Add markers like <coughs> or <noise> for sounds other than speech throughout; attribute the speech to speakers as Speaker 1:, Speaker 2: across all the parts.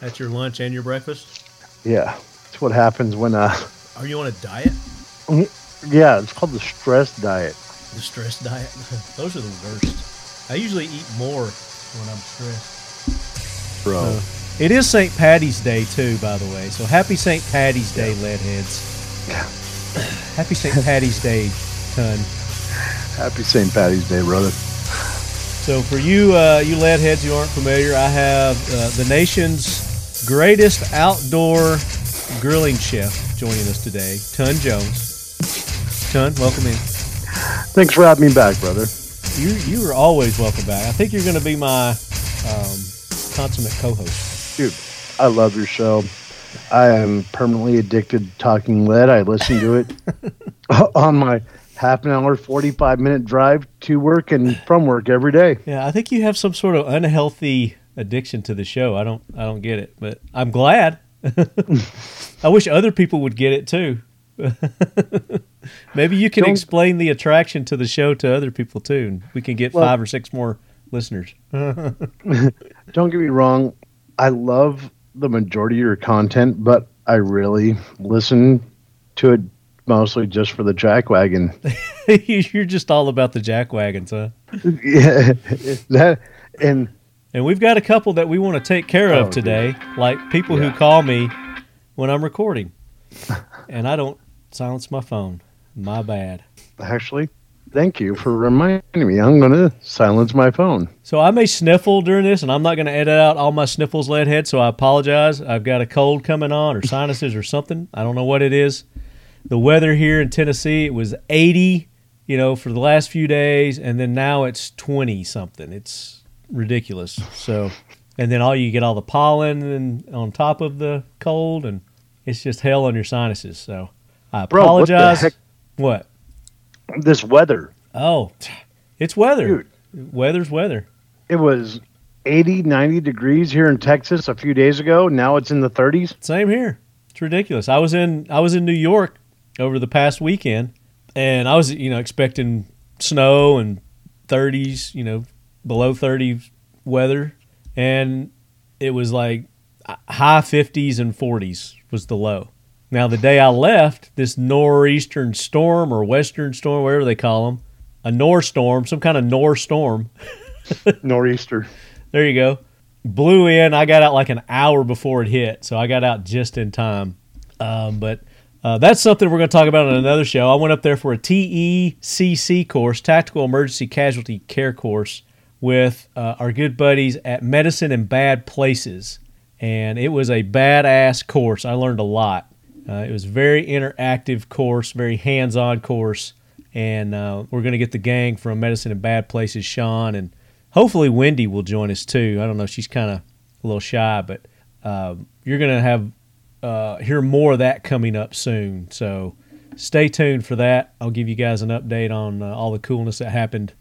Speaker 1: That's your lunch and your breakfast.
Speaker 2: Yeah, it's what happens when uh,
Speaker 1: Are you on a diet? <laughs>
Speaker 2: yeah, it's called the stress diet.
Speaker 1: The stress diet. <laughs> Those are the worst. I usually eat more when I'm stressed.
Speaker 2: Bro,
Speaker 3: Uh, It is St. Patty's Day too, by the way. So happy St. Patty's Day, leadheads. Happy St. Patty's Day, ton.
Speaker 2: happy St. Patty's Day, brother.
Speaker 3: So for you, uh, you leadheads who aren't familiar, I have uh, the nation's greatest outdoor grilling chef joining us today, Ton Jones. Ton, welcome in.
Speaker 2: Thanks for having me back, brother.
Speaker 3: You you are always welcome back. I think you're going to be my um, consummate co-host.
Speaker 2: Dude, I love your show. I am permanently addicted to talking lead. I listen to it <laughs> on my half an hour, 45 minute drive to work and from work every day. <laughs>
Speaker 3: Yeah, I think you have some sort of unhealthy addiction to the show. I don't I don't get it, but I'm glad. <laughs> I wish other people would get it too. <laughs> Maybe you can
Speaker 2: Don't-
Speaker 3: explain the attraction to the show to other people too, and we can get
Speaker 2: Well-
Speaker 3: five or six more listeners.
Speaker 2: Don't get me wrong. I love the majority of your content, but I really listen to it mostly just for the jack wagon.
Speaker 3: <laughs> You're just all about the jack wagons, huh?
Speaker 2: yeah, <laughs> that and
Speaker 3: And we've got a couple that we want to take care
Speaker 2: Oh,
Speaker 3: of today, like people
Speaker 2: Yeah.
Speaker 3: who call me when I'm recording and I don't silence my phone. My bad.
Speaker 2: actually, thank you for reminding me. I'm going to silence my phone.
Speaker 3: So I may sniffle during this, and I'm not going to edit out all my sniffles, lead head. So I apologize. I've got a cold coming on, or sinuses, or something. I don't know what it is. The weather here in Tennessee, it was 80, you know, for the last few days, and then now it's 20 something. It's ridiculous. So, and then all you get all the pollen and on top of the cold, and it's just hell on your sinuses. So I
Speaker 2: Bro, what the
Speaker 3: apologize.
Speaker 2: heck?
Speaker 3: what?
Speaker 2: This weather,
Speaker 3: Oh, it's weather. Weather's weather.
Speaker 2: it was 80, 90 degrees here in Texas a few days ago. Now it's in the 30s.
Speaker 3: Same here. <laughs> It's ridiculous. I was in I was in New York over the past weekend, and I was you know expecting snow and 30s, you know, below 30 weather, and it was like uh, high 50s and 40s was the low. Now the day I left, this nor'eastern storm or western storm, whatever they call them, a nor storm, some kind of nor storm
Speaker 2: Nor'easter.
Speaker 3: there you go. Blew in. I got out like an hour before it hit, so I got out just in time. Um, but uh, that's something we're going to talk about on another show. I went up there for a TECC course, Tactical Emergency Casualty Care course, with uh, our good buddies at Medicine in Bad Places, and it was a badass course. I learned a lot. Uh, it was a very interactive course, very hands-on course, and uh, we're going to get the gang from Medicine in Bad Places, Sean and hopefully Wendy will join us too. I don't know; she's kind of a little shy, but um, you're gonna have uh, hear more of that coming up soon. So stay tuned for that. I'll give you guys an update on uh, all the coolness that happened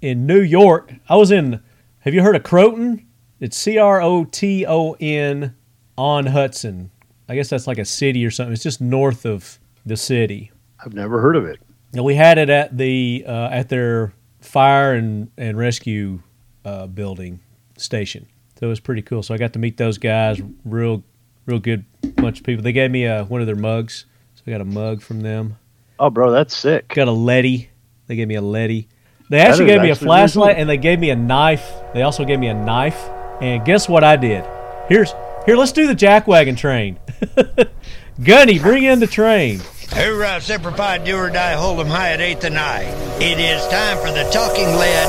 Speaker 3: in New York. I was in. Have you heard of Croton? It's C R O T O N on Hudson. I guess that's like a city or something. It's just north of the city.
Speaker 2: I've never heard of it.
Speaker 3: And we had it at the uh, at their fire and and rescue uh, building station. So it was pretty cool. So I got to meet those guys, real real good bunch of people. They gave me uh, one of their mugs, so I got a mug from them.
Speaker 2: Oh, bro, that's sick.
Speaker 3: Got a Letty. They gave me a Letty. They
Speaker 2: That
Speaker 3: actually
Speaker 2: is
Speaker 3: gave me a
Speaker 2: actually really cool.
Speaker 3: flashlight and they gave me a knife. They also gave me a knife. And guess what I did? Here's here. Let's do the jackwagon train. <laughs> Gunny, bring in the train.
Speaker 4: Hoorah, Semper Fi, do or die, hold 'em high at 8th and I. It is time for the Talking Lead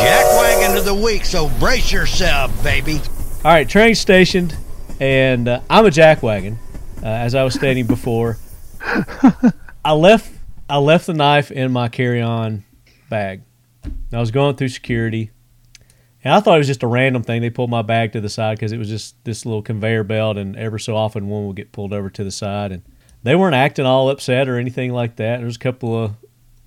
Speaker 4: Jackwagon of the Week, so brace yourself, baby.
Speaker 3: All right, train stationed, and uh, I'm a jackwagon, uh, as I was stating before. I left I left the knife in my carry-on bag. And I was going through security, and I thought it was just a random thing. They pulled my bag to the side because it was just this little conveyor belt, and ever so often one would get pulled over to the side, and they weren't acting all upset or anything like that. There was a couple of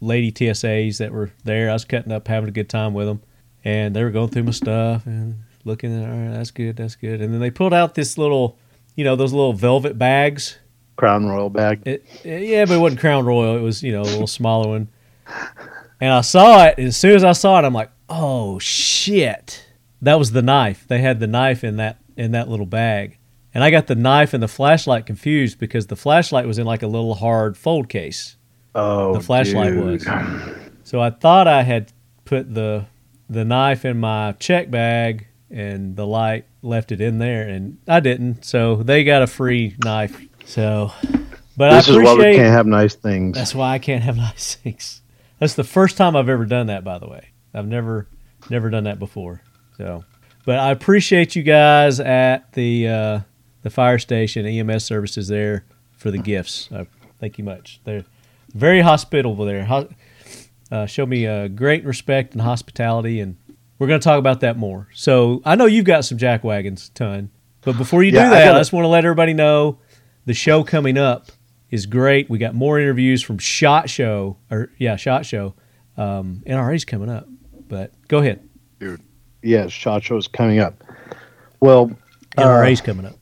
Speaker 3: lady TSAs that were there. I was cutting up, having a good time with them, and they were going through my stuff and looking at, all right, that's good, that's good. And then they pulled out this little, you know, those little velvet bags.
Speaker 2: Crown Royal bag.
Speaker 3: It, it- yeah, but it wasn't Crown Royal. It was, you know, a little smaller one. And I saw it. And as soon as I saw it, I'm like, oh, shit. That was the knife. They had the knife in that in that little bag. And I got the knife and the flashlight confused because the flashlight was in like a little hard fold case.
Speaker 2: Oh,
Speaker 3: The flashlight
Speaker 2: dude. <sighs>
Speaker 3: was. So I thought I had put the the knife in my check bag and the light left it in there and I didn't. So they got a free knife. So but
Speaker 2: This
Speaker 3: I
Speaker 2: is
Speaker 3: appreciate
Speaker 2: why we can't have nice things.
Speaker 3: that's why I can't have <laughs> nice things. That's the first time I've ever done that, by the way. I've never, never done that before. So, but I appreciate you guys at the uh, the fire station EMS services there for the gifts. Uh, thank you much. They're very hospitable there. Ho- uh, show me uh, great respect and hospitality, and we're going to talk about that more. So I know you've got some jack wagons, ton, but before you
Speaker 2: Yeah,
Speaker 3: do
Speaker 2: I
Speaker 3: that,
Speaker 2: gotta-
Speaker 3: I just want to let everybody know the show coming up is great. We got more interviews from Shot Show, or yeah, Shot Show. Um, NRA's coming up, but go ahead.
Speaker 2: Yes, shot show's coming up. Well, uh,
Speaker 3: NRA's coming up.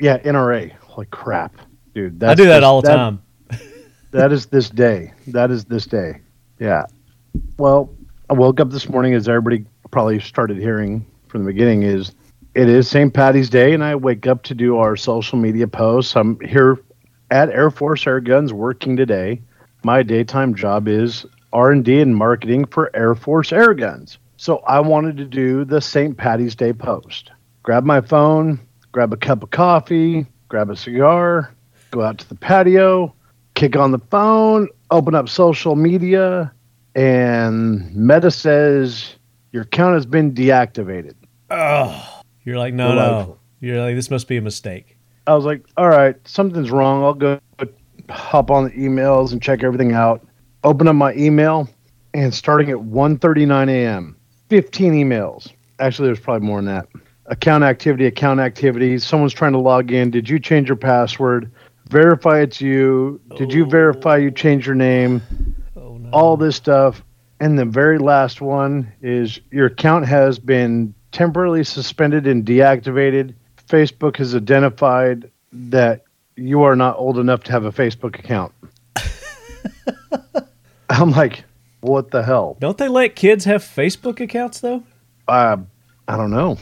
Speaker 2: yeah, NRA. Holy crap, dude! That's
Speaker 3: I do that
Speaker 2: this-
Speaker 3: all the time.
Speaker 2: That is this day. That is this day. Yeah. Well, I woke up this morning as everybody probably started hearing from the beginning is it is St. Patty's Day and I wake up to do our social media posts. I'm here at Air Force Air Guns working today. My daytime job is R&D and marketing for Air Force Air Guns. So I wanted to do the St. Patty's Day post. Grab my phone, grab a cup of coffee, grab a cigar, go out to the patio, kick on the phone, open up social media, and Meta says your account has been deactivated.
Speaker 3: You're like, no, no.
Speaker 2: Delightful.
Speaker 3: You're like, this must be a mistake.
Speaker 2: I was like, all right, something's wrong. I'll go hop on the emails and check everything out. Open up my email, and starting at 1.39 a.m., 15 emails. Actually, there's probably more than that. Account activity, account activity. Someone's trying to log in. Did you change your password? Verify it's you. Did you verify you changed your name?
Speaker 3: Oh no.
Speaker 2: all this stuff. And the very last one is your account has been temporarily suspended and deactivated. Facebook has identified that you are not old enough to have a
Speaker 3: <laughs>
Speaker 2: Facebook account. I'm like, what the hell?
Speaker 3: Don't they let kids have Facebook accounts though?
Speaker 2: Uh, I don't know.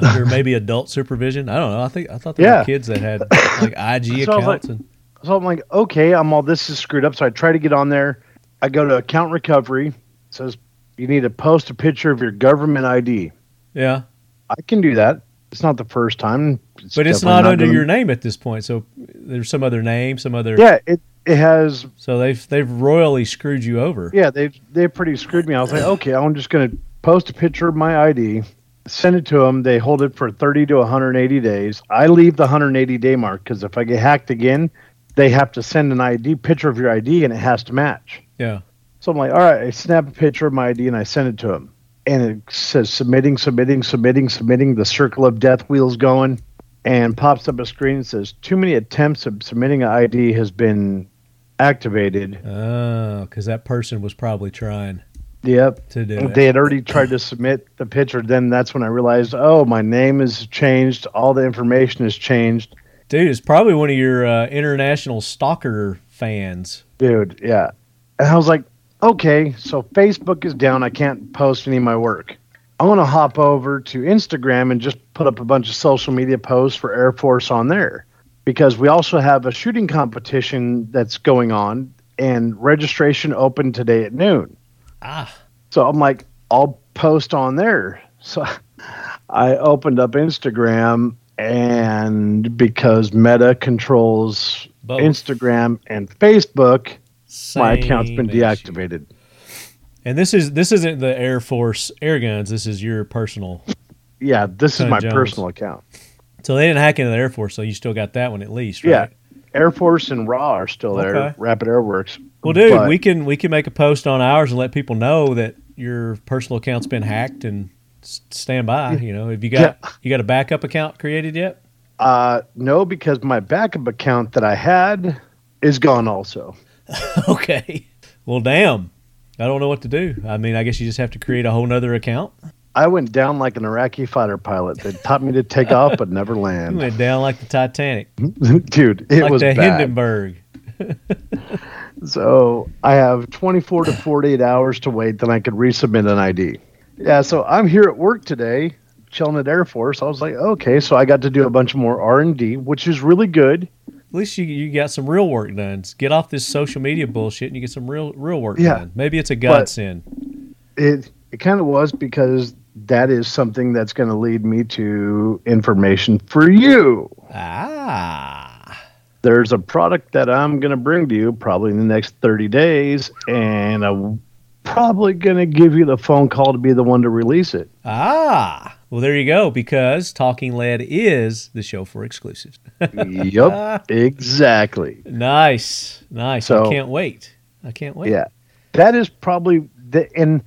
Speaker 3: Under maybe adult supervision. I don't know. I think I thought there
Speaker 2: Yeah.
Speaker 3: were kids that
Speaker 2: <laughs>
Speaker 3: had like IG
Speaker 2: So I was like-
Speaker 3: accounts and
Speaker 2: So I'm like, okay, I'm all this is screwed up. So I try to get on there. I go to account recovery. It says you need to post a picture of your government ID.
Speaker 3: yeah.
Speaker 2: I can do that. It's not the first time.
Speaker 3: But it's
Speaker 2: definitely
Speaker 3: not under
Speaker 2: gonna-
Speaker 3: your name at this point. So there's some other name, some other.
Speaker 2: Yeah, it it has.
Speaker 3: So they've they've royally screwed you over.
Speaker 2: Yeah, they they pretty screwed me. I was like, okay, I'm just gonna post a picture of my ID, send it to them. They hold it for 30 to 180 days. I leave the 180 day mark because if I get hacked again, they have to send an ID picture of your ID and it has to match.
Speaker 3: Yeah.
Speaker 2: So I'm like, all right, I snap a picture of my ID and I send it to him. And it says submitting, submitting, submitting, submitting. The circle of death wheels going and pops up a screen and says, too many attempts of submitting an ID has been activated.
Speaker 3: Oh, because that person was probably trying
Speaker 2: Yep.
Speaker 3: to do
Speaker 2: They
Speaker 3: it.
Speaker 2: had already tried to submit the picture. Then that's when I realized, oh, my name is changed. All the information is changed.
Speaker 3: Dude, it's probably one of your uh, international stalker fans.
Speaker 2: Dude, yeah. And I was like, okay, so Facebook is down. I can't post any of my work. I'm going to hop over to Instagram and just put up a bunch of social media posts for Air Force on there because we also have a shooting competition that's going on and registration opened today at noon.
Speaker 3: Ah.
Speaker 2: So I'm like, I'll post on there. <laughs> So I opened up Instagram and because Meta controls
Speaker 3: Both.
Speaker 2: Instagram and Facebook, my account's been
Speaker 3: Same issue.
Speaker 2: deactivated.
Speaker 3: And this is this isn't the Air Force air guns. This is your personal.
Speaker 2: Yeah, this
Speaker 3: Kinda
Speaker 2: is my
Speaker 3: Jones.
Speaker 2: personal account.
Speaker 3: So they didn't hack into the Air Force, so you still got that one at least, right?
Speaker 2: Yeah. Air Force and Raw are still there.
Speaker 3: Okay.
Speaker 2: Rapid Air Works.
Speaker 3: Well, dude,
Speaker 2: But-
Speaker 3: we can we can make a post on ours and let people know that your personal account's been hacked and s- stand by. You know, have you got you got a backup account created yet? <laughs>
Speaker 2: uh, no, because my backup account that I had is gone also.
Speaker 3: okay. Well, damn. I don't know what to do. I mean, I guess you just have to create a whole nother account.
Speaker 2: I went down like an Iraqi fighter pilot. They taught me
Speaker 3: <laughs>
Speaker 2: to take off but never
Speaker 3: You
Speaker 2: land.
Speaker 3: went down like the Titanic,
Speaker 2: Dude, <laughs> it
Speaker 3: like
Speaker 2: was
Speaker 3: the
Speaker 2: bad.
Speaker 3: Hindenburg.
Speaker 2: So I have 24 to 48 hours to wait, then I could resubmit an ID. Yeah, so I'm here at work today chilling at Air Force. I was like, okay, so I got to do a bunch of more R and D, which is really good.
Speaker 3: At least you you got some real work done. Get off this social media bullshit and you get some real real work
Speaker 2: Yeah.
Speaker 3: done. Maybe it's a godsend.
Speaker 2: It it kind of was because that is something that's going to lead me to information for you.
Speaker 3: ah.
Speaker 2: There's a product that I'm going to bring to you probably in the next 30 days, and I'm probably going to give you the phone call to be the one to release it.
Speaker 3: Ah. Well, there you go because Talking Lead is the show for exclusives. <laughs>
Speaker 2: yep, exactly.
Speaker 3: nice. Nice. I
Speaker 2: So-
Speaker 3: can't wait. I can't wait.
Speaker 2: Yeah, that is probably the and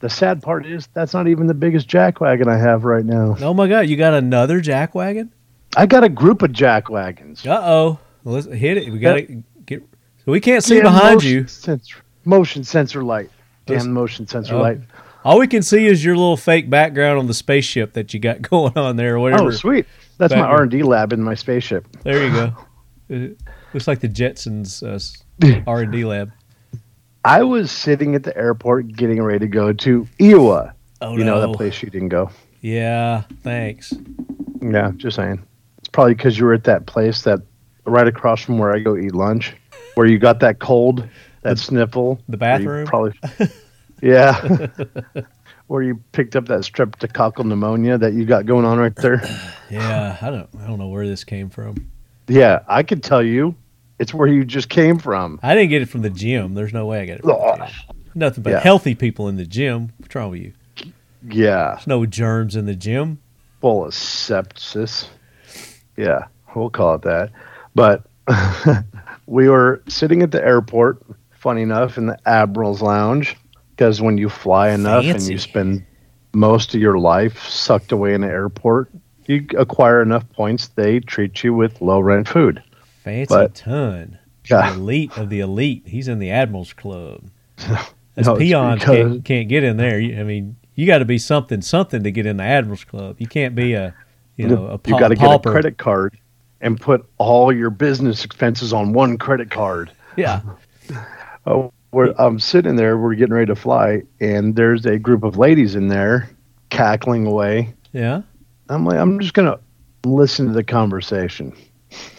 Speaker 2: the sad part is that's not even the biggest jack wagon I have right now.
Speaker 3: Oh my god, you got another jack wagon?
Speaker 2: I got a group of jack wagons.
Speaker 3: Uh oh. Let's hit it. We gotta get. So we can't see
Speaker 2: Damn
Speaker 3: behind
Speaker 2: motion
Speaker 3: you.
Speaker 2: Sensor, motion sensor light. Damn
Speaker 3: Those-
Speaker 2: motion sensor
Speaker 3: Oh.
Speaker 2: light.
Speaker 3: All we can see is your little fake background on the spaceship that you got <laughs> going on there, or whatever.
Speaker 2: Oh, sweet. That's my
Speaker 3: Backward.
Speaker 2: R and D lab in my spaceship.
Speaker 3: There you go. It Uh, looks like the
Speaker 2: <laughs>
Speaker 3: Jetsons uh, R and D lab.
Speaker 2: <sighs> I was sitting at the airport getting ready to go to Iowa.
Speaker 3: Oh
Speaker 2: you
Speaker 3: no!
Speaker 2: know that place you didn't go.
Speaker 3: Yeah. Thanks.
Speaker 2: Yeah, just saying. It's probably because you were at that place that right across from where I go eat lunch, where you got that cold, that sniffle,
Speaker 3: the
Speaker 2: where you
Speaker 3: bathroom? <laughs>
Speaker 2: Probably. Yeah. <laughs> Where you picked up that streptococcal pneumonia that you got going on right
Speaker 3: <clears throat>
Speaker 2: there.
Speaker 3: Yeah. I don't. I don't know where this came from.
Speaker 2: Yeah, I could tell you, it's where you just came from.
Speaker 3: I didn't get it from the gym. There's no way I got it. From the
Speaker 2: Ugh.
Speaker 3: gym. Nothing but
Speaker 2: Yeah.
Speaker 3: healthy people in the gym. What's wrong with you?
Speaker 2: Yeah,
Speaker 3: There's no germs in the gym.
Speaker 2: full of sepsis. Yeah, we'll call it that. But <laughs> we were sitting at the airport, funny enough, in the Admiral's Lounge, because when you fly enough and
Speaker 3: Fancy.
Speaker 2: you spend most of your life sucked away in the airport, you acquire enough points, they treat you with low rent food.
Speaker 3: Fancy
Speaker 2: But-
Speaker 3: ton.
Speaker 2: <laughs> Yeah.
Speaker 3: The elite of the elite. He's in the Admiral's
Speaker 2: <laughs>
Speaker 3: Club. As
Speaker 2: No, it's
Speaker 3: peons
Speaker 2: because-
Speaker 3: can't, can't get in there. You- I mean, you got to be something, something to get in the Admiral's Club. You can't be a, you know, a
Speaker 2: you
Speaker 3: pa-
Speaker 2: got to get a
Speaker 3: pauper.
Speaker 2: credit card and put all your business expenses on one credit card.
Speaker 3: Yeah.
Speaker 2: Oh, we're, I'm sitting there. We're getting ready to fly, and there's a group of ladies in there cackling away.
Speaker 3: Yeah.
Speaker 2: I'm like, I'm just gonna listen to the conversation.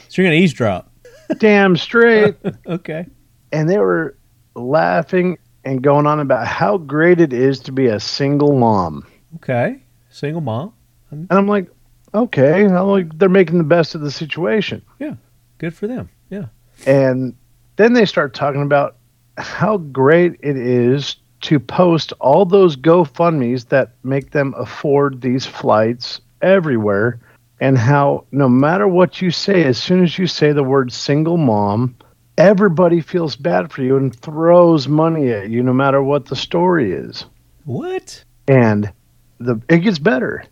Speaker 3: So you're going to eavesdrop.
Speaker 2: Damn straight.
Speaker 3: <laughs> Okay.
Speaker 2: and they were laughing and going on about how great it is to be a single mom.
Speaker 3: Okay. Single mom.
Speaker 2: And I'm like, okay. I'm like, they're making the best of the situation.
Speaker 3: Good for them. Yeah.
Speaker 2: And then they start talking about how great it is to post all those GoFundMe's that make them afford these flights everywhere, and how no matter what you say, as soon as you say the word single mom, everybody feels bad for you and throws money at you, no matter what the story is.
Speaker 3: What?
Speaker 2: And the it gets better.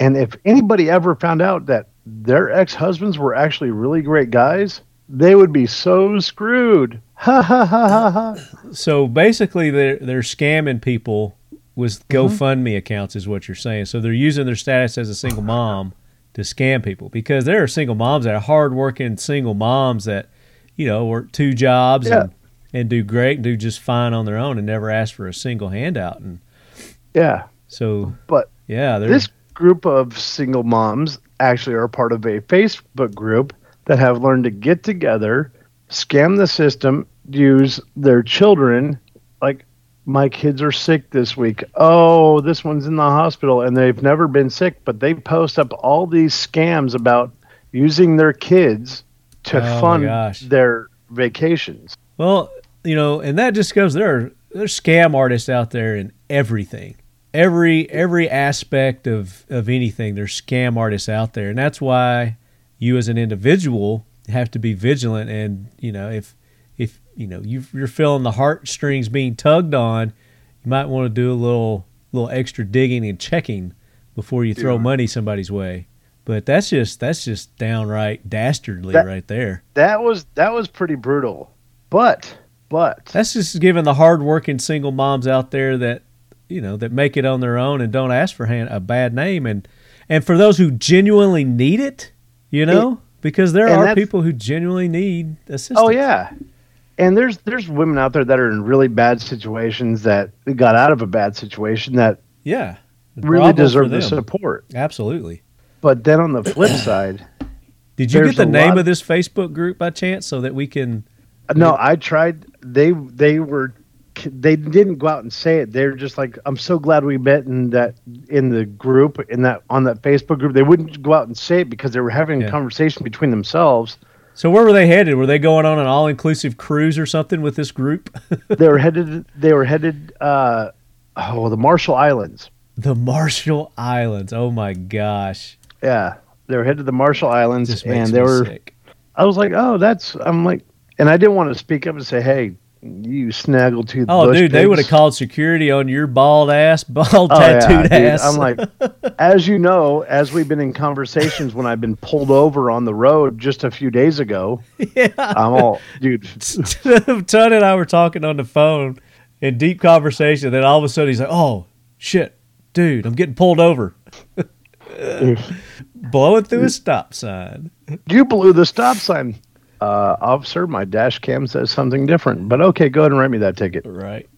Speaker 2: And if anybody ever found out that their ex-husbands were actually really great guys, they would be so screwed. Ha ha ha ha ha.
Speaker 3: So basically, they're, they're scamming people with
Speaker 2: Mm-hmm.
Speaker 3: GoFundMe accounts, is what you're saying. So they're using their status as a single mom to scam people because there are single moms that are hardworking single moms that, you know, work two jobs and, and do great and do just fine on their own and never ask for a single handout. And
Speaker 2: Yeah.
Speaker 3: so,
Speaker 2: But
Speaker 3: yeah, they're,
Speaker 2: This group of single moms actually are part of a Facebook group that have learned to get together, scam the system, use their children like my kids are sick this week. Oh, this one's in the hospital and they've never been sick, but they post up all these scams about using their kids to
Speaker 3: Oh, my
Speaker 2: fund
Speaker 3: gosh.
Speaker 2: their vacations.
Speaker 3: Well, you know, and that just goes there are there's scam artists out there in everything. Every every aspect of of anything, there's scam artists out there. And that's why you as an individual have to be vigilant and, you know, if if you know, you you're feeling the heartstrings being tugged on, you might want to do a little little extra digging and checking before you throw money somebody's way. But that's just that's just downright dastardly
Speaker 2: That-
Speaker 3: right there.
Speaker 2: That was that was pretty brutal. But but
Speaker 3: That's just giving the hardworking single moms out there that you know that make it on their own and don't ask for hand, a bad name, and and for those who genuinely need it, you know, because there
Speaker 2: and
Speaker 3: are
Speaker 2: that's-
Speaker 3: people who genuinely need assistance.
Speaker 2: Oh yeah, and there's there's women out there that are in really bad situations that got out of a bad situation that
Speaker 3: yeah.
Speaker 2: really
Speaker 3: Bravo for
Speaker 2: deserve the
Speaker 3: them.
Speaker 2: support.
Speaker 3: Absolutely.
Speaker 2: But then on
Speaker 3: <coughs>
Speaker 2: the flip side,
Speaker 3: Did you
Speaker 2: There's
Speaker 3: get
Speaker 2: a
Speaker 3: the name
Speaker 2: lot-
Speaker 3: of this Facebook group by chance so that we can?
Speaker 2: no, I tried. They they were they didn't go out and say it. They're just like, I'm so glad we met in that in the group in that on that Facebook group. They wouldn't go out and say it because they were having
Speaker 3: Yeah.
Speaker 2: a conversation between themselves.
Speaker 3: <laughs> So where were they headed? Were they going on an all-inclusive cruise or something with this group? <laughs>
Speaker 2: they were headed. They were headed. Uh, oh, the Marshall Islands.
Speaker 3: the Marshall Islands. Oh my gosh,
Speaker 2: Yeah, they were headed to the Marshall Islands,
Speaker 3: this
Speaker 2: and
Speaker 3: makes
Speaker 2: they
Speaker 3: me
Speaker 2: were.
Speaker 3: sick.
Speaker 2: I was like, oh, that's. I'm like, and I didn't want to speak up and say, hey, you snaggled to.
Speaker 3: Oh, dude, they would have called security on your bald ass, bald
Speaker 2: Oh, yeah,
Speaker 3: tattooed
Speaker 2: dude.
Speaker 3: ass.
Speaker 2: I'm
Speaker 3: <laughs>
Speaker 2: like, <laughs> as you know, as we've been in conversations when I've been pulled over on the road just a few days ago,
Speaker 3: yeah.
Speaker 2: I'm all, dude,
Speaker 3: Tony and I were talking on the phone in deep conversation. Then all of a sudden he's like, "Oh shit, dude, I'm getting pulled over." <laughs> Blowing through a stop sign.
Speaker 2: you blew the stop sign. Uh, officer, my dash cam says something different, but okay, go ahead and write me that ticket.
Speaker 3: Right.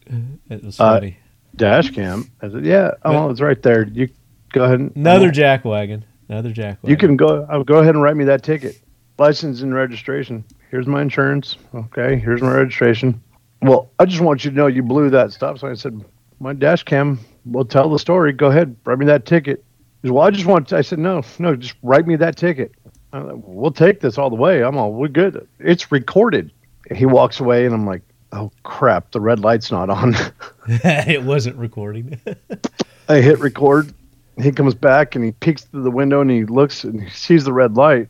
Speaker 3: It was
Speaker 2: Uh,
Speaker 3: funny.
Speaker 2: dash cam. I said, yeah, oh, it's right there. You go ahead. And,
Speaker 3: Another jack wagon. Another jack wagon.
Speaker 2: You can go. I'll go ahead and write me that ticket. License and registration. Here's my insurance. Okay. Here's my registration. Well, I just want you to know you blew that stop sign. I said, my dash cam will tell the story. Go ahead, write me that ticket. He said, well, I just want. I said, no, no, just write me that ticket. I'm like, we'll take this all the way. I'm all, we're good. It's recorded. He walks away, and I'm like, oh crap, the red light's not on.
Speaker 3: <laughs>
Speaker 2: <laughs>
Speaker 3: it wasn't recording. <laughs>
Speaker 2: I hit record. He comes back and he peeks through the window and he looks and he sees the red light.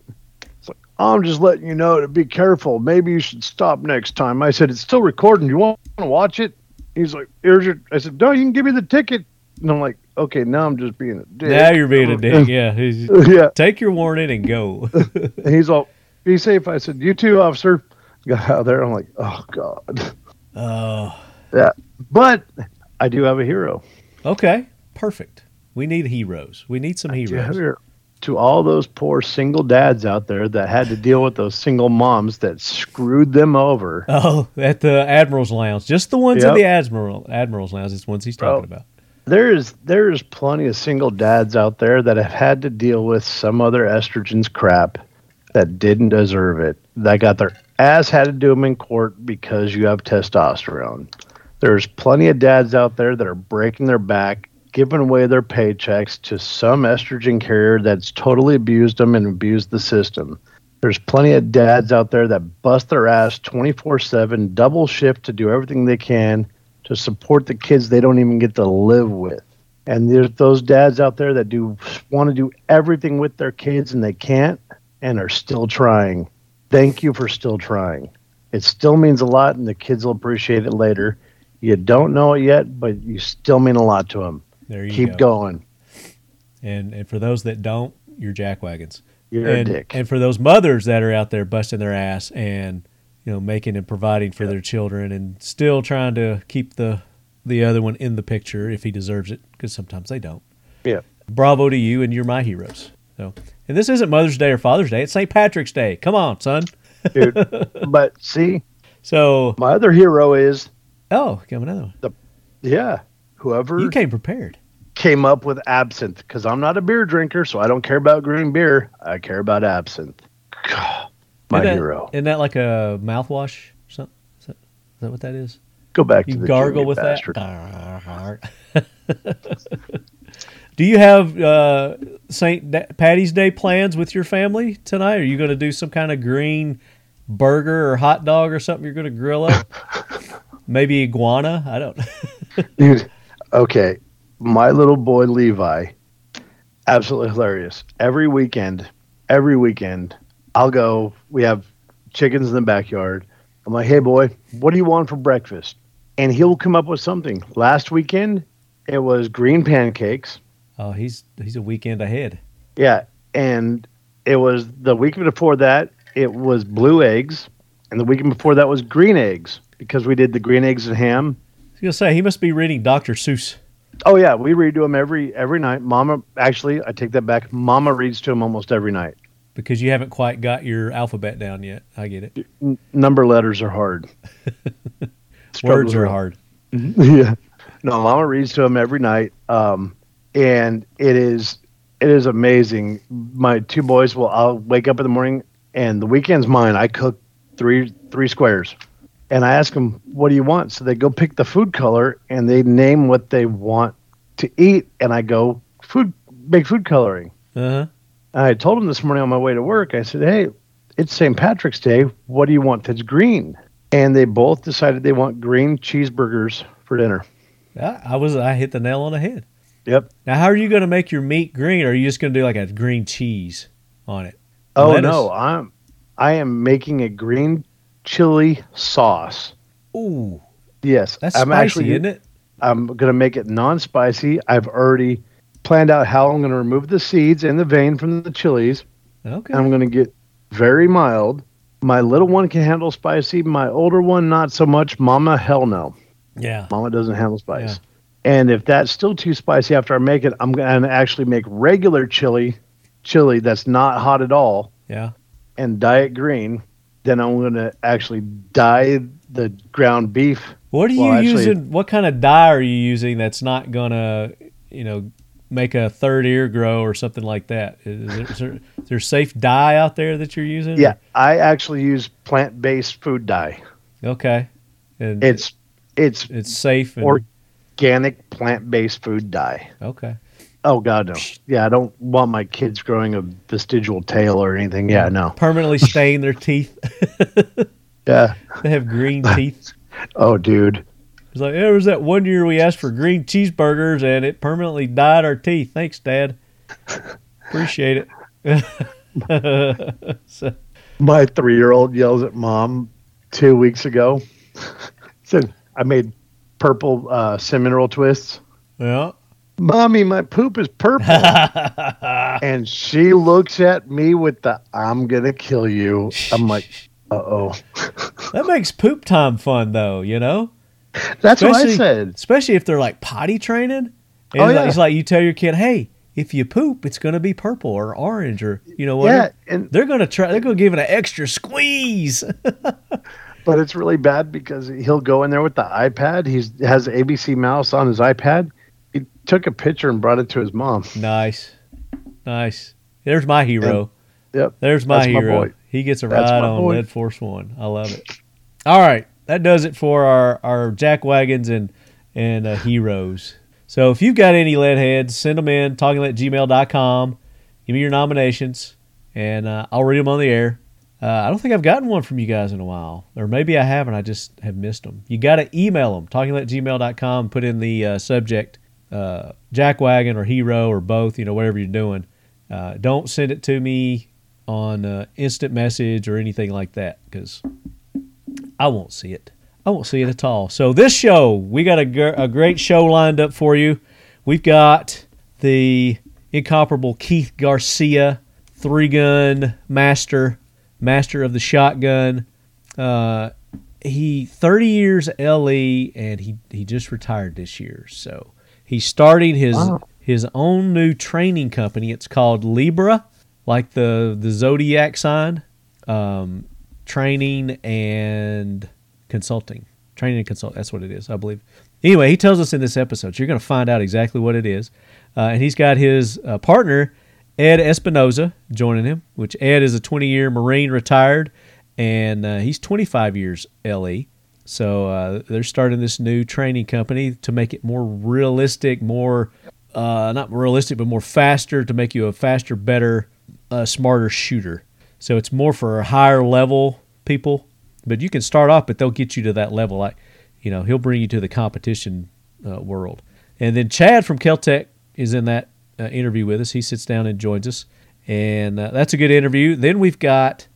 Speaker 2: It's like, I'm just letting you know to be careful. Maybe you should stop next time. I said, It's still recording. You want to watch it? He's like, Here's your. I said, No, you can give me the ticket. And I'm like, Okay, now I'm just being a dick.
Speaker 3: now you're being a dick. Yeah. He's-
Speaker 2: <laughs> yeah.
Speaker 3: Take your warning and go.
Speaker 2: And <laughs> he's all, Be safe. I said, You too, officer. <laughs> Got out there. I'm like, Oh, God.
Speaker 3: Oh,
Speaker 2: Yeah. But I do have a hero.
Speaker 3: okay. Perfect. We need heroes. We need some
Speaker 2: Yeah,
Speaker 3: heroes.
Speaker 2: we're- to all those poor single dads out there that had to deal with those single moms that screwed them over.
Speaker 3: Oh, at the Admiral's Lounge. Just the ones at
Speaker 2: Yep. Oh.
Speaker 3: the Admiral Admiral's Lounge. It's the ones he's talking
Speaker 2: Bro.
Speaker 3: about.
Speaker 2: There is there is plenty of single dads out there that have had to deal with some other estrogens crap that didn't deserve it. That got their ass handed to them in court because you have testosterone. There's plenty of dads out there that are breaking their back, giving away their paychecks to some estrogen carrier that's totally abused them and abused the system. There's plenty of dads out there that bust their ass 24 7, double shift to do everything they can to support the kids they don't even get to live with. And there's those dads out there that do want to do everything with their kids and they can't and are still trying. Thank you for still trying. It still means a lot and the kids will appreciate it later. You don't know it yet, but you still mean a lot to them.
Speaker 3: There you
Speaker 2: Keep
Speaker 3: go.
Speaker 2: going.
Speaker 3: And and for those that don't, you're jackwagons.
Speaker 2: You're
Speaker 3: and,
Speaker 2: a dick.
Speaker 3: And for those mothers that are out there busting their ass and you know making and providing for their children and still trying to keep the the other one in the picture if he deserves it because sometimes they don't.
Speaker 2: yeah.
Speaker 3: Bravo to you and you're my heroes. So and this isn't Mother's Day or Father's Day. It's St. Patrick's Day. Come on, son. <laughs> Oh.
Speaker 2: Dude. but see,
Speaker 3: So
Speaker 2: my other hero is
Speaker 3: oh, got another one.
Speaker 2: Yeah. Whoever
Speaker 3: You came prepared.
Speaker 2: came up with absinthe, because I'm not a beer drinker, so I don't care about green beer. I care about absinthe. My
Speaker 3: Isn't that-
Speaker 2: hero.
Speaker 3: Isn't that like a mouthwash or something? Is that, is that what that is?
Speaker 2: Go back
Speaker 3: You
Speaker 2: to the
Speaker 3: gargle
Speaker 2: Jimmy
Speaker 3: with
Speaker 2: bastard.
Speaker 3: that. <laughs> do you have uh, St. Da- Patty's Day plans with your family tonight? Are you going to do some kind of green burger or hot dog or something you're going to grill
Speaker 2: <laughs>
Speaker 3: up? Maybe iguana? I don't <laughs> know.
Speaker 2: Dude, okay. My little boy Levi, absolutely hilarious. Every weekend, every weekend, I'll go. We have chickens in the backyard. I'm like, hey, boy, what do you want for breakfast? And he'll come up with something. Last weekend, it was green pancakes.
Speaker 3: Oh, he's he's a weekend ahead.
Speaker 2: Yeah, and it was the week before that. It was blue eggs, and the weekend before that was green eggs because we did the green eggs and ham.
Speaker 3: I was going to say, he must be reading Dr. Seuss.
Speaker 2: Oh yeah, we redo them every every night. Mama, actually, I take that back. Mama reads to them almost every night.
Speaker 3: Because you haven't quite got your alphabet down yet. I get it.
Speaker 2: N- number letters are hard. Struggle
Speaker 3: <laughs> Words are
Speaker 2: with-
Speaker 3: hard.
Speaker 2: yeah. No, Mama reads to him every night. Um, and it is it is amazing. My two boys will I'll wake up in the morning and the weekend's mine. I cook three three squares. And I ask them, "What do you want?" So they go pick the food color and they name what they want to eat and I go, "Food make food coloring."
Speaker 3: Uh-huh.
Speaker 2: I told him this morning on my way to work, I said, Hey, it's St. Patrick's Day. What do you want that's green? And they both decided they want green cheeseburgers for dinner.
Speaker 3: I, I was I hit the nail on the head.
Speaker 2: Yep.
Speaker 3: Now, how are you going to make your meat green? Or are you just going to do like a green cheese on it?
Speaker 2: Oh
Speaker 3: Lettuce.
Speaker 2: no, I'm I am making a green chili sauce.
Speaker 3: Ooh,
Speaker 2: Yes.
Speaker 3: that's
Speaker 2: I'm
Speaker 3: spicy,
Speaker 2: actually
Speaker 3: isn't it?
Speaker 2: I'm gonna make it non spicy. I've already planned out how I'm gonna remove the seeds and the vein from the chilies.
Speaker 3: Okay.
Speaker 2: I'm going to get very mild. My little one can handle spicy. My older one, not so much. Mama, hell no.
Speaker 3: yeah.
Speaker 2: Mama doesn't handle spice. And if that's still too spicy after I make it, I'm going to actually make regular chili, chili that's not hot at all,
Speaker 3: Yeah.
Speaker 2: and dye it green. Then I'm going to actually dye the ground beef.
Speaker 3: What are you
Speaker 2: Well, actually-
Speaker 3: using? What kind of dye are you using that's not going to, you know, make a third ear grow or something like that? Is there, is there, is there safe dye out there that you're using?
Speaker 2: Yeah, I actually use plant based food dye.
Speaker 3: Okay. And it's,
Speaker 2: It's it's
Speaker 3: it's safe. And,
Speaker 2: organic plant based food dye.
Speaker 3: okay.
Speaker 2: Oh God, no. Yeah, I don't want my kids growing a vestigial tail or anything. Yeah, no. <laughs>
Speaker 3: Permanently stain their teeth. <laughs>
Speaker 2: Yeah.
Speaker 3: they have green teeth.
Speaker 2: Oh, dude.
Speaker 3: It's like there was that one year we asked for green cheeseburgers and it permanently dyed our teeth. Thanks, Dad. Appreciate it. <laughs>
Speaker 2: My three-year-old yells at mom two weeks ago. <laughs> Said I made purple uh, cinnamon roll twists.
Speaker 3: Yeah.
Speaker 2: Mommy, my poop is
Speaker 3: <laughs>
Speaker 2: purple. and she looks at me with the "I'm gonna kill you." I'm like, uh oh.
Speaker 3: That makes poop time fun though, you know?
Speaker 2: That's what I said.
Speaker 3: Especially if they're like potty training. And
Speaker 2: Oh,
Speaker 3: it's, like,
Speaker 2: yeah.
Speaker 3: it's like you tell your kid, Hey, if you poop, it's gonna be purple or orange or you know what?
Speaker 2: Yeah, and
Speaker 3: They're gonna try they're gonna give it an extra squeeze.
Speaker 2: <laughs>
Speaker 3: <laughs>
Speaker 2: but it's really bad because he'll go in there with the iPad. He's has ABC mouse on his iPad. He took a picture and brought it to his mom.
Speaker 3: nice. Nice. There's my hero.
Speaker 2: Yep.
Speaker 3: There's my
Speaker 2: That's my
Speaker 3: hero.
Speaker 2: boy.
Speaker 3: He gets a
Speaker 2: That's
Speaker 3: ride
Speaker 2: my
Speaker 3: on
Speaker 2: boy.
Speaker 3: Red Force One. I love it. All right, that does it for our our jack wagons and and uh, heroes. So if you've got any lead heads, send them in talkingleadgmail.com. Give me your nominations, and uh, I'll read them on the air. Uh, I don't think I've gotten one from you guys in a while, or maybe I have, and I just have missed them. You got to email them talkingleadgmail.com. Put in the uh, subject uh, jack wagon or hero or both. You know whatever you're doing. Uh, don't send it to me on uh, instant message or anything like that because I won't see it. I won't see it at all. So this show, we got a, gr- a great show lined up for you. We've got the incomparable Keith Garcia, three gun master, master of the shotgun. Uh, he 30 years LE and he he just retired this year. So he's starting his
Speaker 2: Wow.
Speaker 3: his own new training company. It's called Libra, like the the zodiac sign. Um, training and consulting. Training and consult. That's what it is, I believe. Anyway, he tells us in this episode. So you're going to find out exactly what it is. Uh, and he's got his uh, partner, Ed Espinoza, joining him, which Ed is a 20 year Marine retired, and uh, he's 25 years E. LE. So uh, they're starting this new training company to make it more realistic, more uh, not realistic, but more faster to make you a faster, better, uh, smarter shooter. So it's more for higher level people, but you can start off, but they'll get you to that level. Like, you know, he'll bring you to the competition uh, world. And then Chad from Caltech is in that uh, interview with us. He sits down and joins us, and uh, that's a good interview. Then we've got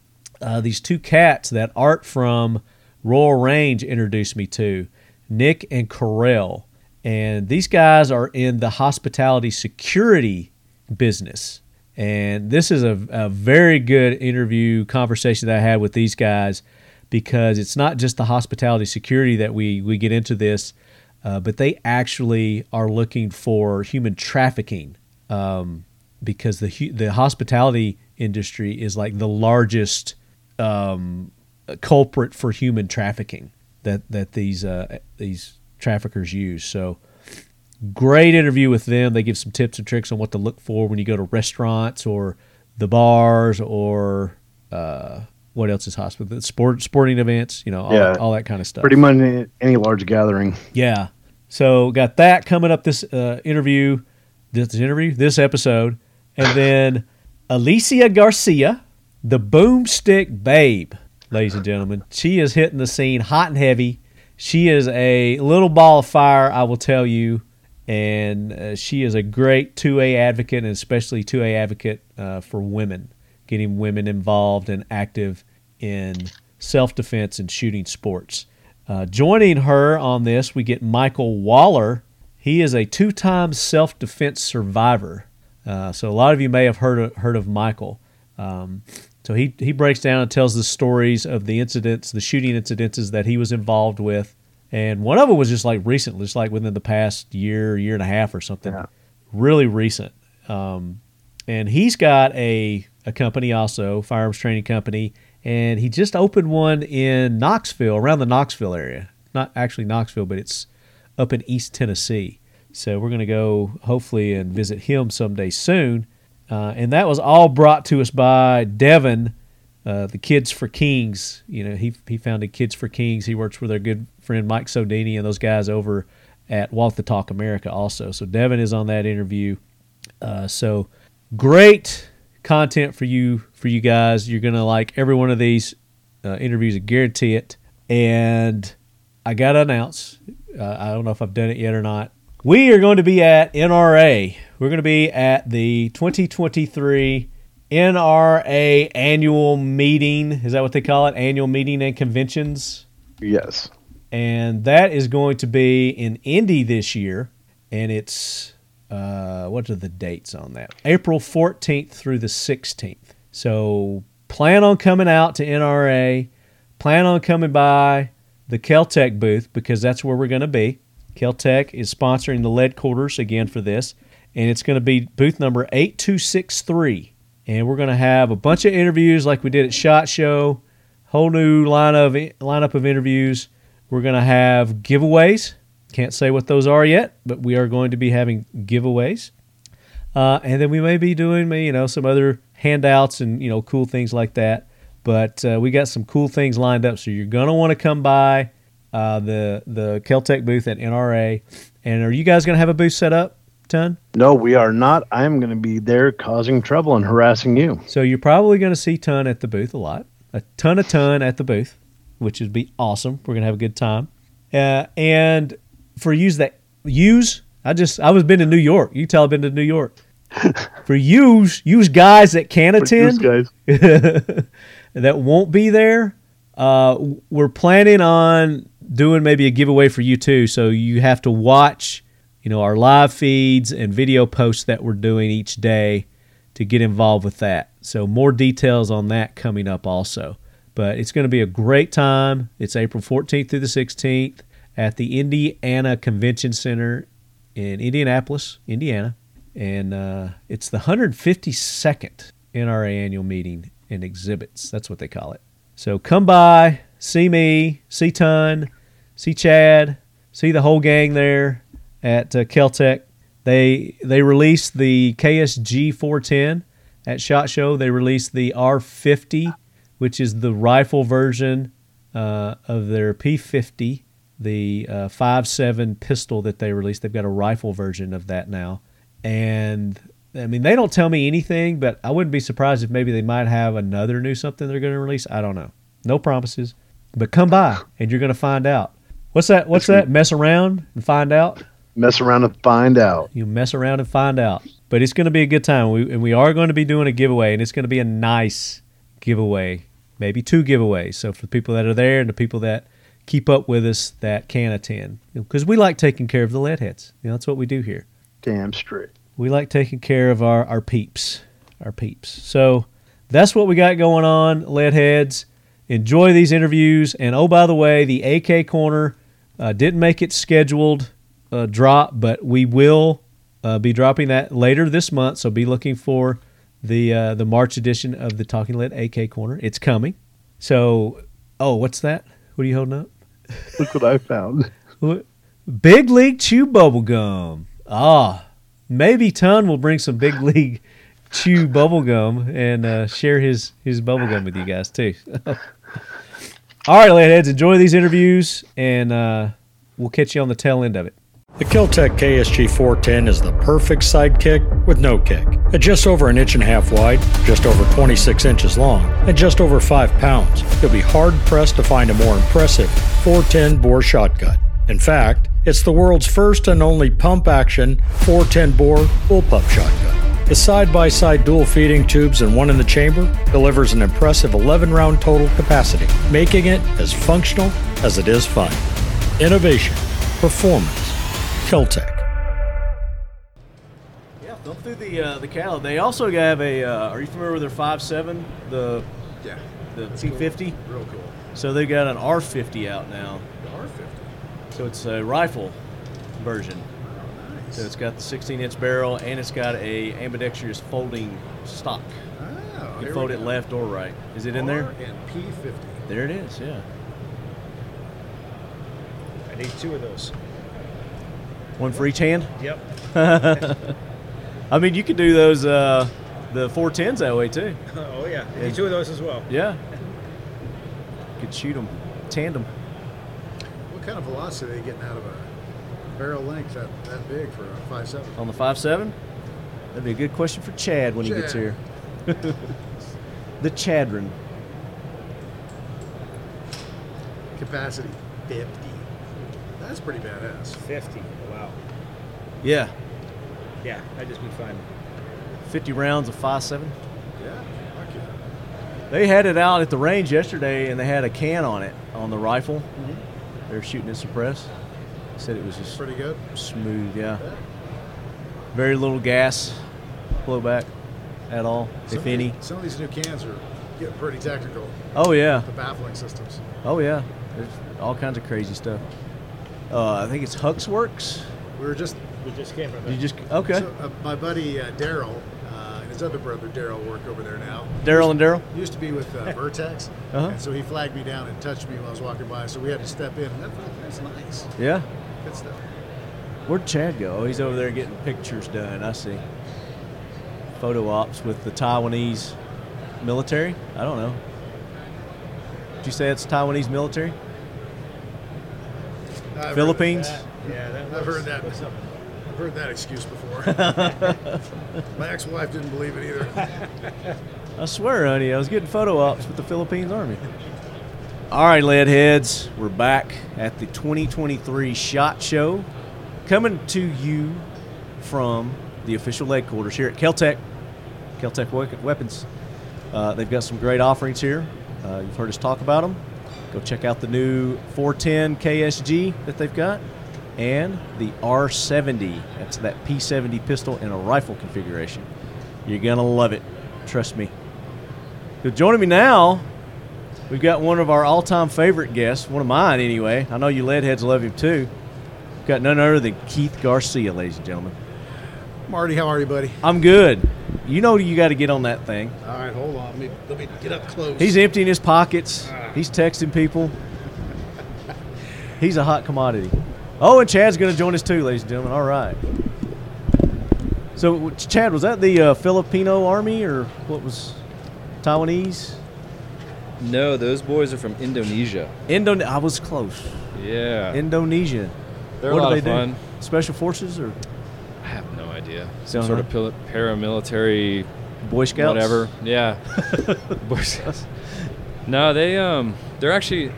Speaker 3: uh, these two cats that Art from Royal Range introduced me to, Nick and Corell. And these guys are in the hospitality security business. And this is a, a very good interview conversation that I had with these guys because it's not just the hospitality security that we, we get into this, uh, but they actually are looking for human trafficking um, because the hu- the hospitality industry is like the largest um, culprit for human trafficking that that these uh, these traffickers use. So Great interview with them. They give some tips and tricks on what to look for when you go to restaurants or the bars or uh, what else is hospital? Sport, sporting events, you know, all,
Speaker 2: Yeah.
Speaker 3: all that kind of stuff.
Speaker 2: Pretty much any- any large gathering.
Speaker 3: Yeah. So got that coming up this uh, interview, this interview, this episode, and then Alicia Garcia, the Boomstick Babe, ladies and gentlemen. She is hitting the scene hot and heavy. She is a little ball of fire, I will tell you, and uh, she is a great 2A advocate, and especially 2A advocate uh, for women, getting women involved and active in self defense and shooting sports. Uh, joining her on this, we get Michael Waller. He is a two time self defense survivor. Uh, so, a lot of you may have heard of, heard of Michael. Um, so, he, he breaks down and tells the stories of the incidents, the shooting incidences that he was involved with. And one of them was just like recent, just like within the past year, year and a half or something. Really recent. Um, and he's got a, a company also, firearms training company, and he just opened one in Knoxville, around the Knoxville area. Not actually Knoxville, but it's up in East Tennessee. So we're going to go hopefully and visit him someday soon. Uh, and that was all brought to us by Devin, uh, the Kids for Kings. You know, he he founded Kids for Kings. He works with our good friend Mike Sodini and those guys over at Walk the Talk America also. So Devin is on that interview. Uh, so great content for you for you guys. You're gonna like every one of these uh, interviews. I guarantee it. And I gotta announce. Uh, I don't know if I've done it yet or not. We are going to be at NRA. We're going to be at the 2023 NRA annual meeting. Is that what they call it? Annual meeting and conventions
Speaker 2: Yes.
Speaker 3: and that is going to be in Indy this year. And it's uh, what are the dates on that? April 14th through the 16th. So plan on coming out to NRA. Plan on coming by the Caltech booth because that's where we're going to be. Caltech is sponsoring the lead quarters again for this, and it's going to be booth number 8263. And we're going to have a bunch of interviews like we did at Shot Show, whole new line of lineup of interviews. We're going to have giveaways. Can't say what those are yet, but we are going to be having giveaways. Uh, and then we may be doing, you know, some other handouts and, you know, cool things like that. But uh, we got some cool things lined up. So you're going to want to come by uh, the the Keltec booth at NRA. And are you guys going to have a booth set up, Ton?
Speaker 2: No, we are not. I'm going to be there causing trouble and harassing you.
Speaker 3: So you're probably going to see Ton at the booth a lot, a ton of Ton at the booth, which would be awesome. We're going to have a good time. Uh, and for use that use, I just I was been to New York. You can tell I've been to New York. For use, use guys that can attend
Speaker 2: guys.
Speaker 3: <laughs> that won't be there. Uh, we're planning on doing maybe a giveaway for you too, so you have to watch, you know, our live feeds and video posts that we're doing each day to get involved with that. So more details on that coming up also. But it's going to be a great time. It's April 14th through the 16th at the Indiana Convention Center in Indianapolis, Indiana. And uh, it's the 152nd NRA annual meeting and exhibits. That's what they call it. So come by, see me, see Ton, see Chad, see the whole gang there at uh, Caltech. They they released the KSG 410 at Shot Show. They released the R50, which is the rifle version uh, of their P50, the uh, 5.7 pistol that they released. They've got a rifle version of that now, and I mean they don't tell me anything, but I wouldn't be surprised if maybe they might have another new something they're going to release. I don't know. No promises, but come by and you're going to find out. What's that? What's that? Mess around and find out.
Speaker 2: Mess around and find out.
Speaker 3: You mess around and find out. But it's going to be a good time. We, and we are going to be doing a giveaway, and it's going to be a nice giveaway, maybe two giveaways. So for the people that are there and the people that keep up with us that can attend, because we like taking care of the lead heads. You know, that's what we do here.
Speaker 2: Damn straight.
Speaker 3: We like taking care of our, our peeps, our peeps. So that's what we got going on, lead heads. Enjoy these interviews. And oh, by the way, the AK corner uh, didn't make its scheduled uh, drop, but we will uh, be dropping that later this month. So be looking for the uh, the March edition of the Talking Lead AK corner. It's coming. So, oh, what's that? What are you holding up?
Speaker 2: Look what I found.
Speaker 3: What? Big League Chew Bubblegum. Ah, maybe Ton will bring some big league chew bubblegum and uh, share his his bubblegum with you guys too. <laughs> All right, Landheads, enjoy these interviews, and uh, we'll catch you on the tail end of it.
Speaker 5: The Kiltech KSG 410 is the perfect sidekick with no kick. At just over an inch and a half wide, just over 26 inches long, and just over 5 pounds, you'll be hard pressed to find a more impressive 410 bore shotgun. In fact, it's the world's first and only pump action 410 bore bullpup shotgun. The side by side dual feeding tubes and one in the chamber delivers an impressive 11 round total capacity, making it as functional as it is fun. Innovation, performance, Keltec.
Speaker 3: Yeah, dump through the uh, the cattle. They also have a. Uh, are you familiar with their five seven? The
Speaker 6: Yeah,
Speaker 3: the T fifty.
Speaker 6: real cool.
Speaker 3: So they've got an R fifty out now.
Speaker 6: The R50.
Speaker 3: So it's a rifle version.
Speaker 6: Oh, Nice.
Speaker 3: So it's got the sixteen inch barrel and it's got a ambidextrous folding stock.
Speaker 6: oh,
Speaker 3: You
Speaker 6: here
Speaker 3: can fold
Speaker 6: we
Speaker 3: it
Speaker 6: go.
Speaker 3: left or right. Is it in
Speaker 6: R
Speaker 3: there?
Speaker 6: And P50.
Speaker 3: There it is. Yeah.
Speaker 7: I need two of those.
Speaker 3: One for each hand.
Speaker 7: Yep.
Speaker 3: <laughs> I mean, you could do those uh, the four tens that way too.
Speaker 7: <laughs> Oh yeah, I need two of those as well.
Speaker 3: Yeah. Could shoot them tandem.
Speaker 6: What kind of velocity are they getting out of a barrel length that, that big for a 5.7?
Speaker 3: on the five seven? That'd be a good question for Chad when he gets
Speaker 6: Chad.
Speaker 3: here. <laughs> the Chadron.
Speaker 6: Capacity 50. That's pretty badass.
Speaker 7: Fifty. Wow.
Speaker 3: Yeah.
Speaker 7: Yeah, I just be fine.
Speaker 3: 50 rounds of five seven.
Speaker 6: Yeah, fuck yeah.
Speaker 3: They had it out at the range yesterday and they had a can on it on the rifle. They were shooting it suppressed. Said it was just
Speaker 6: Mm-hmm. Pretty good.
Speaker 3: smooth, yeah.
Speaker 6: Yeah.
Speaker 3: Very little gas blowback at all,
Speaker 6: Some
Speaker 3: if
Speaker 6: of
Speaker 3: any.
Speaker 6: the- Some of these new cans are getting pretty technical.
Speaker 3: Oh, yeah.
Speaker 6: The baffling systems.
Speaker 3: Oh, yeah. There's all kinds of crazy stuff. Uh, I think it's Hux Works.
Speaker 6: We were just
Speaker 7: We just came from
Speaker 3: You just, okay.
Speaker 6: So, uh, my buddy uh, Daryl uh, and his other brother Daryl work over there now.
Speaker 3: Daryl and Daryl?
Speaker 6: Used to be with uh, Vertex,
Speaker 3: <laughs> Uh-huh.
Speaker 6: and so he flagged me down and touched me when I was walking by. So we had to step in. That, that's nice.
Speaker 3: Yeah.
Speaker 6: Good stuff.
Speaker 3: Where'd Chad go? Oh, he's over there getting pictures done. I see. Photo ops with the Taiwanese military. I don't know. Did you say it's Taiwanese military?
Speaker 6: I've heard-
Speaker 3: Philippines?
Speaker 7: Yeah, that
Speaker 6: I've heard that.
Speaker 7: looks-
Speaker 6: I've heard that excuse before.
Speaker 3: <laughs>
Speaker 6: my ex-wife didn't believe it either.
Speaker 3: <laughs> I swear, honey, I was getting photo ops with the Philippines Army. All right, lead heads, we're back at the 2023 SHOT Show, coming to you from the official headquarters here at Keltec, Keltec Wec- Weapons. Uh, they've got some great offerings here. Uh, you've heard us talk about them. Go check out the new 410 KSG that they've got and the R70. That's that P70 pistol in a rifle configuration. You're going to love it. Trust me. So joining me now, we've got one of our all time favorite guests, one of mine anyway. I know you leadheads love him too. We've got none other than Keith Garcia, ladies and gentlemen.
Speaker 6: Marty, how are you, buddy?
Speaker 3: I'm good. You know you got to get on that thing.
Speaker 6: All right, hold on. Let me, let me get up close.
Speaker 3: He's emptying his pockets. He's texting people. He's a hot commodity. Oh, and Chad's going to join us too, ladies and gentlemen. All right. So, w- Chad, was that the uh, Filipino army or what was Taiwanese?
Speaker 8: No, those boys are from Indonesia.
Speaker 3: Indone. I was close.
Speaker 8: Yeah.
Speaker 3: Indonesia.
Speaker 8: They're a
Speaker 3: what
Speaker 8: lot
Speaker 3: do
Speaker 8: of
Speaker 3: they
Speaker 8: fun.
Speaker 3: do? Special forces or
Speaker 8: I have no idea. Some
Speaker 3: Don't
Speaker 8: sort
Speaker 3: know.
Speaker 8: of pil- paramilitary
Speaker 3: Uh-huh. Boy Scouts?
Speaker 8: whatever.
Speaker 3: <laughs>
Speaker 8: Yeah. Boy Scouts. No, they um they're actually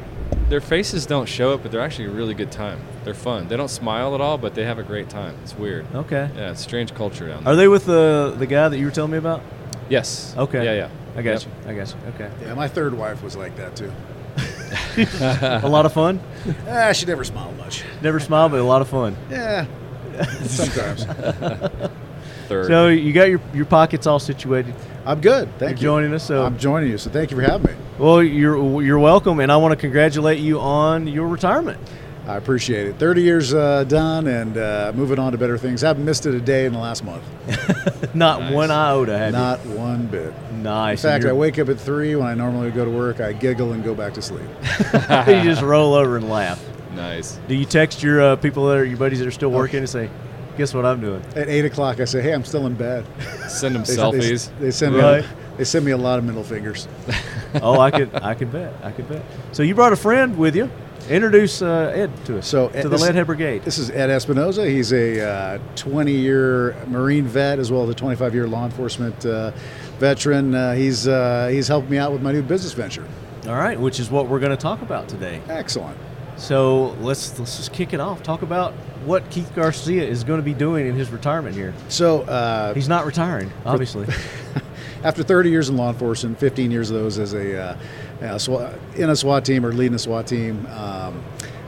Speaker 8: their faces don't show it, but they're actually a really good time. They're fun. They don't smile at all, but they have a great time. It's weird.
Speaker 3: Okay.
Speaker 8: Yeah, it's strange culture down there.
Speaker 3: Are they with the the guy that you were telling me about?
Speaker 8: yes.
Speaker 3: Okay.
Speaker 8: Yeah, yeah.
Speaker 3: I got
Speaker 8: Yep.
Speaker 3: you. I
Speaker 8: <laughs>
Speaker 3: got you. Okay.
Speaker 6: yeah, my third wife was like that too.
Speaker 3: a lot of fun.
Speaker 8: Eh.
Speaker 6: Ah, she never smiled much.
Speaker 3: Never smile, but a lot of fun. <laughs>
Speaker 6: Yeah, sometimes.
Speaker 8: Third.
Speaker 3: So you got your your pockets all situated.
Speaker 6: I'm good. Thank
Speaker 3: You're
Speaker 6: you.
Speaker 3: joining us, so-
Speaker 6: I'm joining you. So thank you for having me.
Speaker 3: Well, you're you're welcome, and I want to congratulate you on your retirement.
Speaker 6: I appreciate it. 30 years uh, done and uh, moving on to better things. I haven't missed it a day in the last month.
Speaker 3: <laughs> Not one iota, have
Speaker 6: Not one bit.
Speaker 3: you?
Speaker 6: In
Speaker 3: Nice. And
Speaker 6: fact, I
Speaker 3: you're-
Speaker 6: wake up at 3 when I normally go to work. I giggle and go back to
Speaker 9: <laughs>
Speaker 6: sleep.
Speaker 3: you just roll over and laugh.
Speaker 8: nice.
Speaker 6: Oh.
Speaker 3: Do you text your uh, people that are your buddies that are still working and say,
Speaker 9: Guess what I'm doing?
Speaker 6: <laughs> At eight o'clock, I say, "Hey, I'm still in bed."
Speaker 8: Send them
Speaker 6: <laughs> They,
Speaker 8: selfies.
Speaker 6: They, they send me.
Speaker 9: Right.
Speaker 6: they send me a lot of middle
Speaker 8: <laughs>
Speaker 6: fingers.
Speaker 9: Oh, I could, I could bet, I could bet. So you brought a friend with you. Introduce uh, Ed to us.
Speaker 6: So, Ed-
Speaker 9: to the
Speaker 6: this-
Speaker 9: Leadhead Brigade.
Speaker 6: This is Ed Espinoza. He's a 20 year Marine vet as well as a 25 year law enforcement uh, veteran. Uh, he's uh, he's helped me out with my new business venture.
Speaker 9: All right, which is what we're going to talk about today.
Speaker 6: Excellent.
Speaker 9: So let's let's just kick it off. Talk about what Keith Garcia is going to be doing in his retirement here.
Speaker 6: So uh,
Speaker 9: He's not retiring,
Speaker 6: <laughs>
Speaker 9: obviously.
Speaker 6: after 30 years in law enforcement, 15 years of those as a uh, uh, SWAT, in a SWAT team or leading a SWAT team, um,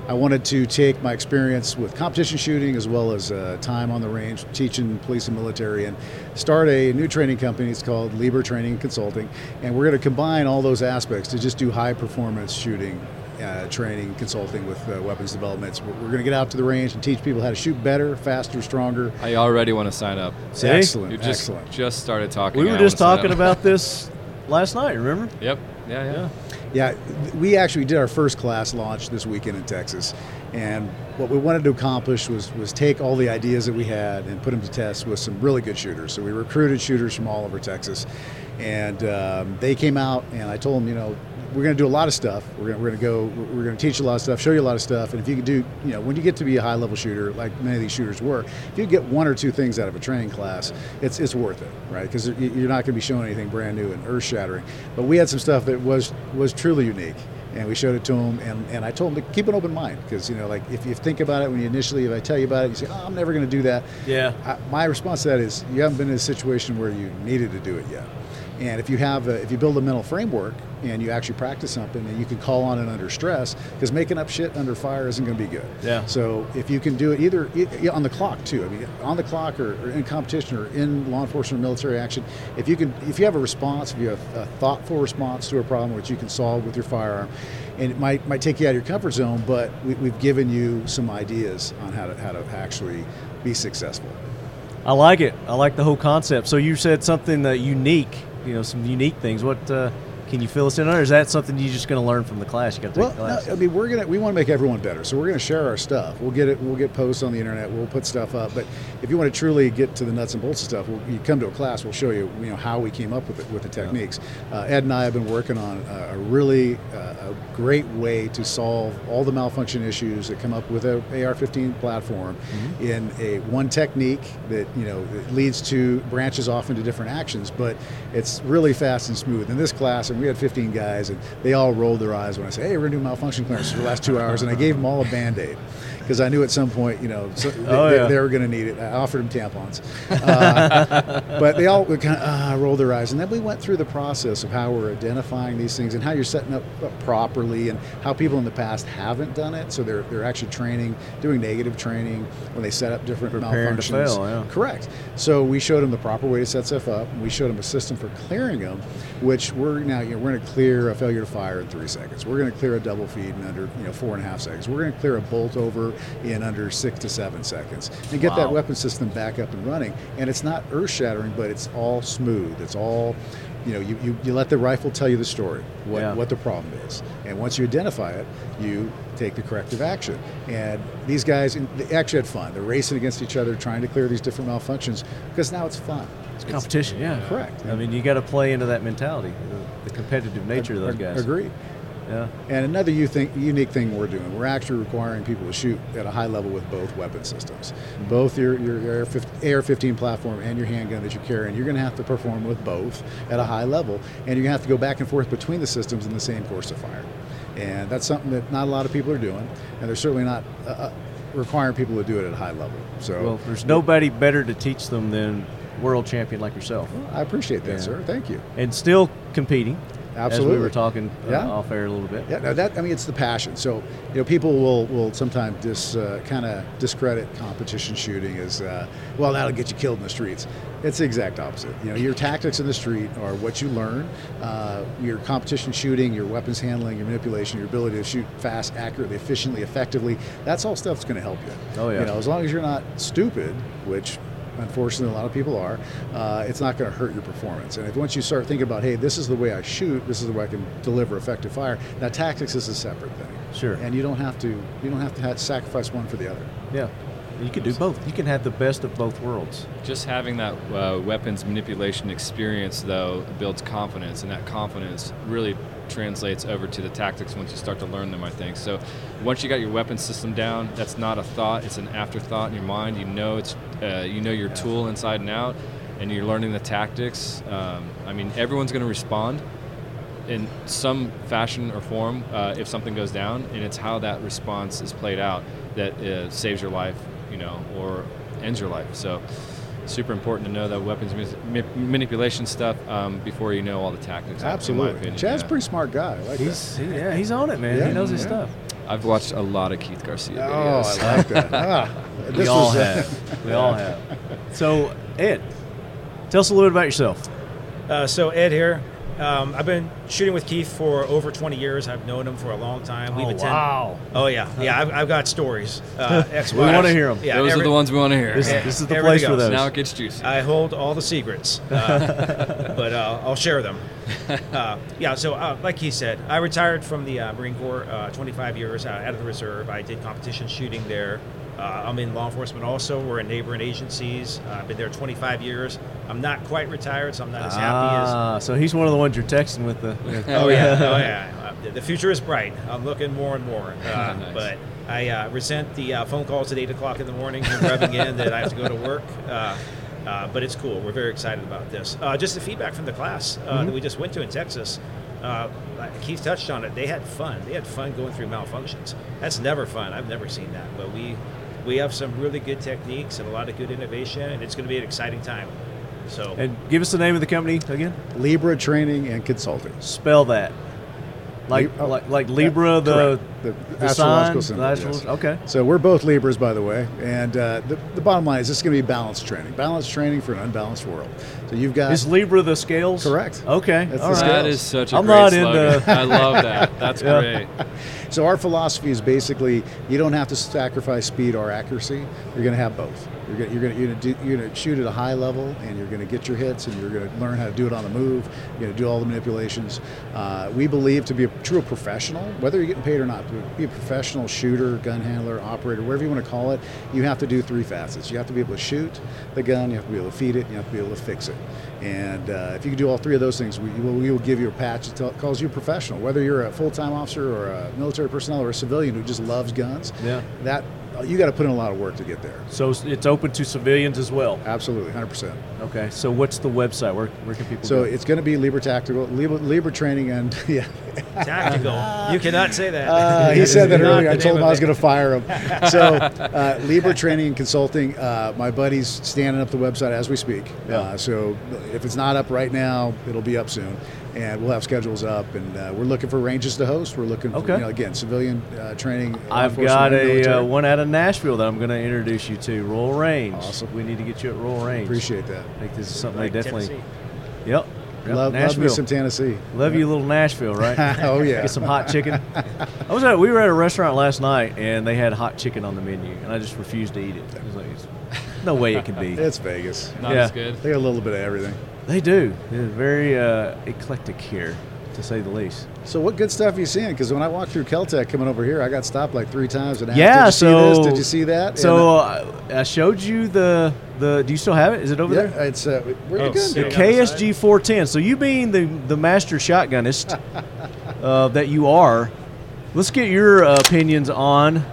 Speaker 6: I wanted to take my experience with competition shooting as well as uh, time on the range, teaching police and military, and start a new training company. It's called Lieber Training and Consulting, and we're going to combine all those aspects to just do high performance shooting. Uh, training, consulting with uh, weapons developments. We're, we're going to get out to the range and teach people how to shoot better, faster, stronger.
Speaker 8: I already want to sign up.
Speaker 9: See?
Speaker 6: Excellent,
Speaker 8: You just
Speaker 6: excellent.
Speaker 8: just started talking.
Speaker 9: we
Speaker 8: and
Speaker 9: were
Speaker 8: I
Speaker 9: just
Speaker 8: wanna sign
Speaker 9: talking
Speaker 8: up.
Speaker 9: about this last night. Remember?
Speaker 8: Yep. Yeah, yeah.
Speaker 6: Yeah, we actually did our first class launch this weekend in Texas, and what we wanted to accomplish was was take all the ideas that we had and put them to test with some really good shooters. So we recruited shooters from all over Texas, and um, they came out, and I told them, you know, we're going to do a lot of stuff. We're going we're to go. We're going to teach you a lot of stuff, show you a lot of stuff, and if you can do, you know, when you get to be a high level shooter, like many of these shooters were, if you get one or two things out of a training class, it's it's worth it, right? Because you're not going to be showing anything brand new and earth shattering. But we had some stuff that was was truly unique, and we showed it to them, and, and I told them to keep an open mind because you know, like if you think about it when you initially, if I tell you about it, you say, oh, I'm never going to do that.
Speaker 9: Yeah.
Speaker 6: I, my response to that is you haven't been in a situation where you needed to do it yet. And if you have, a, if you build a mental framework and you actually practice something, then you can call on it under stress because making up shit under fire isn't going to be good.
Speaker 9: Yeah.
Speaker 6: So if you can do it either e- e- on the clock too, I mean, on the clock or, or in competition or in law enforcement or military action, if you can, if you have a response, if you have a thoughtful response to a problem which you can solve with your firearm, and it might might take you out of your comfort zone, but we, we've given you some ideas on how to how to actually be successful.
Speaker 9: I like it. I like the whole concept. So you said something that unique. You know, some unique things. What uh, can you fill us in on? Or is that something you're just going to learn from the class? You got to take
Speaker 6: Well,
Speaker 9: the
Speaker 6: no,
Speaker 9: class.
Speaker 6: I mean, we're gonna we want to make everyone better, so we're gonna share our stuff. We'll get it. We'll get posts on the internet. We'll put stuff up. But if you want to truly get to the nuts and bolts of stuff, we'll, you come to a class. We'll show you, you know, how we came up with it, with the techniques. Uh, Ed and I have been working on a, a really uh, a great way to solve all the malfunction issues that come up with a AR-15 platform in a one technique that you know that leads to branches off into different actions. But it's really fast and smooth. In this class, and we had 15 guys, and they all rolled their eyes when I said, "Hey, we're gonna do malfunction clearance for the last two hours," and I gave them all a Band-Aid because I knew at some point, you know, so they,
Speaker 9: Oh,
Speaker 6: they-
Speaker 9: yeah.
Speaker 6: they were gonna need it. I offered them tampons, uh, but they all kind of uh, rolled their eyes. And then we went through the process of how we're identifying these things and how you're setting up uh, properly, and how people in the past haven't done it. So they're they're actually training, doing negative training when they set up different
Speaker 9: Preparing to
Speaker 6: malfunctions.
Speaker 9: fail, yeah.
Speaker 6: Correct. So we showed them the proper way to set stuff up. and We showed them a system for clearing them, which we're now you know, we're going to clear a failure to fire in three seconds. We're going to clear a double feed in under you know four and a half seconds. We're going to clear a bolt over in under six to seven seconds, and get that
Speaker 9: Wow.
Speaker 6: weapon system back up and running. And it's not earth shattering, but it's all smooth. It's all you know, you, you, you let the rifle tell you the story, what,
Speaker 9: Yeah.
Speaker 6: what the problem is. And once you identify it, you take the corrective action. And these guys and they actually had fun. They're racing against each other, trying to clear these different malfunctions because now it's fun.
Speaker 9: It's competition. Yeah.
Speaker 6: Correct.
Speaker 9: I mean, you got to play into that mentality, the, the competitive nature of those
Speaker 6: Ag-
Speaker 9: guys.
Speaker 6: Agree.
Speaker 9: Yeah.
Speaker 6: And another you think, unique thing we're doing, we're actually requiring people to shoot at a high level with both weapon systems,
Speaker 9: Mm-hmm.
Speaker 6: both your your AR fifteen platform and your handgun that you carry, and you're going to have to perform with both at a high level, and you're going to have to go back and forth between the systems in the same course of fire, and that's something that not a lot of people are doing, and they're certainly not uh, uh, requiring people to do it at a high level. So
Speaker 9: Well, there's nobody better to teach them than world champion like yourself,
Speaker 6: I appreciate that,
Speaker 9: Yeah.
Speaker 6: sir. Thank you.
Speaker 9: and still competing. As we
Speaker 6: Absolutely.
Speaker 9: were talking uh,
Speaker 6: Yeah.
Speaker 9: off air a little bit.
Speaker 6: Yeah, no, that I mean, it's the passion. So you know, people will will sometimes dis uh, kind of discredit competition shooting as uh, well. That'll get you killed in the streets. It's the exact opposite. You know, your tactics in the street are what you learn. Uh, your competition shooting, your weapons handling, your manipulation, your ability to shoot fast, accurately, efficiently, effectively. That's all stuff that's going to help you.
Speaker 9: Oh, yeah.
Speaker 6: You know, as long as you're not stupid, which unfortunately a lot of people are, uh, it's not going to hurt your performance. And if once you start thinking about, hey, this is the way I shoot, this is the way I can deliver effective fire. Now tactics is a separate thing.
Speaker 9: Sure.
Speaker 6: And you don't have to you don't have to have, sacrifice one for the other.
Speaker 9: Yeah.
Speaker 3: You can do both. You can have the best of both worlds.
Speaker 8: Just having that uh, weapons manipulation experience, though, builds confidence, and that confidence really translates over to the tactics once you start to learn them, I think. So, once you got your weapon system down, that's not a thought, it's an afterthought in your mind. You know it's, uh, you know your tool inside and out, and you're learning the tactics. Um, I mean, everyone's going to respond in some fashion or form uh, if something goes down, and it's how that response is played out that uh, saves your life, you know, or ends your life. So, super important to know that weapons mis- ma- manipulation stuff um, before you know all the tactics. in my
Speaker 6: Absolutely.
Speaker 8: opinion,
Speaker 6: Chad's a
Speaker 8: yeah.
Speaker 6: pretty smart guy. I like
Speaker 3: He's he, yeah, he's on it, man.
Speaker 6: Yeah.
Speaker 3: he knows his stuff.
Speaker 8: I've watched a lot of Keith Garcia.
Speaker 6: that.
Speaker 8: videos.
Speaker 6: Oh, I
Speaker 9: <laughs>
Speaker 8: <laughs>
Speaker 6: like that. Ah,
Speaker 3: we
Speaker 6: this
Speaker 3: all
Speaker 6: was, uh,
Speaker 3: have. we all have. So Ed, tell us a little bit about yourself.
Speaker 7: Uh, so Ed here. Um, I've been shooting with Keith for over 20 years. I've known him for a long time. We've attended- Oh yeah, yeah. I've, I've got stories.
Speaker 8: <laughs>
Speaker 7: Uh,
Speaker 3: We want to hear them.
Speaker 7: Yeah,
Speaker 8: Those
Speaker 7: every-
Speaker 8: are the ones we want to hear.
Speaker 3: This,
Speaker 7: Yeah,
Speaker 3: this is the
Speaker 7: there we
Speaker 3: place
Speaker 7: go.
Speaker 3: for those.
Speaker 8: now it gets juicy.
Speaker 7: I hold all the secrets,
Speaker 8: <laughs>
Speaker 7: uh, but uh, I'll share them. <laughs> Uh, yeah, so uh, like he said, I retired from the uh, Marine Corps uh, 25 years uh, out of the reserve. I did competition shooting there. Uh, I'm in law enforcement also. We're in neighboring agencies. Uh, I've been there 25 years. I'm not quite retired, so I'm not as happy as
Speaker 3: ah, so he's one of the ones you're texting with the.
Speaker 7: <laughs> Oh yeah, oh yeah. Uh, the- The future is bright. I'm looking more and more, uh,
Speaker 8: Nice.
Speaker 7: but I uh, resent the uh, phone calls at eight o'clock in the morning and rubbing in that I have to go to work. Uh, uh, but it's cool. We're very excited about this. Uh, just the feedback from the class uh, that we just went to in Texas. Uh, like Keith touched on it. They had fun. They had fun going through malfunctions. That's never fun. I've never seen that. But we we have some really good techniques and a lot of good innovation, and it's going to be an exciting time. So
Speaker 3: And give us the name of the company again.
Speaker 6: Libra training and consulting.
Speaker 3: Spell that. Like
Speaker 6: Lib- oh,
Speaker 3: like, like Libra the
Speaker 6: Correct. the,
Speaker 3: the sign,
Speaker 6: astrological symbol.
Speaker 3: the
Speaker 6: yes.
Speaker 3: astrolog- okay.
Speaker 6: So we're both Libras, by the way, and uh, the, the bottom line is this is going to be balanced training, balanced training for an unbalanced world. So you've got
Speaker 3: is Libra the scales?
Speaker 6: Correct.
Speaker 3: Okay.
Speaker 6: That's the
Speaker 3: all right.
Speaker 8: that is such a
Speaker 3: I'm
Speaker 8: great
Speaker 3: not
Speaker 8: slogan.
Speaker 3: into-
Speaker 8: <laughs> I
Speaker 3: <laughs>
Speaker 8: love that. That's great.
Speaker 6: so our philosophy is basically you don't have to sacrifice speed or accuracy. You're going to have both. You're going you're going to you're going to do you're going to shoot at a high level, and you're going to get your hits, and you're going to learn how to do it on the move. You're going to do all the manipulations. Uh, we believe to be a true professional, whether you're getting paid or not, to be a professional shooter, gun handler, operator, whatever you want to call it, you have to do three facets. You have to be able to shoot the gun, you have to be able to feed it, and you have to be able to fix it. And uh, if you can do all three of those things, we will, we will give you a patch that tell- calls you a professional, whether you're a full-time officer or a military personnel or a civilian who just loves guns.
Speaker 3: Yeah.
Speaker 6: That Uh, you got to put in a lot of work to get there.
Speaker 3: So it's- it's open to civilians as well.
Speaker 6: Absolutely, hundred percent.
Speaker 3: Okay. So what's the website? Where where can people
Speaker 6: So
Speaker 3: go?
Speaker 6: it's going to be Libra Tactical, Libra, Libra Training, and <laughs> yeah.
Speaker 7: tactical.
Speaker 3: Uh,
Speaker 7: you cannot say that.
Speaker 6: Uh, he
Speaker 7: This
Speaker 6: said
Speaker 7: is
Speaker 6: that
Speaker 7: not
Speaker 6: earlier. I
Speaker 7: the
Speaker 6: told
Speaker 7: name
Speaker 6: him
Speaker 7: of
Speaker 6: I was
Speaker 7: it.
Speaker 6: going to fire
Speaker 3: <laughs>
Speaker 6: him. So, uh, Libra Training and Consulting, uh, my buddy's standing up the website as we speak. Uh, so, if it's not up right now, it'll be up soon. And we'll have schedules up. And uh, we're looking for ranges to host. We're looking for,
Speaker 3: Okay.
Speaker 6: you know, again, civilian uh, training. law
Speaker 3: I've got
Speaker 6: enforcement,
Speaker 3: a
Speaker 6: military.
Speaker 3: uh, one out of Nashville that I'm going to introduce you to. Roll Range.
Speaker 6: Awesome.
Speaker 3: We need to get you at Roll Range.
Speaker 6: Appreciate that.
Speaker 3: I think this is something
Speaker 7: Like
Speaker 3: they definitely.
Speaker 7: Tennessee.
Speaker 3: Yep. yep.
Speaker 6: Love, love
Speaker 3: Nashville.
Speaker 6: me some Tennessee.
Speaker 3: Love you, little Nashville, right?
Speaker 6: <laughs> oh, yeah.
Speaker 3: Get some hot chicken. I was at we were at a restaurant last night and they had hot chicken on the menu and I just refused to eat it. I was like, it's- no way it could be.
Speaker 6: <laughs> It's Vegas.
Speaker 8: Not
Speaker 3: Yeah.
Speaker 8: as good.
Speaker 6: They got a little bit of everything.
Speaker 3: They do. They're very uh, eclectic here, to say the least.
Speaker 6: So what good stuff are you seeing? Because when I walked through Caltech coming over here, I got stopped like three times and asked,
Speaker 3: yeah.
Speaker 6: "Did you
Speaker 3: so
Speaker 6: see this? Did you see that?"
Speaker 3: So uh, I, I showed you the the. Do you still have it? Is it over
Speaker 6: And, uh,
Speaker 3: there?
Speaker 6: yeah, it's uh, where you
Speaker 7: Oh,
Speaker 6: going?
Speaker 7: sick.
Speaker 6: dude?
Speaker 3: KSG 410. So you being the the master
Speaker 6: <laughs>
Speaker 3: shotgunnist uh, that you are, let's get your uh, opinions on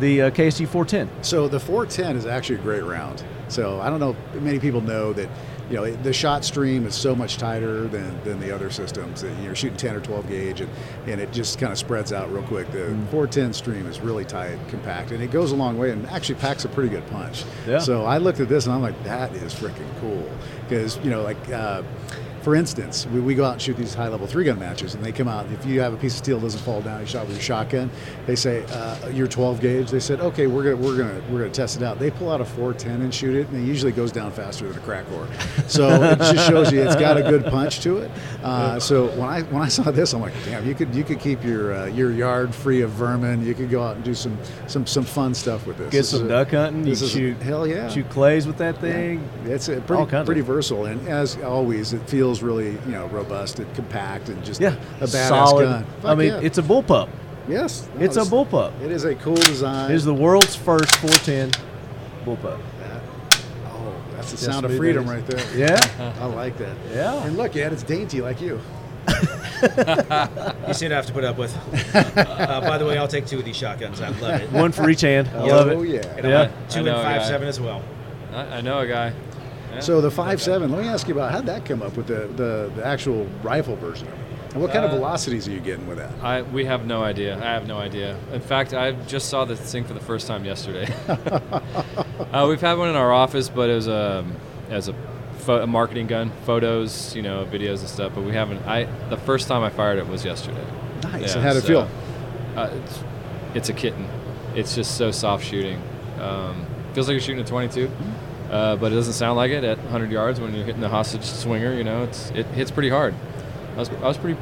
Speaker 3: the uh, KSG 410.
Speaker 6: So the 410 is actually a great round. So I don't know if many people know that, you know, the shot stream is so much tighter than, than the other systems. That You're shooting 10 or 12 gauge and, and it just kind of spreads out real quick. The
Speaker 3: Mm.
Speaker 6: 410 stream is really tight, compact, and it goes a long way and actually packs a pretty good punch.
Speaker 3: Yeah.
Speaker 6: So I looked at this and I'm like, that is freaking cool. Because, you know, like, uh, for instance, we, we go out and shoot these high level three gun matches, and they come out. If you have a piece of steel that doesn't fall down, you shot with your shotgun. They say uh, your 12 gauge. They said, okay, we're gonna we're gonna we're gonna test it out. They pull out a 410 and shoot it, and it usually goes down faster than a crack whore. So it just shows you it's got a good punch to it. Uh, so when I when I saw this, I'm like, damn, you could you could keep your uh, your yard free of vermin. You could go out and do some some some fun stuff with this.
Speaker 3: Get
Speaker 6: This is
Speaker 3: some
Speaker 6: a-
Speaker 3: duck hunting. You
Speaker 6: This is a-
Speaker 3: shoot
Speaker 6: hell yeah.
Speaker 3: shoot clays with that thing.
Speaker 6: It's a
Speaker 3: All
Speaker 6: pretty,
Speaker 3: kinds of-
Speaker 6: pretty versatile, and as always, it feels really you know robust and compact, and just
Speaker 3: Yeah,
Speaker 6: a badass
Speaker 3: solid.
Speaker 6: gun.
Speaker 3: I
Speaker 6: Fuck
Speaker 3: mean,
Speaker 6: yeah.
Speaker 3: it's a bullpup.
Speaker 6: yes, no,
Speaker 3: it's a bullpup.
Speaker 6: It is a cool design.
Speaker 3: It is the world's first 410. bullpup.
Speaker 6: Oh, that's the
Speaker 3: how
Speaker 6: sound of
Speaker 3: smooth
Speaker 6: freedom
Speaker 3: that
Speaker 6: right
Speaker 3: is.
Speaker 6: there.
Speaker 3: Yeah.
Speaker 6: <laughs> I like that.
Speaker 3: Yeah.
Speaker 6: And look, Ed, it's dainty like you.
Speaker 7: <laughs> You seem to have to put up with. uh, by the way, I'll take two of these shotguns. I love it.
Speaker 3: One for each hand. I love
Speaker 6: Oh,
Speaker 3: it.
Speaker 6: yeah.
Speaker 7: And I
Speaker 3: Yeah.
Speaker 7: want two
Speaker 8: I
Speaker 7: and
Speaker 8: know a
Speaker 7: five
Speaker 8: guy.
Speaker 7: seven as well.
Speaker 8: I, I know a guy. Yeah.
Speaker 6: So the five seven. Let me ask you about how'd that come up with the, the, the actual rifle version of it, and what kind
Speaker 8: Uh,
Speaker 6: of velocities are you getting with that?
Speaker 8: I, we have no idea. I have no idea. In fact, I just saw this thing for the first time
Speaker 6: <laughs>
Speaker 8: yesterday. uh, we've had one in our office, but it was a, as a, pho- a marketing gun, photos, you know, videos and stuff. But we haven't. I the first time I fired it was yesterday.
Speaker 6: Nice.
Speaker 8: Yeah,
Speaker 6: and how'd it
Speaker 8: so,
Speaker 6: feel?
Speaker 8: Uh, it's, it's a kitten. It's just so soft shooting. Um, feels like you're shooting a 22,
Speaker 6: Mm-hmm.
Speaker 8: uh, but it doesn't sound like it at 100 yards when you're hitting the hostage swinger. You know, it's it hits pretty hard. I was, I was pretty.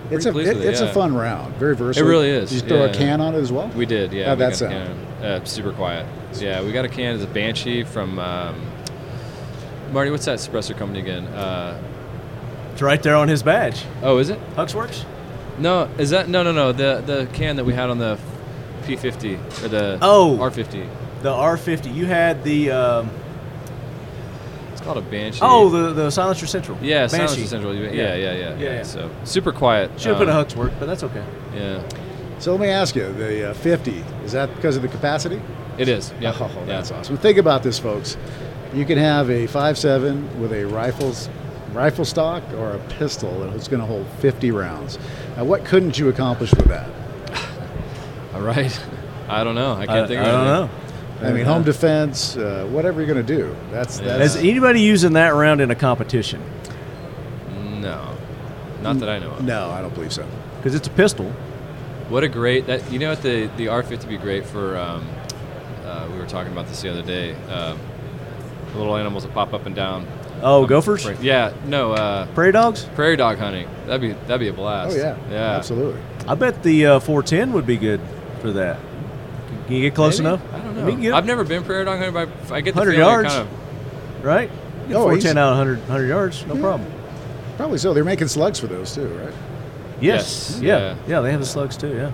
Speaker 8: pretty
Speaker 6: It's a
Speaker 8: pleased
Speaker 6: it,
Speaker 8: with it,
Speaker 6: it's
Speaker 8: yeah.
Speaker 6: a fun round. Very versatile.
Speaker 8: really is,
Speaker 6: Did you throw
Speaker 8: yeah.
Speaker 6: a can on it as well?
Speaker 8: We did, yeah.
Speaker 6: How'd
Speaker 8: we
Speaker 6: that
Speaker 8: got a
Speaker 6: sound?
Speaker 8: can. Uh, super quiet. Yeah, we got a can as a Banshee from um, Marty. What's that suppressor company again? Uh,
Speaker 3: It's right there on his badge.
Speaker 8: oh, is it?
Speaker 3: Huxworks.
Speaker 8: No, is that no, no, no? The the can that we had on the P50 or the
Speaker 3: Oh.
Speaker 8: R50.
Speaker 3: The R50. You had the um,
Speaker 8: It's called a Banshee.
Speaker 3: oh the the silencer central.
Speaker 8: yeah,
Speaker 3: Banshee.
Speaker 8: Silencer Central. Yeah, yeah, yeah, yeah.
Speaker 3: Yeah, yeah.
Speaker 8: So super quiet.
Speaker 3: Should have been a
Speaker 8: um,
Speaker 3: Huxwork, but that's okay.
Speaker 8: Yeah,
Speaker 6: So let me ask you, the uh, 50 is that because of the capacity?
Speaker 8: it is. Yeah,
Speaker 6: Oh, that's
Speaker 8: yeah.
Speaker 6: awesome. Think about this, folks. You can have a 5.7 with a rifles, rifle stock or a pistol that's going to hold 50 rounds. Now, what couldn't you accomplish with that?
Speaker 8: All right. <laughs> I don't know. I can't
Speaker 3: I,
Speaker 8: think.
Speaker 3: Uh, I
Speaker 8: of
Speaker 3: don't
Speaker 8: anything.
Speaker 3: know.
Speaker 6: I mean, home defense, uh, whatever you're going to do. That's
Speaker 8: Yeah.
Speaker 6: that's
Speaker 3: Has anybody using that round in a competition?
Speaker 8: No, not that I know of.
Speaker 6: no, I don't believe so.
Speaker 3: Because it's a pistol.
Speaker 8: What a great that you know what the the R50 would be great for. Um, uh, we were talking about this the other day. Uh, the little animals that pop up and down.
Speaker 3: Oh, gophers,
Speaker 8: Right. Yeah, no, uh,
Speaker 3: prairie dogs.
Speaker 8: prairie dog hunting. That'd be that'd be a blast.
Speaker 6: Oh yeah,
Speaker 8: yeah,
Speaker 6: absolutely.
Speaker 3: I bet the uh, 410 would be good for that. Can you get close
Speaker 8: Maybe?
Speaker 3: enough?
Speaker 8: I don't
Speaker 3: You can get
Speaker 8: know. I've never been prairie dog hunting, but I I get the
Speaker 3: 100
Speaker 8: feeling
Speaker 3: yards.
Speaker 8: kind of.
Speaker 3: right? You get
Speaker 6: Oh,
Speaker 3: 410
Speaker 6: easy.
Speaker 3: out of 100, 100 yards, no problem.
Speaker 6: Probably so. They're making slugs for those too, right?
Speaker 3: Yes.
Speaker 8: Yes,
Speaker 3: Yeah.
Speaker 8: yeah.
Speaker 3: yeah. They have the slugs too. Yeah.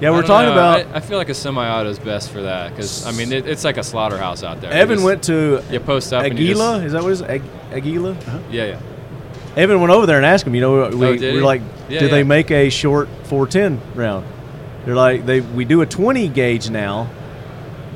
Speaker 3: Yeah.
Speaker 8: I
Speaker 3: We're
Speaker 8: don't
Speaker 3: talking
Speaker 8: know.
Speaker 3: about.
Speaker 8: I, I feel like a semi-auto is best for that because I mean it, it's like a slaughterhouse out there. You
Speaker 3: Evan
Speaker 8: just-
Speaker 3: went to
Speaker 8: You post up and you
Speaker 3: Aguila. Is that what it is? Ag- Aguila. Uh-huh.
Speaker 8: just- yeah, yeah.
Speaker 3: Evan went over there and asked him. You know, we,
Speaker 8: Oh,
Speaker 3: we
Speaker 8: did he?
Speaker 3: were like,
Speaker 8: Yeah,
Speaker 3: did they
Speaker 8: yeah.
Speaker 3: make a short 410 round? They're like, they we do a 20 gauge now,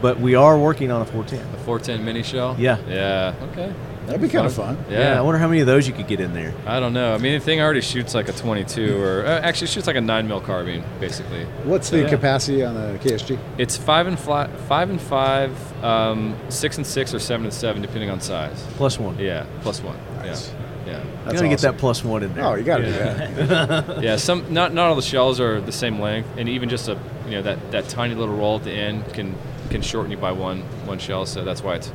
Speaker 3: but we are working on a 410.
Speaker 8: A 410 mini shell.
Speaker 3: Yeah.
Speaker 8: Yeah. Okay.
Speaker 6: That'd be kind of fun.
Speaker 3: I wonder how many of those you could get in there.
Speaker 8: I don't know. I mean, the thing already shoots like a 22, or uh, actually shoots like a nine mil carbine, basically.
Speaker 6: What's the
Speaker 8: Yeah.
Speaker 6: capacity on the KSG?
Speaker 8: It's five and fly, five and five, um, six and six, or seven and seven, depending on size.
Speaker 3: Plus one.
Speaker 8: Yeah, plus one.
Speaker 6: Nice.
Speaker 8: Yeah,
Speaker 3: You
Speaker 6: That's
Speaker 3: gotta get
Speaker 6: awesome.
Speaker 3: that plus one in there.
Speaker 6: Oh, you got to do that.
Speaker 8: <laughs> yeah, yeah. Some not not all the shells are the same length, and even just a you know that, that tiny little roll at the end can can shorten you by one one shell. So that's why it's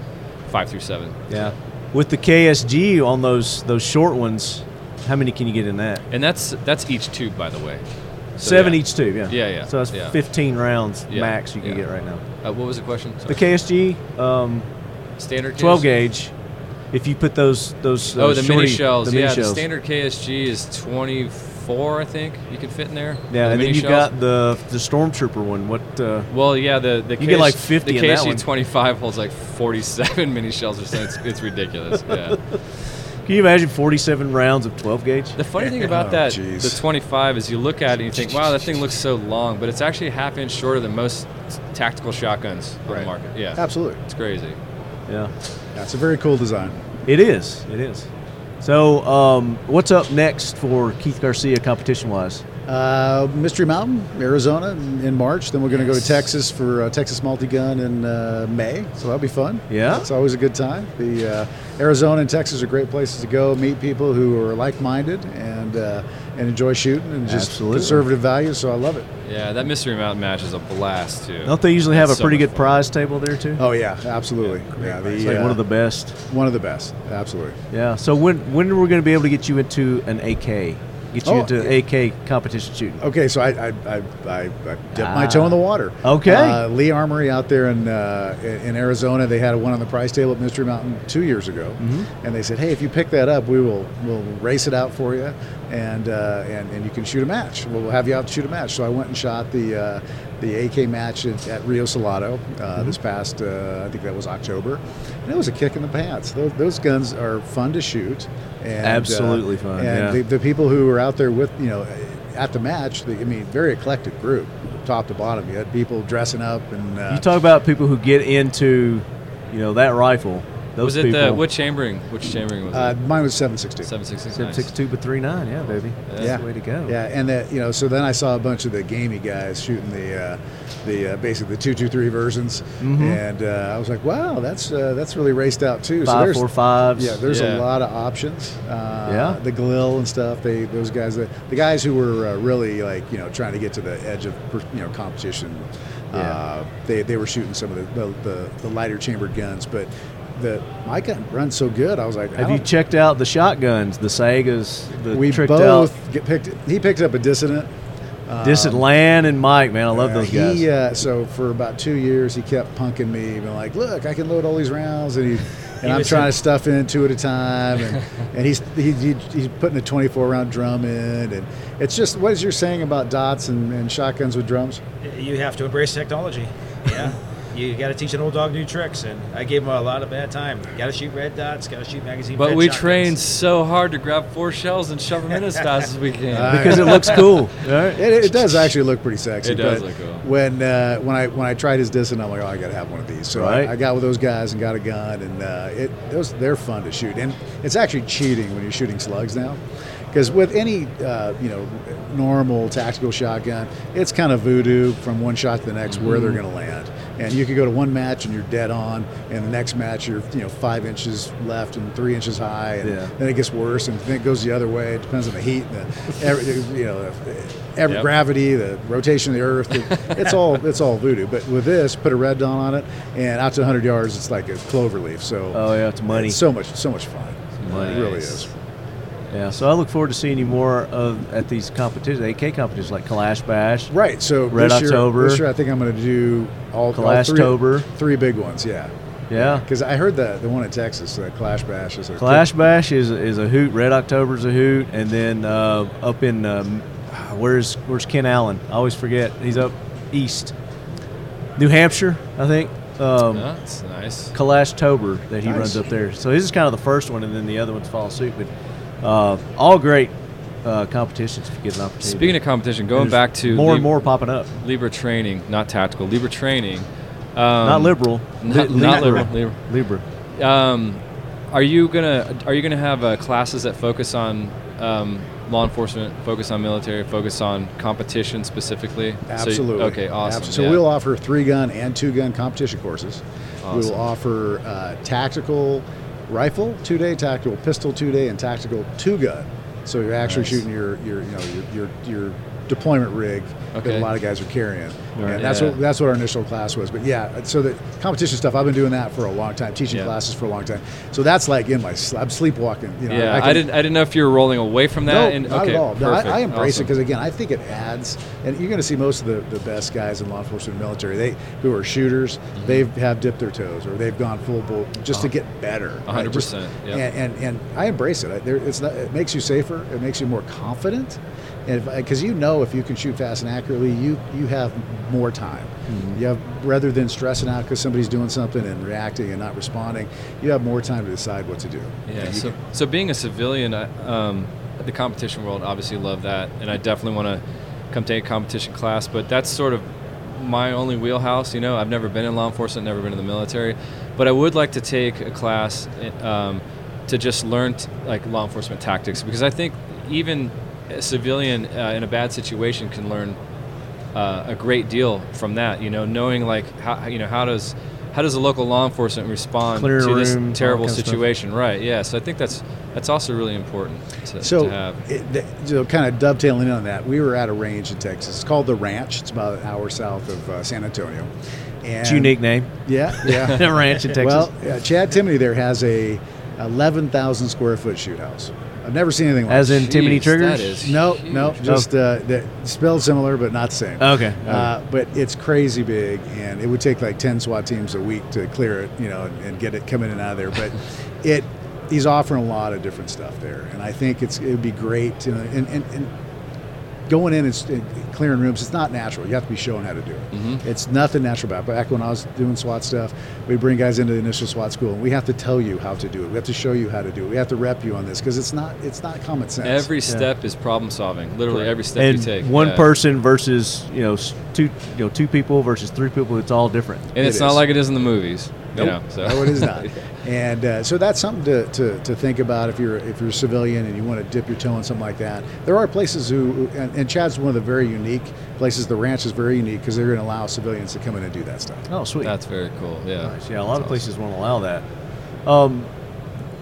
Speaker 8: five through seven.
Speaker 3: Yeah. With the KSG on those those short ones, how many can you get in that?
Speaker 8: And that's that's each tube, by the way. So,
Speaker 3: Seven
Speaker 8: yeah.
Speaker 3: each tube. Yeah.
Speaker 8: Yeah, yeah,
Speaker 3: So that's
Speaker 8: yeah.
Speaker 3: 15 rounds
Speaker 8: Yeah,
Speaker 3: max you can
Speaker 8: yeah.
Speaker 3: get right now.
Speaker 8: Uh, what was the question?
Speaker 3: The
Speaker 8: Sorry.
Speaker 3: KSG um,
Speaker 8: standard
Speaker 3: 12
Speaker 8: case?
Speaker 3: gauge. If you put those those
Speaker 8: Oh,
Speaker 3: those
Speaker 8: the
Speaker 3: shorty-
Speaker 8: mini shells.
Speaker 3: the mini
Speaker 8: yeah,
Speaker 3: shells.
Speaker 8: the standard KSG is 24, I think. You can fit in there.
Speaker 3: Yeah, and
Speaker 8: the
Speaker 3: then
Speaker 8: mini
Speaker 3: you
Speaker 8: shells.
Speaker 3: got the the stormtrooper one. What? Uh,
Speaker 8: Well, yeah, the the
Speaker 3: You get, like,
Speaker 8: KSG
Speaker 3: 50
Speaker 8: The
Speaker 3: in that
Speaker 8: KSG
Speaker 3: one.
Speaker 8: 25 holds like 47 mini shells or something. It's, it's ridiculous. Yeah.
Speaker 3: <laughs> can you imagine 47 rounds of 12 gauge?
Speaker 8: The funny thing about
Speaker 6: Oh,
Speaker 8: that,
Speaker 6: jeez.
Speaker 8: the 25, is you look at it and you think, wow, that thing looks so long, but it's actually a half inch shorter than most tactical shotguns on the
Speaker 6: Right.
Speaker 8: market. Yeah,
Speaker 6: Absolutely.
Speaker 8: it's crazy.
Speaker 3: Yeah,
Speaker 6: That's a very cool design.
Speaker 3: it is. It is. So, um, what's up next for Keith Garcia competition wise?
Speaker 6: Uh, Mystery Mountain, Arizona in in March. Then we're going to go to Texas for uh, Texas Multi Gun in uh, May. So that'll be fun.
Speaker 3: Yeah.
Speaker 6: It's always a good time. The uh, Arizona and Texas are great places to go, meet people who are like minded and uh, and enjoy shooting and just
Speaker 3: Absolutely.
Speaker 6: conservative values. So I love it.
Speaker 8: Yeah, that Mystery Mountain match is a blast too.
Speaker 3: Don't they usually have
Speaker 8: That's
Speaker 3: a
Speaker 8: so
Speaker 3: pretty
Speaker 8: much
Speaker 3: good
Speaker 8: fun.
Speaker 3: prize table there too?
Speaker 6: Oh, yeah, absolutely. Yeah, the,
Speaker 3: It's like one
Speaker 6: uh,
Speaker 3: of the best.
Speaker 6: one of the best. Absolutely.
Speaker 3: Yeah. So when when are we going to be able to get you into an AK? Get you
Speaker 6: Oh,
Speaker 3: into
Speaker 6: yeah.
Speaker 3: AK competition shooting?
Speaker 6: Okay, so I I, I, I, I dipped my toe in the water.
Speaker 3: Okay.
Speaker 6: Uh, Lee Armory out there in, uh, in in Arizona, they had one on the price table at Mm-hmm. Mystery Mountain two years ago, and they said, "Hey, if you pick that up, we will we'll race it out for you." and uh, and and you can shoot a match. We'll we'll have you out to shoot a match." So I went and shot the uh, the AK match at, at Rio Salado uh,
Speaker 9: Mm-hmm.
Speaker 6: this past uh, I think that was October, and it was a kick in the pants. Those, those guns are fun to shoot. And, uh,
Speaker 9: Absolutely fun,
Speaker 6: And
Speaker 9: yeah.
Speaker 6: the, the people who were out there with you know at the match, the, I mean, very eclectic group, top to bottom. You had people dressing up and uh,
Speaker 9: You talk about people who get into, you know, that rifle. Those
Speaker 8: Was it
Speaker 9: people,
Speaker 8: the what chambering? Which chambering was
Speaker 6: uh,
Speaker 8: it?
Speaker 6: mine was seven sixty.
Speaker 8: Seven six six.
Speaker 9: Seven six two but three nine, yeah, baby. That's
Speaker 6: Yeah.
Speaker 9: the way to go.
Speaker 6: Yeah, and that you know, so then I saw a bunch of the gamey guys shooting the uh, the uh, basically the two two three versions,
Speaker 9: Mm-hmm.
Speaker 6: and uh, I was like, wow, that's uh, that's really raced out too. so
Speaker 9: Five
Speaker 6: there's,
Speaker 9: four fives.
Speaker 6: Yeah, there's
Speaker 8: Yeah.
Speaker 6: a lot of options. Uh,
Speaker 9: Yeah.
Speaker 6: the Glill and stuff. They those guys that the guys who were uh, really like you know trying to get to the edge of per- you know competition. Uh, they they were shooting some of the the, the, the lighter chambered guns, but the my gun runs so good. I was like, I
Speaker 9: Have you
Speaker 6: don't-
Speaker 9: checked out the shotguns, the Sagas, the
Speaker 6: we
Speaker 9: tricked
Speaker 6: both
Speaker 9: out
Speaker 6: get picked. He picked up a uh, dissonant.
Speaker 9: Distant Land and Mike, man, I love
Speaker 6: Uh,
Speaker 9: those guys.
Speaker 6: He, uh, so for about two years, he kept punking me, being like, "Look, I can load all these rounds,"
Speaker 9: <laughs>
Speaker 6: and he. And I'm
Speaker 7: was
Speaker 6: trying
Speaker 7: in-
Speaker 6: to stuff in two at a time, and, and he's he, he, he's putting a 24 round drum in, and it's just what is you're saying about dots and, and shotguns with drums?
Speaker 7: You have to embrace technology. Yeah. You got to teach an old dog new tricks, and I gave him a lot of bad time. Got to shoot red dots. Got to shoot magazine.
Speaker 8: But
Speaker 7: fed
Speaker 8: we
Speaker 7: shotguns.
Speaker 8: trained so hard to grab four shells and shove them in as fast
Speaker 9: <laughs>
Speaker 8: as we can.
Speaker 9: because
Speaker 8: <laughs>
Speaker 9: it looks cool. Right?
Speaker 6: It, it does actually look pretty sexy.
Speaker 8: It does
Speaker 6: but
Speaker 8: look cool.
Speaker 6: When uh, when I when I tried his dissonant, I'm like, oh, I gotta have one of these. So
Speaker 9: Right.
Speaker 6: I, I got with those guys and got a gun, and uh, it, it was they're fun to shoot, and it's actually cheating when you're shooting slugs now. Because with any uh, you know normal tactical shotgun, it's kind of voodoo from one shot to the next where they're
Speaker 9: Mm-hmm.
Speaker 6: going to land. And you could go to one match and you're dead on, and the next match you're you know five inches left and three inches high, and
Speaker 9: Yeah.
Speaker 6: then it gets worse, and then it goes the other way. It depends on the heat, and the, every, you know, every
Speaker 8: Yep.
Speaker 6: gravity, the rotation of the Earth. it- it's all it's all voodoo. But with this, put a red dot on it, and out to 100 yards, it's like a clover leaf. So
Speaker 9: Oh yeah, it's money.
Speaker 6: it's so much so much fun. It really
Speaker 8: Nice.
Speaker 6: is.
Speaker 9: yeah, so I look forward to seeing you more of at these competitions, AK competitions like Clash Bash.
Speaker 6: Right. So
Speaker 9: Red
Speaker 6: this year-
Speaker 9: October.
Speaker 6: this year I think I'm going to do all, all three,
Speaker 9: Kalashtober.
Speaker 6: three big ones. Yeah.
Speaker 9: Yeah.
Speaker 6: Because I heard that the one in Texas, the Clash Bash, is a
Speaker 9: Clash Bash is is a hoot. Red October's a hoot, and then uh, up in um, where's where's Ken Allen? I always forget. He's up east, New Hampshire, I think. Um,
Speaker 8: That's nice.
Speaker 9: Clash Tober that he
Speaker 6: Nice.
Speaker 9: runs up there. So his is kind of the first one, and then the other ones follow suit. But uh, all great uh, competitions if you get an opportunity.
Speaker 8: Speaking of competition, going
Speaker 9: There's
Speaker 8: back to
Speaker 9: more
Speaker 8: Lib-
Speaker 9: and more popping up,
Speaker 8: Libra training, not tactical. Libra training. Um,
Speaker 9: not liberal,
Speaker 8: Not,
Speaker 9: li-
Speaker 8: not
Speaker 9: Libra.
Speaker 8: liberal. Libra.
Speaker 9: Libra.
Speaker 8: Um, are you gonna Are you gonna have uh, classes that focus on um, law enforcement, focus on military, focus on competition specifically? So you-
Speaker 6: Absolutely.
Speaker 8: okay. Awesome.
Speaker 6: Abso- So
Speaker 8: yeah.
Speaker 6: we'll offer three gun and two gun competition courses. We
Speaker 8: Awesome.
Speaker 6: will offer uh, tactical rifle two day, tactical pistol two day, and tactical two gun. So you're actually
Speaker 8: Nice.
Speaker 6: shooting your your you know your your, your deployment rig that
Speaker 8: Okay.
Speaker 6: a lot of guys are carrying.
Speaker 8: Right.
Speaker 6: And that's
Speaker 8: Yeah.
Speaker 6: what that's what our initial class was. But yeah, so the competition stuff I've been doing that for a long time, teaching
Speaker 8: Yeah.
Speaker 6: classes for a long time. So that's like in my sl- I'm sleepwalking. You know,
Speaker 8: Yeah, I,
Speaker 6: can-
Speaker 8: didn't. I didn't know if you were rolling away from that.
Speaker 6: no,
Speaker 8: and,
Speaker 6: not
Speaker 8: okay,
Speaker 6: at all. No, I,
Speaker 8: perfect,
Speaker 6: I embrace it
Speaker 8: awesome.
Speaker 6: because again, I think it adds, and you're going to see most of the, the best guys in law enforcement, and military, they who are shooters,
Speaker 8: Mm-hmm.
Speaker 6: they have dipped their toes or they've gone full bull just to get better.
Speaker 8: Uh-huh. A hundred
Speaker 6: right? Just-
Speaker 8: percent, yeah.
Speaker 6: And, and and I embrace it. I, there, it's not, it makes you safer. It makes you more confident, and because you know if you can shoot fast and accurately, you you have more time.
Speaker 8: Mm-hmm.
Speaker 6: You have rather than stressing out because somebody's doing something and reacting and not responding, you have more time to decide what to do.
Speaker 8: Yeah.
Speaker 6: And you
Speaker 8: So, so being a civilian, I, um, the competition world obviously love that, and I definitely want to come take a competition class. But that's sort of my only wheelhouse. You know, I've never been in law enforcement, never been in the military, but I would like to take a class uh, um, to just learn t- like law enforcement tactics because I think even a civilian uh, in a bad situation can learn uh, a great deal from that. You know, knowing like how you know how does how does the local law enforcement respond
Speaker 9: Clear
Speaker 8: to this
Speaker 9: rooms, all
Speaker 8: terrible
Speaker 9: kinds of stuff.
Speaker 8: situation? Right. Yeah. So I think that's that's also really important to,
Speaker 6: So,
Speaker 8: to have.
Speaker 6: it, th- so kind of dovetailing in on that, we were at a range in Texas. It's called the Ranch. It's about an hour south of uh, San Antonio. And
Speaker 9: It's a unique name.
Speaker 6: Yeah, yeah.
Speaker 9: <laughs> Ranch in Texas.
Speaker 6: Well, uh, Chad Timoney there has a 11,000 square foot shoot house. I've never seen anything like
Speaker 9: As
Speaker 6: it.
Speaker 9: in Timothy
Speaker 8: Jeez,
Speaker 9: Triggers.
Speaker 8: That is
Speaker 6: No,
Speaker 8: huge.
Speaker 6: no, just uh, that spelled similar but not same.
Speaker 9: Okay.
Speaker 6: Uh, but it's crazy big, and it would take like ten SWAT teams a week to clear it, you know, and, and get it coming in and out of there. But it he's offering a lot of different stuff there, and I think it's it'd be great. You know, and, and, and going in and, s- and clearing rooms, it's not natural. You have to be shown how to do it.
Speaker 8: Mm-hmm.
Speaker 6: It's nothing natural about. it. Back when I was doing SWAT stuff, we bring guys into the initial SWAT school, and we have to tell you how to do it. We have to show you how to do it. We have to rep you on this because it's not it's not common sense.
Speaker 8: Every step is problem solving. Literally every step
Speaker 9: and
Speaker 8: you take. uh,
Speaker 9: one
Speaker 8: yeah.
Speaker 9: person versus you know s- two you know two people versus three people. It's all different.
Speaker 8: And it's
Speaker 6: It
Speaker 8: not
Speaker 6: is.
Speaker 8: like it is in the movies. You know, so.
Speaker 6: No, it is
Speaker 8: <laughs>
Speaker 6: not. And uh, so that's something to, to, to think about if you're if you're a civilian and you want to dip your toe in something like that. There are places who, and, and Chad's one of the very unique places. The ranch is very unique because they're going to allow civilians to come in and do that stuff.
Speaker 9: Oh, sweet.
Speaker 8: That's very cool. Yeah.
Speaker 9: Nice. Yeah, a lot of places won't allow that. Um,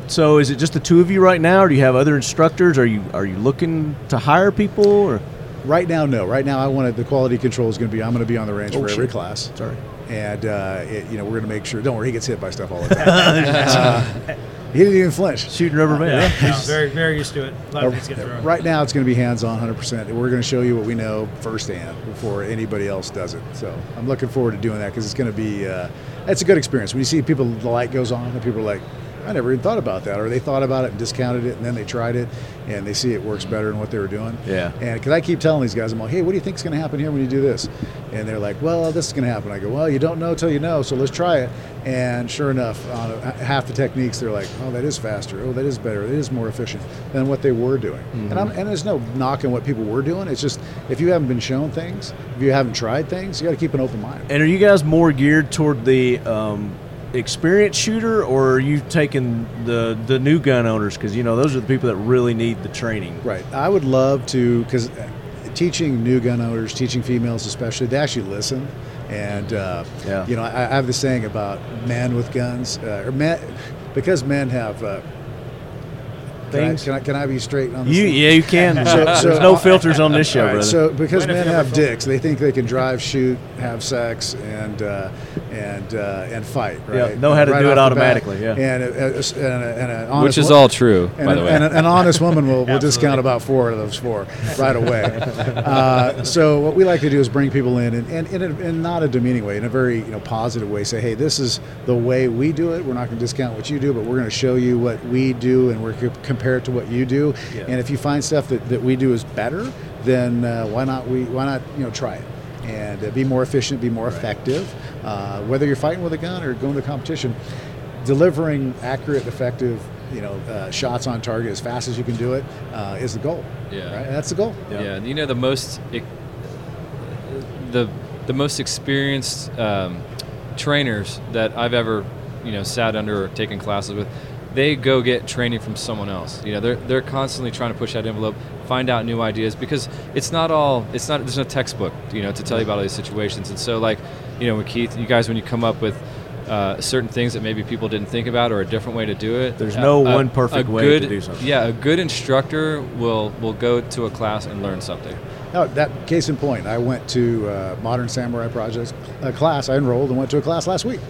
Speaker 9: so is it just the two of you right now, or do you have other instructors? Are you are you looking to hire people? Or
Speaker 6: Right now, no. Right now, I want to. The quality control is going to be. I'm going to be on the ranch
Speaker 9: Oh,
Speaker 6: for
Speaker 9: sure.
Speaker 6: every class.
Speaker 9: sorry,
Speaker 6: And uh, it, you know we're going to make sure. Don't worry, he gets hit by stuff all the time. Uh,
Speaker 9: <laughs>
Speaker 6: <laughs> he didn't even flinch.
Speaker 9: shooting rubber band.
Speaker 7: Yeah,
Speaker 9: huh?
Speaker 7: no, very, very used to it. A lot of things get thrown.
Speaker 6: Right now, it's going to be hands on 100%. and We're going to show you what we know firsthand before anybody else does it. So I'm looking forward to doing that because it's going to be, uh, it's a good experience. When you see people, the light goes on and people are like, I never even thought about that. Or they thought about it and discounted it and then they tried it and they see it works better than what they were doing.
Speaker 9: Yeah.
Speaker 6: And because I keep telling these guys, I'm like, hey, what do you think is going to happen here when you do this? And they're like, well, this is going to happen. I go, well, you don't know till you know, so let's try it. And sure enough, on a, half the techniques, they're like, oh, that is faster. Oh, that is better. That is more efficient than what they were doing. And, I'm, and there's no knocking what people were doing. It's just if you haven't been shown things, if you haven't tried things, you got to keep an open mind.
Speaker 9: And are you guys more geared toward the um, experienced shooter, or are you taking the the new gun owners? Because you know those are the people that really need the training.
Speaker 6: Right. I would love to because teaching new gun owners, teaching females especially, they actually listen. And uh,
Speaker 9: Yeah.
Speaker 6: you know, I, I have this saying about men with guns, uh, or men because men have uh,
Speaker 9: Things?
Speaker 6: Can I, can I, can I be straight on this?
Speaker 9: You
Speaker 6: thing?
Speaker 9: yeah you can.
Speaker 6: <laughs> So-
Speaker 9: There's
Speaker 6: so-
Speaker 9: no filters on this show,
Speaker 6: All right,
Speaker 9: brother.
Speaker 6: so because
Speaker 7: Might have
Speaker 6: men
Speaker 7: been
Speaker 6: have
Speaker 7: before.
Speaker 6: dicks, they think they can drive, shoot, have sex, and uh, and uh, and fight.
Speaker 9: Yeah,
Speaker 6: Right?
Speaker 9: know how to
Speaker 6: Right
Speaker 9: do it
Speaker 6: off the bat.
Speaker 9: automatically, yeah.
Speaker 6: And a, a- and a, and uh, a
Speaker 8: Which
Speaker 6: honest
Speaker 8: is
Speaker 6: wo-
Speaker 8: all true,
Speaker 6: and
Speaker 8: by
Speaker 6: an,
Speaker 8: the way.
Speaker 6: and an- an honest woman will, will
Speaker 7: Absolutely.
Speaker 6: discount about four of those four right away. uh, so what we like to do is bring people in and, and in, a, in not a demeaning way, in a very you know positive way. Say, hey, this is the way we do it. We're not going to discount what you do, but we're going to show you what we do, and we're going to compare it to what you do. And if you find stuff that, that we do is better, then uh, why not we why not you know try it and uh, be more efficient, be more effective. Uh, whether you're fighting with a gun or going to competition, delivering accurate, effective, you know, uh, shots on target as fast as you can do it uh, is the goal.
Speaker 8: Yeah.
Speaker 6: right? that's the goal.
Speaker 8: Yeah. you know the most ex- the the most experienced um, trainers that I've ever you know sat under or taken classes with, they go get training from someone else. You know, they're they're constantly trying to push that envelope, find out new ideas because it's not all it's not there's no textbook you know to tell you about all these situations. And so like you know with Keith, you guys when you come up with. Uh, certain things that maybe people didn't think about, or a different way to do it.
Speaker 9: There's
Speaker 8: a-
Speaker 9: no
Speaker 8: a-
Speaker 9: one perfect
Speaker 8: a
Speaker 9: way to
Speaker 8: good-
Speaker 9: do something.
Speaker 8: Yeah, a good instructor will will go to a class and learn something.
Speaker 6: No, that case in point, I went to uh, Modern Samurai Projects uh, class. I enrolled and went to a class last week.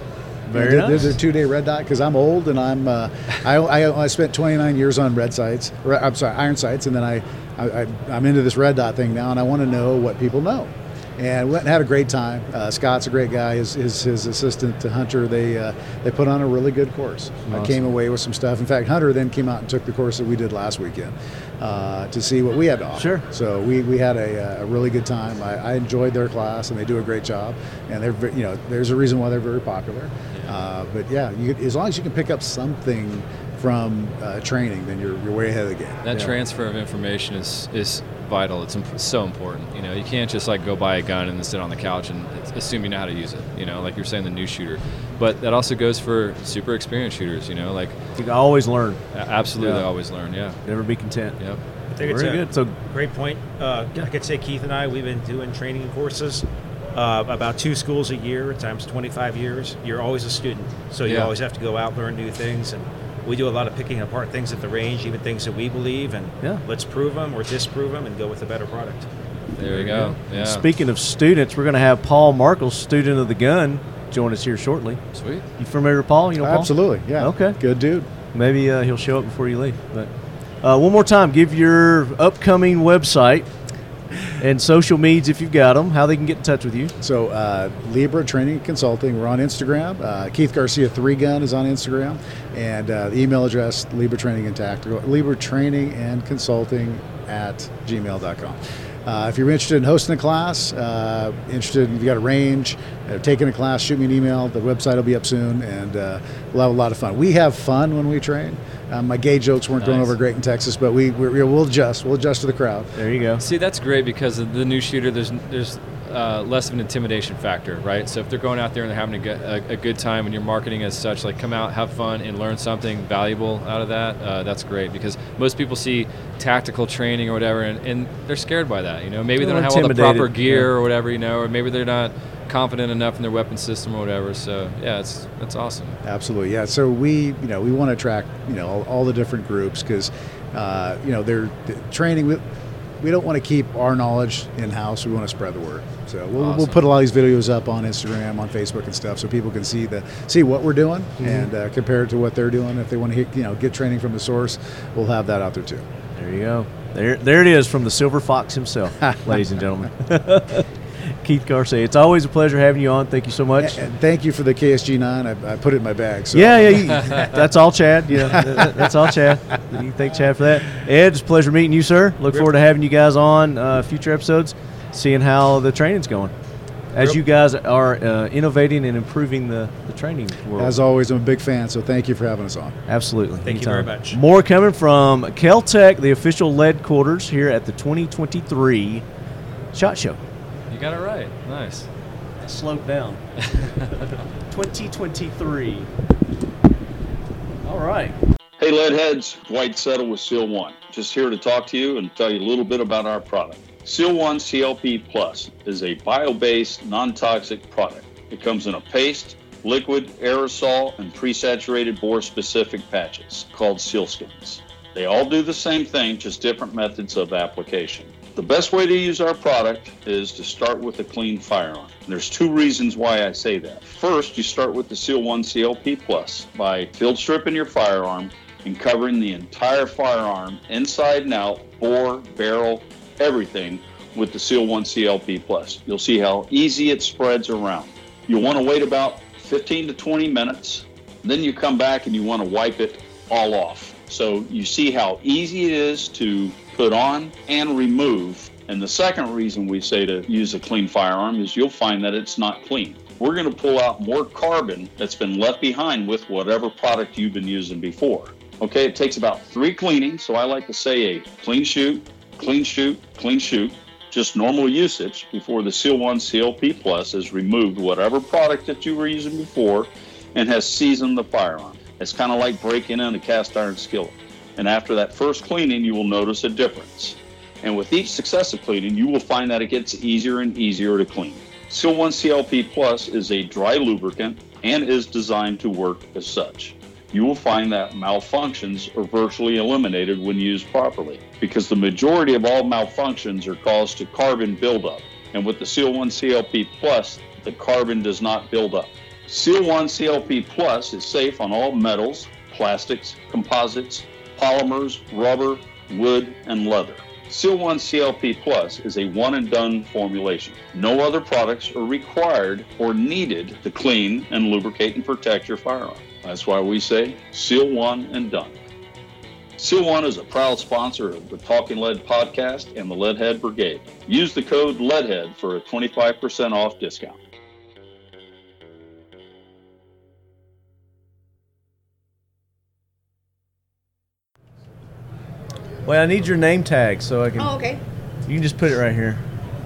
Speaker 9: Very
Speaker 6: And did- did
Speaker 9: nice.
Speaker 6: a two-day red dot because I'm old and I'm uh, I, I, I spent 29 years on red sites. Or, I'm sorry, iron sites, and then I, I, I I'm into this red dot thing now, and I want to know what people know. And went and had a great time. Uh, Scott's a great guy. His, his, his assistant to Hunter, they uh, they put on a really good course. I came away with some stuff. In fact, Hunter then came out and took the course that we did last weekend uh, to see what we had to offer.
Speaker 9: Sure.
Speaker 6: So we, we had a, uh, a really good time. I, I enjoyed their class, and they do a great job. And they're ve- you know there's a reason why they're very popular. Uh, but yeah, you, as long as you can pick up something from uh, training, then you're, you're way ahead of the game.
Speaker 8: That transfer of information is is vital. It's imp- so important. You know, you can't just like go buy a gun and then sit on the couch and it's- assume you know how to use it. You know, like you're saying the new shooter, but that also goes for super experienced shooters. You know, like
Speaker 9: you can always learn.
Speaker 8: a- absolutely
Speaker 9: Yeah.
Speaker 8: always learn. Yeah,
Speaker 9: Never be content.
Speaker 8: yep.
Speaker 7: I think it's
Speaker 9: Very
Speaker 7: a-
Speaker 9: good. So
Speaker 7: Great point. Uh, I could say Keith and I, we've been doing training courses, uh, about two schools a year times 25 years. You're always a student, so you
Speaker 8: Yeah.
Speaker 7: always have to go out, learn new things, and we do a lot of picking apart things at the range, even things that we believe, and
Speaker 9: Yeah.
Speaker 7: let's prove them or disprove them and go with a better product.
Speaker 8: There you go. Yeah.
Speaker 9: Speaking of students, we're going to have Paul Markle, student of the gun, join us here shortly.
Speaker 8: Sweet.
Speaker 9: You familiar with Paul? You know Paul?
Speaker 6: Absolutely, yeah.
Speaker 9: Okay.
Speaker 6: Good dude.
Speaker 9: Maybe uh, he'll show up before you leave. But uh, one more time, give your upcoming website.
Speaker 3: and social medias if you've got them, how they can get in touch with you.
Speaker 6: So uh, Libra Training and Consulting, we're on Instagram. Uh, Keith Garcia Three Gun is on Instagram, and uh, the email address Libra Training and Tactical Libra Training and Consulting at gmail.com. Uh, if you're interested in hosting a class, uh, interested, in, if you got a range, uh, taking a class, shoot me an email. The website will be up soon, and uh, we'll have a lot of fun. We have fun when we train. Um, my gay jokes weren't going
Speaker 8: Nice.
Speaker 6: over great in Texas, but we, we we'll adjust. We'll adjust to the crowd.
Speaker 3: There you go.
Speaker 8: See, that's great because of the new shooter, there's there's uh, less of an intimidation factor, right? So if they're going out there and they're having a, go- a, a good time and you're marketing as such, like come out, have fun, and learn something valuable out of that, uh, that's great because most people see tactical training or whatever and, and they're scared by that. You know, maybe they
Speaker 3: They're
Speaker 8: don't have all the
Speaker 3: intimidated,
Speaker 8: proper gear
Speaker 3: yeah.
Speaker 8: or whatever, you know, or maybe they're not confident enough in their weapon system or whatever. So yeah, it's that's awesome.
Speaker 6: Absolutely, yeah. So we, you know, we want to attract, you know, all, all the different groups because, uh, you know, they're the training. We, we don't want to keep our knowledge in house. We want to spread the word. So we'll, we'll
Speaker 8: Awesome.
Speaker 6: put a lot of these videos up on Instagram, on Facebook, and stuff, so people can see the see what we're doing
Speaker 3: Mm-hmm.
Speaker 6: and uh, compare it to what they're doing. If they want to, you know, get training from the source, we'll have that out there too.
Speaker 3: There you go. There, there it is from the Silver Fox himself, <laughs> ladies and gentlemen. <laughs> Keith Garcia, it's always a pleasure having you on. Thank you so much.
Speaker 6: And thank you for the KSG nine. I, I put it in my bag. So
Speaker 3: Yeah, yeah,
Speaker 6: <laughs>
Speaker 3: you, <laughs> that's all, Chad. Yeah, that- that- that's all, Chad. You can thank Chad for that. Ed, it's a pleasure meeting you, sir. Look forward to having you guys on uh, future episodes, seeing how the training's going, as you guys are uh, innovating and improving the, the training world.
Speaker 6: As always, I'm a big fan. So thank you for having us on.
Speaker 3: Absolutely.
Speaker 10: Thank you very much.
Speaker 3: More coming from Caltech, the official lead quarters here at the 2023
Speaker 10: <laughs>
Speaker 3: Shot Show.
Speaker 8: You got it right. Nice.
Speaker 3: Slowed down. 2023. All right.
Speaker 11: Hey, Leadheads, Dwight Settle with Seal One. Just here to talk to you and tell you a little bit about our product. Seal One CLP Plus is a bio based, non toxic product. It comes in a paste, liquid, aerosol, and pre-saturated bore specific patches called sealskins. They all do the same thing, just different methods of application. The best way to use our product is to start with a clean firearm. And there's two reasons why I say that. First, you start with the Seal 1 CLP Plus by field stripping your firearm and covering the entire firearm inside and out, bore, barrel, everything with the Seal 1 CLP Plus. You'll see how easy it spreads around. You'll want to wait about 15 to 20 minutes. Then you come back and you want to wipe it all off. So you see how easy it is to put on and remove. And the second reason we say to use a clean firearm is you'll find that it's not clean. We're going to pull out more carbon that's been left behind with whatever product you've been using before. Okay, it takes about three cleanings. So I like to say a clean shoot, clean shoot, clean shoot, just normal usage before the Seal 1 CLP Plus has removed whatever product that you were using before and has seasoned the firearm. It's kind of like breaking in a cast iron skillet. And after that first cleaning, you will notice a difference. And with each successive cleaning, you will find that it gets easier and easier to clean. Seal 1 CLP Plus is a dry lubricant and is designed to work as such. You will find that malfunctions are virtually eliminated when used properly because the majority of all malfunctions are caused to carbon buildup. And with the Seal 1 CLP Plus, the carbon does not build up. Seal 1 CLP Plus is safe on all metals, plastics, composites, polymers, rubber, wood, and leather. Seal 1 CLP Plus is a one and done formulation. No other products are required or needed to clean and lubricate and protect your firearm. That's why we say Seal 1 and done. Seal One is a proud sponsor of the Talking Lead podcast and the Leadhead Brigade. Use the code LEADHEAD for a 25% off discount.
Speaker 3: Well, I need your name tag so I can.
Speaker 12: Oh, okay.
Speaker 3: You can just put it right here,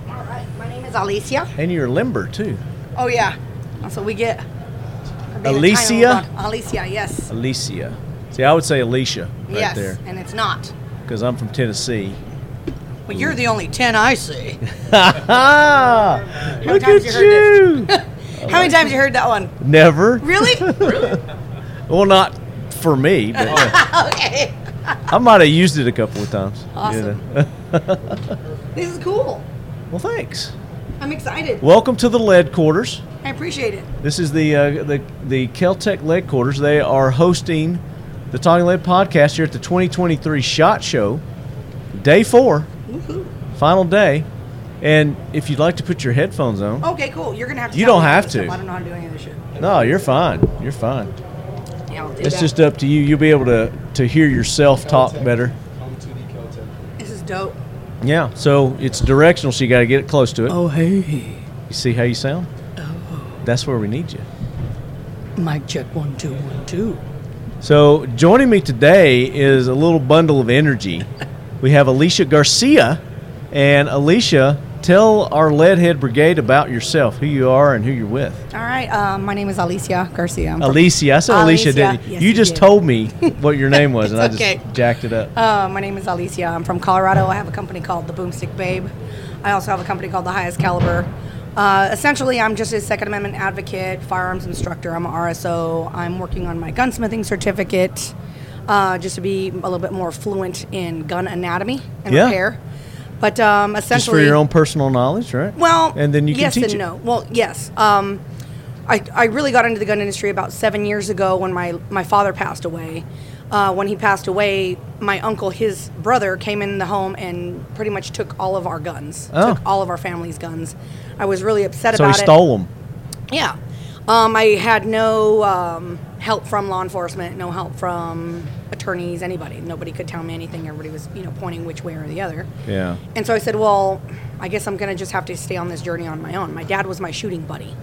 Speaker 12: All right. My name is Alicia.
Speaker 3: and you're limber too,
Speaker 12: Oh yeah. That's what we get. for being a
Speaker 3: Alicia?
Speaker 12: tiny little dog. Alicia, yes.
Speaker 3: Alicia. See, I would say Alicia right
Speaker 12: yes.
Speaker 3: there
Speaker 12: And it's not.
Speaker 3: because I'm from Tennessee. <laughs>
Speaker 12: Well, you're
Speaker 3: Mm.
Speaker 12: the only ten I see.
Speaker 3: Ah,
Speaker 12: How many
Speaker 3: look
Speaker 12: times
Speaker 3: at
Speaker 12: you heard
Speaker 3: you!
Speaker 12: <laughs> How many times you heard
Speaker 3: <laughs>
Speaker 12: that one?
Speaker 3: Never.
Speaker 12: Really?
Speaker 3: Well, not for me, but yeah.
Speaker 12: <laughs> okay.
Speaker 3: I might have used it a couple of times. you
Speaker 12: Awesome.
Speaker 3: know.
Speaker 12: <laughs> This is cool.
Speaker 3: Well, thanks.
Speaker 12: I'm
Speaker 3: <laughs>
Speaker 12: excited.
Speaker 3: Welcome to the lead quarters.
Speaker 12: I appreciate it.
Speaker 3: This is the uh, the the Caltech Lead Quarters. They are hosting the Talking Lead podcast here at the 2023 Shot Show, day four,
Speaker 12: Woohoo.
Speaker 3: final day. And if you'd like to put your headphones on,
Speaker 12: Okay, cool. You're gonna have to.
Speaker 3: You
Speaker 12: tell
Speaker 3: don't
Speaker 12: me all
Speaker 3: have
Speaker 12: this stuff.
Speaker 3: to.
Speaker 12: I don't know how to do any of this shit.
Speaker 3: no, you're fine. You're fine.
Speaker 12: Yeah, I'll do
Speaker 3: It's
Speaker 12: that.
Speaker 3: just up to you. You'll be able to to hear yourself talk better.
Speaker 12: This is dope.
Speaker 3: Yeah. So it's directional, so you got to get it close to it.
Speaker 12: Oh hey, Oh.
Speaker 3: You see how you sound? That's where we need you.
Speaker 12: mic check one two one two.
Speaker 3: So joining me today is a little bundle of energy. We have Alicia Garcia, and Alicia, tell our Leadhead Brigade about yourself, who you are, and who you're with.
Speaker 12: All right. Um, my name is Alicia Garcia. I'm from-
Speaker 3: Alicia, I said Alicia,
Speaker 12: Alicia.
Speaker 3: didn't you?
Speaker 12: Yes,
Speaker 3: you
Speaker 12: you
Speaker 3: just
Speaker 12: did.
Speaker 3: told
Speaker 12: <laughs>
Speaker 3: me what your name was, and I
Speaker 12: It's
Speaker 3: just
Speaker 12: okay.
Speaker 3: jacked it up.
Speaker 12: Uh, my name is Alicia. I'm from Colorado. I have a company called The Boomstick Babe. I also have a company called The Highest Caliber. Uh, essentially, I'm just a Second Amendment advocate, firearms instructor. I'm an RSO. I'm working on my gunsmithing certificate uh, just to be a little bit more fluent in gun anatomy and
Speaker 3: Yeah.
Speaker 12: repair. But um,
Speaker 3: Just
Speaker 12: essentially,
Speaker 3: for your own personal knowledge, right?
Speaker 12: well,
Speaker 3: and then you
Speaker 12: yes
Speaker 3: can teach
Speaker 12: and
Speaker 3: it.
Speaker 12: no. Well, yes. Um, I, I really got into the gun industry about seven years ago when my my father passed away. Uh, when he passed away, my uncle, his brother, came in the home and pretty much took all of our guns,
Speaker 3: Oh.
Speaker 12: took all of our family's guns. I was really upset
Speaker 3: So he
Speaker 12: about it.
Speaker 3: stole them.
Speaker 12: Yeah. Um, I had no um, help from law enforcement, no help from attorneys, anybody. Nobody could tell me anything. Everybody was, you know, pointing which way or the other.
Speaker 3: Yeah.
Speaker 12: And so I said, well, I guess I'm going to just have to stay on this journey on my own. My dad was my shooting buddy.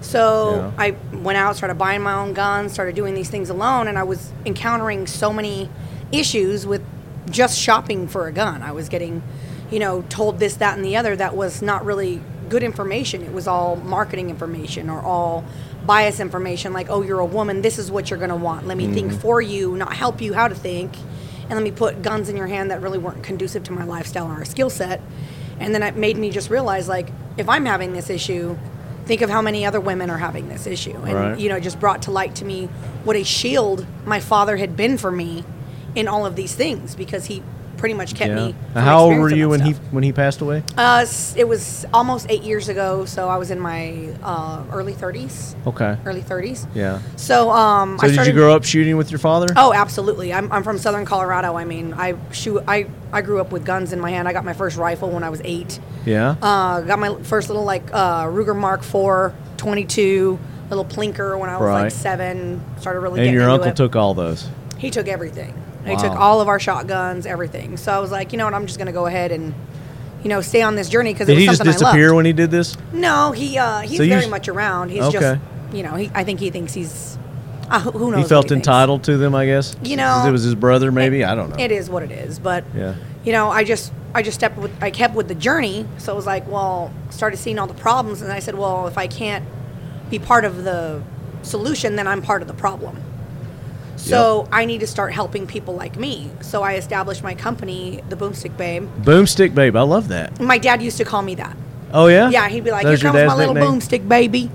Speaker 12: So
Speaker 3: Yeah.
Speaker 12: I went out, started buying my own guns, started doing these things alone, and I was encountering so many issues with just shopping for a gun. I was getting, you know, told this, that, and the other that was not really good information. It was all marketing information or all bias information like, oh, you're a woman, this is what you're going to want. Let me think
Speaker 3: Mm-hmm.
Speaker 12: for you, not help you how to think. And let me put guns in your hand that really weren't conducive to my lifestyle or skill set. And then it made me just realize, like, if I'm having this issue, think of how many other women are having this issue and
Speaker 3: Right.
Speaker 12: you know just brought to light to me what a shield my father had been for me in all of these things because he pretty much kept
Speaker 3: Yeah.
Speaker 12: me
Speaker 3: Now,
Speaker 12: from
Speaker 3: how old were
Speaker 12: experiencing
Speaker 3: you
Speaker 12: that
Speaker 3: when he
Speaker 12: stuff.
Speaker 3: when he passed away?
Speaker 12: uh, s- it was almost eight years ago so i was in my uh, early 30s
Speaker 3: Okay.
Speaker 12: early 30s
Speaker 3: Yeah.
Speaker 12: so um
Speaker 3: So
Speaker 12: i
Speaker 3: did
Speaker 12: started
Speaker 3: you grow up shooting with your father?
Speaker 12: Oh, absolutely. I'm, I'm from Southern Colorado. I mean, I shoot. I, I grew up with guns in my hand. I got my first rifle when I was eight.
Speaker 3: Yeah.
Speaker 12: Uh, got my first little like uh, Ruger Mark IV 22 little plinker when I was
Speaker 3: Right.
Speaker 12: like seven. Started really.
Speaker 3: and
Speaker 12: getting
Speaker 3: your
Speaker 12: into
Speaker 3: uncle
Speaker 12: it.
Speaker 3: took all those.
Speaker 12: He took everything. He took
Speaker 3: Wow.
Speaker 12: all of our shotguns, everything. So I was like, you know what? I'm just gonna go ahead and, you know, stay on this journey because it
Speaker 3: Did
Speaker 12: was
Speaker 3: he just
Speaker 12: something I
Speaker 3: disappear
Speaker 12: loved.
Speaker 3: when he did this?
Speaker 12: No, he uh, he's
Speaker 3: So you
Speaker 12: very
Speaker 3: s-
Speaker 12: much around. He's
Speaker 3: Okay.
Speaker 12: just, you know, he, I think he thinks he's. Uh, who knows?
Speaker 3: He
Speaker 12: what
Speaker 3: felt
Speaker 12: thinks.
Speaker 3: entitled to them, I guess.
Speaker 12: You know,
Speaker 3: it was his brother, maybe. I don't know.
Speaker 12: It is what it is, but
Speaker 3: Yeah.
Speaker 12: you know, I just I just stepped with I kept with the journey, so it was like, well, started seeing all the problems, and I said, well, if I can't be part of the solution, then I'm part of the problem. So I need to start helping people like me. So I established my company, the Boomstick Babe.
Speaker 3: Boomstick babe, I love that.
Speaker 12: My dad used to call me that.
Speaker 3: Oh yeah.
Speaker 12: Yeah, he'd be like,
Speaker 3: That
Speaker 12: "Here
Speaker 3: was your
Speaker 12: comes my
Speaker 3: dad's
Speaker 12: little
Speaker 3: nickname? <laughs>
Speaker 12: boomstick baby,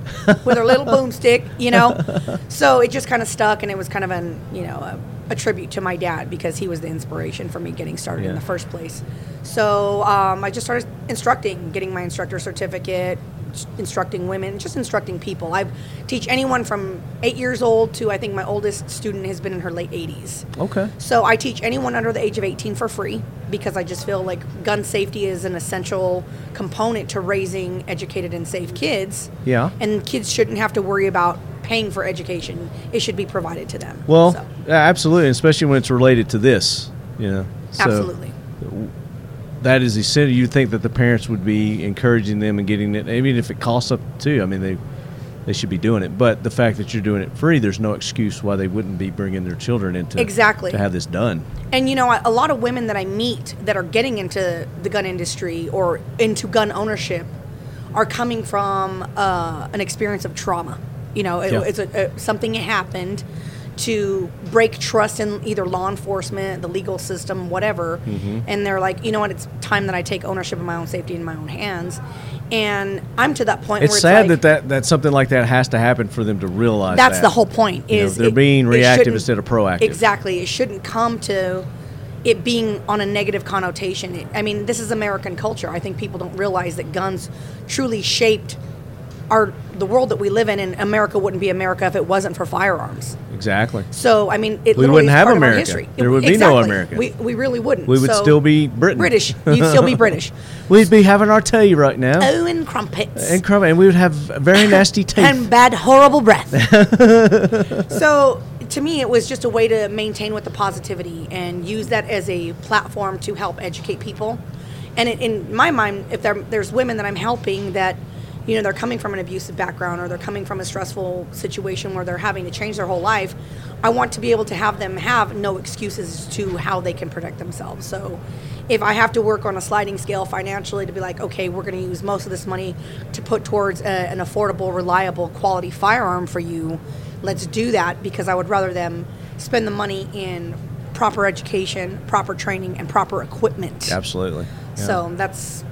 Speaker 12: with her little boomstick," you know. So it just kind of stuck, and it was kind of an you know a, a tribute to my dad because he was the inspiration for me getting started
Speaker 3: Yeah.
Speaker 12: in the first place. So um, I just started instructing, getting my instructor certificate, s- instructing women, just instructing people. I teach anyone from eight years old to I think my oldest student has been in her late eighties.
Speaker 3: Okay.
Speaker 12: So I teach anyone under the age of 18 for free because I just feel like gun safety is an essential component to raising educated and safe kids.
Speaker 3: Yeah.
Speaker 12: And kids shouldn't have to worry about paying for education. It should be provided to them.
Speaker 3: Well,
Speaker 12: So,
Speaker 3: yeah, absolutely, especially when it's related to this. You know. So
Speaker 12: absolutely.
Speaker 3: That is essential. You'd think that the parents would be encouraging them and getting it, even if it costs up too. I mean, they they should be doing it. But the fact that you're doing it free, there's no excuse why they wouldn't be bringing their children into
Speaker 12: Exactly.
Speaker 3: to have this done.
Speaker 12: And you know, a lot of women that I meet that are getting into the gun industry or into gun ownership are coming from uh, an experience of trauma. You know, it,
Speaker 3: Yeah.
Speaker 12: it's a, a, something that happened to break trust in either law enforcement, the legal system, whatever.
Speaker 3: Mm-hmm.
Speaker 12: And they're like, you know what? It's time that I take ownership of my own safety in my own hands. And I'm to that point
Speaker 3: It's
Speaker 12: where it's
Speaker 3: sad that,
Speaker 12: like,
Speaker 3: that that something like that has to happen for them to realize.
Speaker 12: that's
Speaker 3: that.
Speaker 12: the whole point
Speaker 3: You know,
Speaker 12: is
Speaker 3: they're being
Speaker 12: it
Speaker 3: reactive
Speaker 12: shouldn't-
Speaker 3: instead of proactive.
Speaker 12: exactly it shouldn't come to it being on a negative connotation It- i mean this is american culture i think people don't realize that guns truly shaped our the world that we live in, and America wouldn't be America if it wasn't for firearms.
Speaker 3: Exactly.
Speaker 12: So I mean, it
Speaker 3: We
Speaker 12: literally
Speaker 3: wouldn't
Speaker 12: is
Speaker 3: have
Speaker 12: part of our
Speaker 3: America.
Speaker 12: history.
Speaker 3: There would be no
Speaker 12: Exactly.
Speaker 3: America.
Speaker 12: We, we really wouldn't.
Speaker 3: We would
Speaker 12: So-
Speaker 3: still be Britain.
Speaker 12: British. You'd still
Speaker 3: <laughs>
Speaker 12: be British.
Speaker 3: We'd be having our tea right now.
Speaker 12: Oh, and crumpets.
Speaker 3: And crumb, and we would have very
Speaker 12: <laughs>
Speaker 3: nasty teeth.
Speaker 12: and bad, horrible breath. <laughs> so to me, it was just a way to maintain with the positivity and use that as a platform to help educate people. And it, in my mind, if there, there's women that I'm helping that, you know, they're coming from an abusive background or they're coming from a stressful situation where they're having to change their whole life, I want to be able to have them have no excuses as to how they can protect themselves. So if I have to work on a sliding scale financially to be like, okay, we're going to use most of this money to put towards a, an affordable, reliable, quality firearm for you, let's do that because I would rather them spend the money in proper education, proper training, and proper
Speaker 3: <laughs>
Speaker 12: equipment.
Speaker 3: Absolutely. Yeah.
Speaker 12: So that's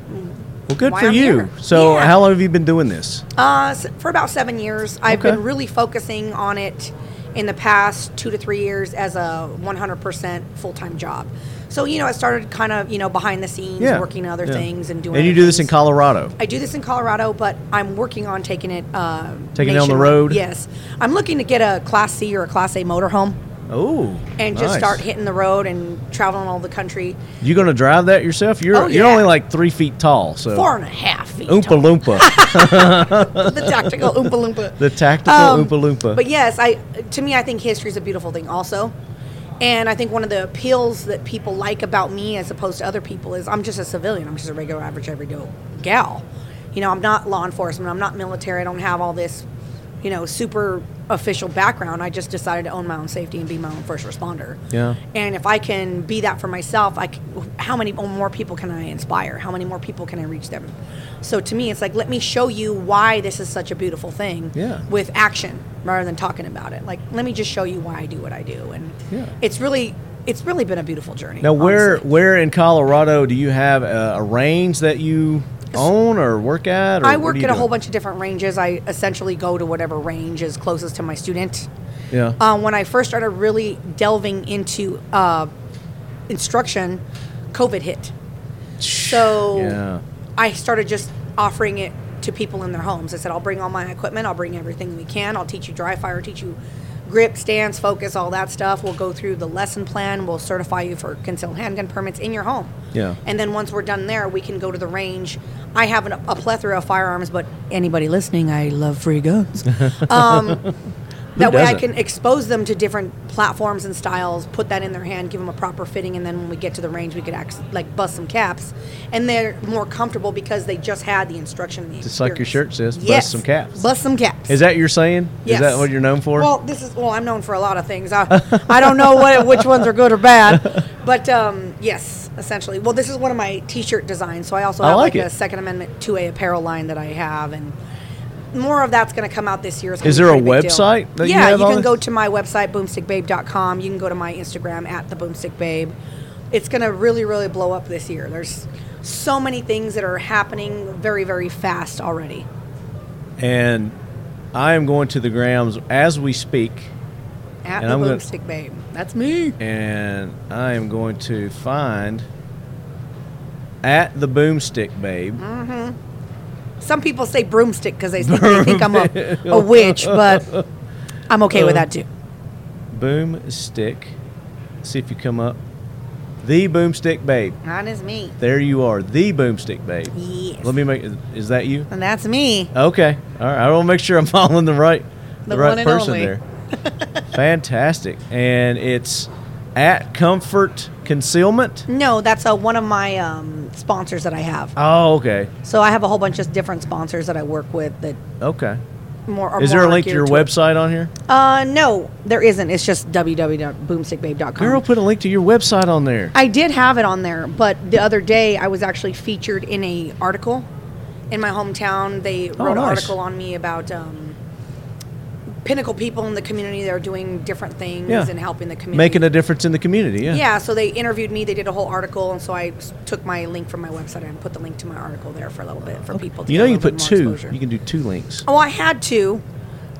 Speaker 3: well, good
Speaker 12: why
Speaker 3: for
Speaker 12: I'm
Speaker 3: you.
Speaker 12: here.
Speaker 3: So,
Speaker 12: Yeah.
Speaker 3: how long have you been doing this?
Speaker 12: uh, s- for about seven years. I've
Speaker 3: Okay.
Speaker 12: been really focusing on it in the past two to three years as a 100% full time job. So, you know, I started kind of, you know, behind the scenes,
Speaker 3: Yeah.
Speaker 12: working other
Speaker 3: Yeah.
Speaker 12: things and doing
Speaker 3: And you
Speaker 12: other
Speaker 3: do this in
Speaker 12: things.
Speaker 3: Colorado.
Speaker 12: I do this in Colorado, but I'm working on taking it. Uh,
Speaker 3: Taking it on the
Speaker 12: nationwide.
Speaker 3: road?
Speaker 12: Yes, I'm looking to get a Class C or a Class A motorhome
Speaker 3: Oh,
Speaker 12: and just
Speaker 3: nice.
Speaker 12: start hitting the road and traveling all the country.
Speaker 3: You going to drive that yourself? You're
Speaker 12: Oh,
Speaker 3: you're
Speaker 12: yeah.
Speaker 3: only like three feet tall. So
Speaker 12: Four and a half feet. tall.
Speaker 3: Oompa Loompa,
Speaker 12: <laughs> the
Speaker 3: <laughs>
Speaker 12: tactical oompa loompa.
Speaker 3: the tactical
Speaker 12: Um,
Speaker 3: Oompa Loompa.
Speaker 12: But yes, I to me I think history is a beautiful thing also. And I think one of the appeals that people like about me as opposed to other people is I'm just a civilian. I'm just a regular average everyday gal. You know, I'm not law enforcement, I'm not military, I don't have all this, you know, super official background. I just decided to own my own safety and be my own first responder.
Speaker 3: Yeah.
Speaker 12: And if I can be that for myself, I c- how many oh, more people can I inspire? How many more people can I reach them? So to me, it's like let me show you why this is such a beautiful thing.
Speaker 3: Yeah.
Speaker 12: With action rather than talking about it. Like let me just show you why I do what I do, and
Speaker 3: Yeah.
Speaker 12: it's really it's really been a beautiful journey.
Speaker 3: Now, where
Speaker 12: honestly.
Speaker 3: where in Colorado do you have a, a range that you own or work at? Or
Speaker 12: I
Speaker 3: what
Speaker 12: work
Speaker 3: are
Speaker 12: at
Speaker 3: you
Speaker 12: a whole
Speaker 3: doing?
Speaker 12: bunch of different ranges. I essentially go to whatever range is closest to my student.
Speaker 3: Yeah.
Speaker 12: uh, when I first started really delving into uh, instruction, COVID hit. So
Speaker 3: Yeah.
Speaker 12: I started just offering it to people in their homes. I said, I'll bring all my equipment, I'll bring everything we can, I'll teach you dry fire, teach you grip, stance, focus, all that stuff. We'll go through the lesson plan, we'll certify you for concealed handgun permits in your home.
Speaker 3: Yeah.
Speaker 12: And then once we're done there, we can go to the range. I have an, a plethora of firearms, but anybody listening, I love
Speaker 3: <laughs>
Speaker 12: free guns. Um, that way I
Speaker 3: doesn't?
Speaker 12: can expose them to different platforms and styles, put that in their hand, give them a proper fitting, and then when we get to the range, we could act, like bust some caps, and they're more comfortable because they just had the instruction. And the
Speaker 3: Just like your
Speaker 12: experience.
Speaker 3: shirt says, bust
Speaker 12: Yes,
Speaker 3: some caps.
Speaker 12: Bust some caps.
Speaker 3: Is that your saying? Is that what you're known for?
Speaker 12: Well, this is well. I'm known for a lot of things. I, I don't know what which ones are good or bad, but um, yes, essentially. Well, this is one of my T-shirt designs. So I also
Speaker 3: I
Speaker 12: have
Speaker 3: like
Speaker 12: like,
Speaker 3: it.
Speaker 12: a Second Amendment 2A apparel line that I have, and more of that's going to come out this year. It's gonna
Speaker 3: Is
Speaker 12: be
Speaker 3: there a
Speaker 12: pretty big deal.
Speaker 3: website that you
Speaker 12: yeah,
Speaker 3: have
Speaker 12: you
Speaker 3: all
Speaker 12: can
Speaker 3: this?
Speaker 12: go to my website boomstickbabe.com. You can go to my Instagram at the boomstickbabe. It's going to really, really blow up this year. There's so many things that are happening very, very fast already.
Speaker 3: and I am going to the Grams as we speak,
Speaker 12: At
Speaker 3: And
Speaker 12: the
Speaker 3: I'm gonna-
Speaker 12: boomstick babe. That's me.
Speaker 3: and I am going to find at the Boomstick Babe.
Speaker 12: Mm-hmm. Some people say broomstick because they think, they think I'm a,
Speaker 9: <laughs>
Speaker 3: <laughs>
Speaker 12: a witch, but I'm okay
Speaker 3: Uh.
Speaker 9: Uh,
Speaker 12: with that too.
Speaker 3: Boomstick. See if you come up. The Boomstick Babe.
Speaker 12: That is me.
Speaker 3: There you are. The Boomstick Babe.
Speaker 12: Yes.
Speaker 3: Let me make. Is that you?
Speaker 12: And that's me.
Speaker 3: Okay. All right. I will make sure I'm <laughs> following the right the,
Speaker 12: The
Speaker 3: right
Speaker 12: one and
Speaker 3: person
Speaker 12: only. <laughs>
Speaker 3: there. Fantastic. And it's at Comfort Concealment.
Speaker 12: No, that's uh one of my um, sponsors that I have.
Speaker 3: Oh, okay.
Speaker 12: So I have a whole bunch of different sponsors that I work with that
Speaker 3: Okay.
Speaker 12: more. Are
Speaker 3: Is
Speaker 12: more
Speaker 3: there a link to your
Speaker 12: geared it.
Speaker 3: website on here?
Speaker 12: Uh, no, there isn't. It's just www.boomstickbabe.com.
Speaker 3: Girl, put a link to your website on there.
Speaker 12: I did have it on there, but the other day I was actually featured in a article in my hometown. They wrote an
Speaker 3: Oh, nice.
Speaker 12: article on me about um, pinnacle people in the community that are doing different things
Speaker 3: Yeah.
Speaker 12: and helping the community.
Speaker 3: Making a difference in the community. Yeah.
Speaker 12: yeah, so they interviewed me. They did a whole article, and so I s- took my link from my website and put the link to my article there for a little bit for people. To
Speaker 3: You know,
Speaker 12: get a
Speaker 3: you
Speaker 12: little
Speaker 3: put
Speaker 12: bit
Speaker 3: two.
Speaker 12: more exposure.
Speaker 3: You can do two links.
Speaker 12: well, I had to.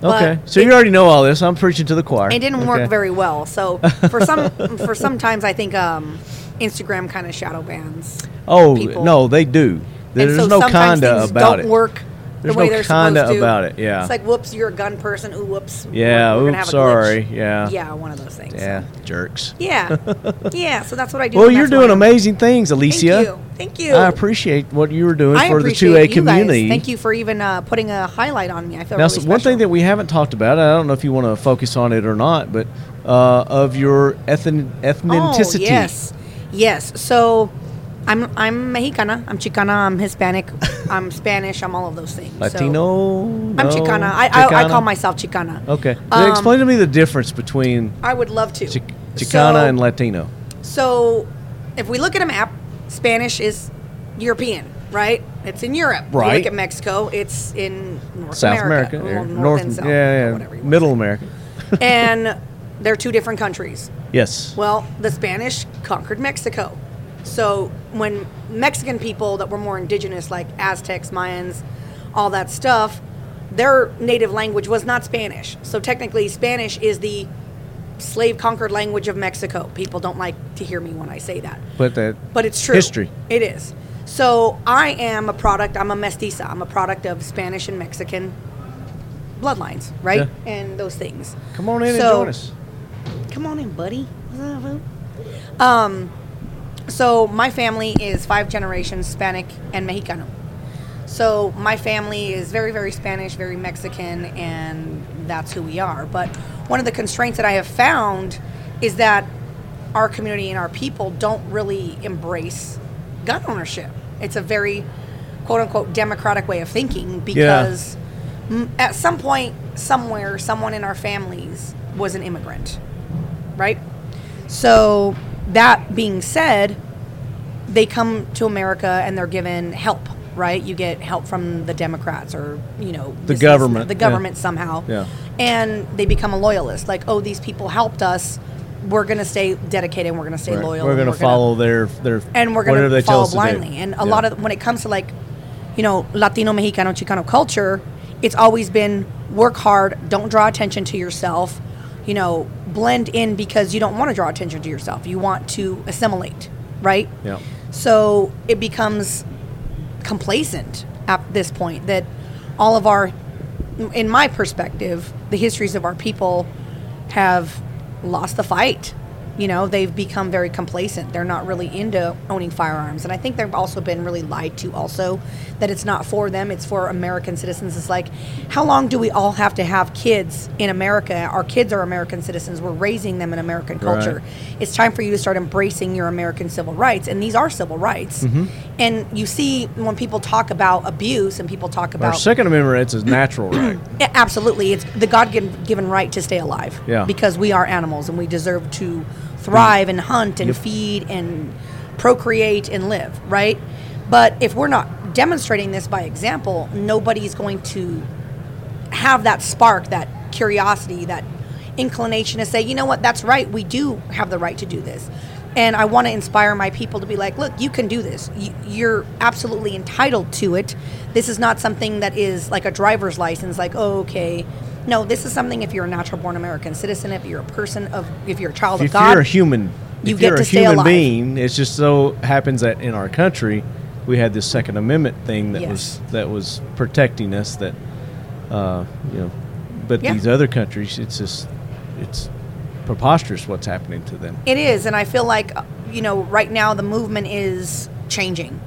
Speaker 12: but
Speaker 3: Okay. So
Speaker 12: it-
Speaker 3: you already know all this. I'm preaching to the choir.
Speaker 12: It didn't
Speaker 3: Okay.
Speaker 12: work very well. So
Speaker 3: <laughs>
Speaker 12: for some, for sometimes I think um, Instagram kind of shadow bans.
Speaker 3: Oh
Speaker 12: people.
Speaker 3: no, they do. There's
Speaker 12: and so
Speaker 3: no
Speaker 12: sometimes
Speaker 3: kinda
Speaker 12: things
Speaker 3: about it.
Speaker 12: don't work
Speaker 3: There's
Speaker 12: the way
Speaker 3: no
Speaker 12: they're
Speaker 3: kinda
Speaker 12: supposed to.
Speaker 3: about it, yeah.
Speaker 12: It's like, whoops, you're a gun person. Ooh, whoops. we're-
Speaker 3: Yeah,
Speaker 12: we're
Speaker 3: oops,
Speaker 12: gonna have a
Speaker 3: sorry,
Speaker 12: glitch.
Speaker 3: yeah.
Speaker 12: Yeah, one of those things.
Speaker 3: Yeah, jerks. <laughs>
Speaker 12: Yeah. yeah. So that's what I do.
Speaker 3: Well,
Speaker 12: and
Speaker 3: you're
Speaker 12: that's why
Speaker 3: doing
Speaker 12: I'm-
Speaker 3: amazing things, Alicia.
Speaker 12: Thank you. Thank you.
Speaker 3: I appreciate what you were doing
Speaker 12: I
Speaker 3: for the
Speaker 12: appreciate
Speaker 3: two A
Speaker 12: you
Speaker 3: community.
Speaker 12: Guys. Thank you for even uh, putting a highlight on me. I feel
Speaker 3: Now,
Speaker 12: really
Speaker 3: so one thing that we haven't talked about, I don't know if you want to focus on it or not, but uh, of your ethn- ethnicity.
Speaker 12: Oh, yes. Yes. So I'm I'm Mexicana, I'm Chicana,
Speaker 3: <laughs>
Speaker 12: I'm Hispanic, I'm Spanish, I'm all of those things. So
Speaker 3: Latino?
Speaker 12: I'm
Speaker 3: No?
Speaker 12: Chicana. I, I, I
Speaker 3: Chicana?
Speaker 12: call myself Chicana.
Speaker 3: Okay.
Speaker 12: Um,
Speaker 3: Explain to me the difference between
Speaker 12: I would love to.
Speaker 3: Chic- Chicana
Speaker 12: So-
Speaker 3: and Latino.
Speaker 12: So if we look at a map, Spanish is European, right? It's in Europe. If you
Speaker 3: Right.
Speaker 12: look at Mexico, it's in North
Speaker 3: South
Speaker 12: America.
Speaker 3: America.
Speaker 12: Well,
Speaker 3: er,
Speaker 12: North,
Speaker 3: North,
Speaker 12: and South.
Speaker 3: yeah, yeah. Middle America. <laughs>
Speaker 12: and they're two different countries.
Speaker 3: Yes.
Speaker 12: Well, the Spanish conquered Mexico. So when Mexican people that were more indigenous, like Aztecs, Mayans, all that stuff, their native language was not Spanish. So technically, Spanish is the slave conquered language of Mexico. People don't like to hear me when I say that.
Speaker 3: But that
Speaker 12: But it's true.
Speaker 3: History.
Speaker 12: It is. So I am a product. I'm a mestiza. I'm a product of Spanish and Mexican bloodlines, right?
Speaker 3: Yeah.
Speaker 12: And those things.
Speaker 3: Come on in
Speaker 12: So-
Speaker 3: and join us.
Speaker 12: Come on in, buddy. Um, so my family is five generations Hispanic and Mexicano. So my family is very, very Spanish, very Mexican, and that's who we are. But one of the constraints that I have found is that our community and our people don't really embrace gun ownership. It's a very quote unquote democratic way of thinking because m at some point, somewhere, someone in our families was an immigrant, right? So, that being said, they come to America and they're given help, right? You get help from the Democrats or, you know,
Speaker 3: The
Speaker 12: this is-
Speaker 3: government,
Speaker 12: The
Speaker 3: yeah.
Speaker 12: government somehow.
Speaker 3: Yeah.
Speaker 12: And they become a loyalist. Like, oh, these people helped us. We're going to stay dedicated and we're going to stay
Speaker 3: Right.
Speaker 12: loyal.
Speaker 3: We're
Speaker 12: and
Speaker 3: going to
Speaker 12: we're gonna-
Speaker 3: follow their, their
Speaker 12: and we're
Speaker 3: whatever
Speaker 12: going
Speaker 3: they
Speaker 12: to
Speaker 3: tell
Speaker 12: follow
Speaker 3: us to do.
Speaker 12: blindly. And a
Speaker 3: Yeah.
Speaker 12: lot of when it comes to like, you know, Latino, Mexicano, Chicano culture, it's always been work hard, don't draw attention to yourself, you know, blend in because you don't want to draw attention to yourself. You want to assimilate, right?
Speaker 3: Yeah.
Speaker 12: So it becomes complacent at this point that all of our, in my perspective, the histories of our people have lost the fight. You know, they've become very complacent. They're not really into owning firearms. And I think they've also been really lied to, also, that it's not for them, it's for American citizens. It's like, how long do we all have to have kids in America? Our kids are American citizens. We're raising them in American culture. It's time for you to start embracing your American civil rights. And these are civil rights.
Speaker 3: Mm-hmm.
Speaker 12: And you see, when people talk about abuse and people
Speaker 3: Our
Speaker 12: talk about.
Speaker 3: Second Amendment rights is natural right.
Speaker 12: Yeah, absolutely. It's the God given right to stay alive.
Speaker 3: Yeah.
Speaker 12: Because we are animals and we deserve to thrive and hunt and feed and procreate and live, right? But if we're not demonstrating this by example, nobody's going to have that spark, that curiosity, that inclination to say, you know what, that's right. We do have the right to do this. And I want to inspire my people to be like, look, you can do this. You- You're absolutely entitled to it. This is not something that is like a driver's license, like, oh, okay. No, this is something if you're a natural born American citizen, if you're a person of, if you're a child
Speaker 3: if
Speaker 12: of God.
Speaker 3: you're a human,
Speaker 12: you
Speaker 3: if
Speaker 12: get
Speaker 3: you're
Speaker 12: to
Speaker 3: a
Speaker 12: stay
Speaker 3: human
Speaker 12: alive.
Speaker 3: being, it just so happens that in our country, we had this Second Amendment thing that was that was protecting us. That uh, you know, but
Speaker 12: Yeah.
Speaker 3: these other countries, it's just it's preposterous what's happening to them.
Speaker 12: It is, and I feel like uh, you know right now the movement is changing.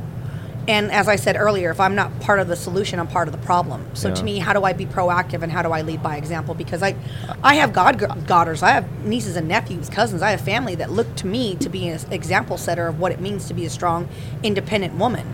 Speaker 12: And as I said earlier, if I'm not part of the solution, I'm part of the problem. So
Speaker 3: Yeah.
Speaker 12: to me, how do I be proactive and how do I lead by example? Because I, I have god daughters, I have nieces and nephews, cousins, I have family that look to me to be an example setter of what it means to be a strong, independent woman.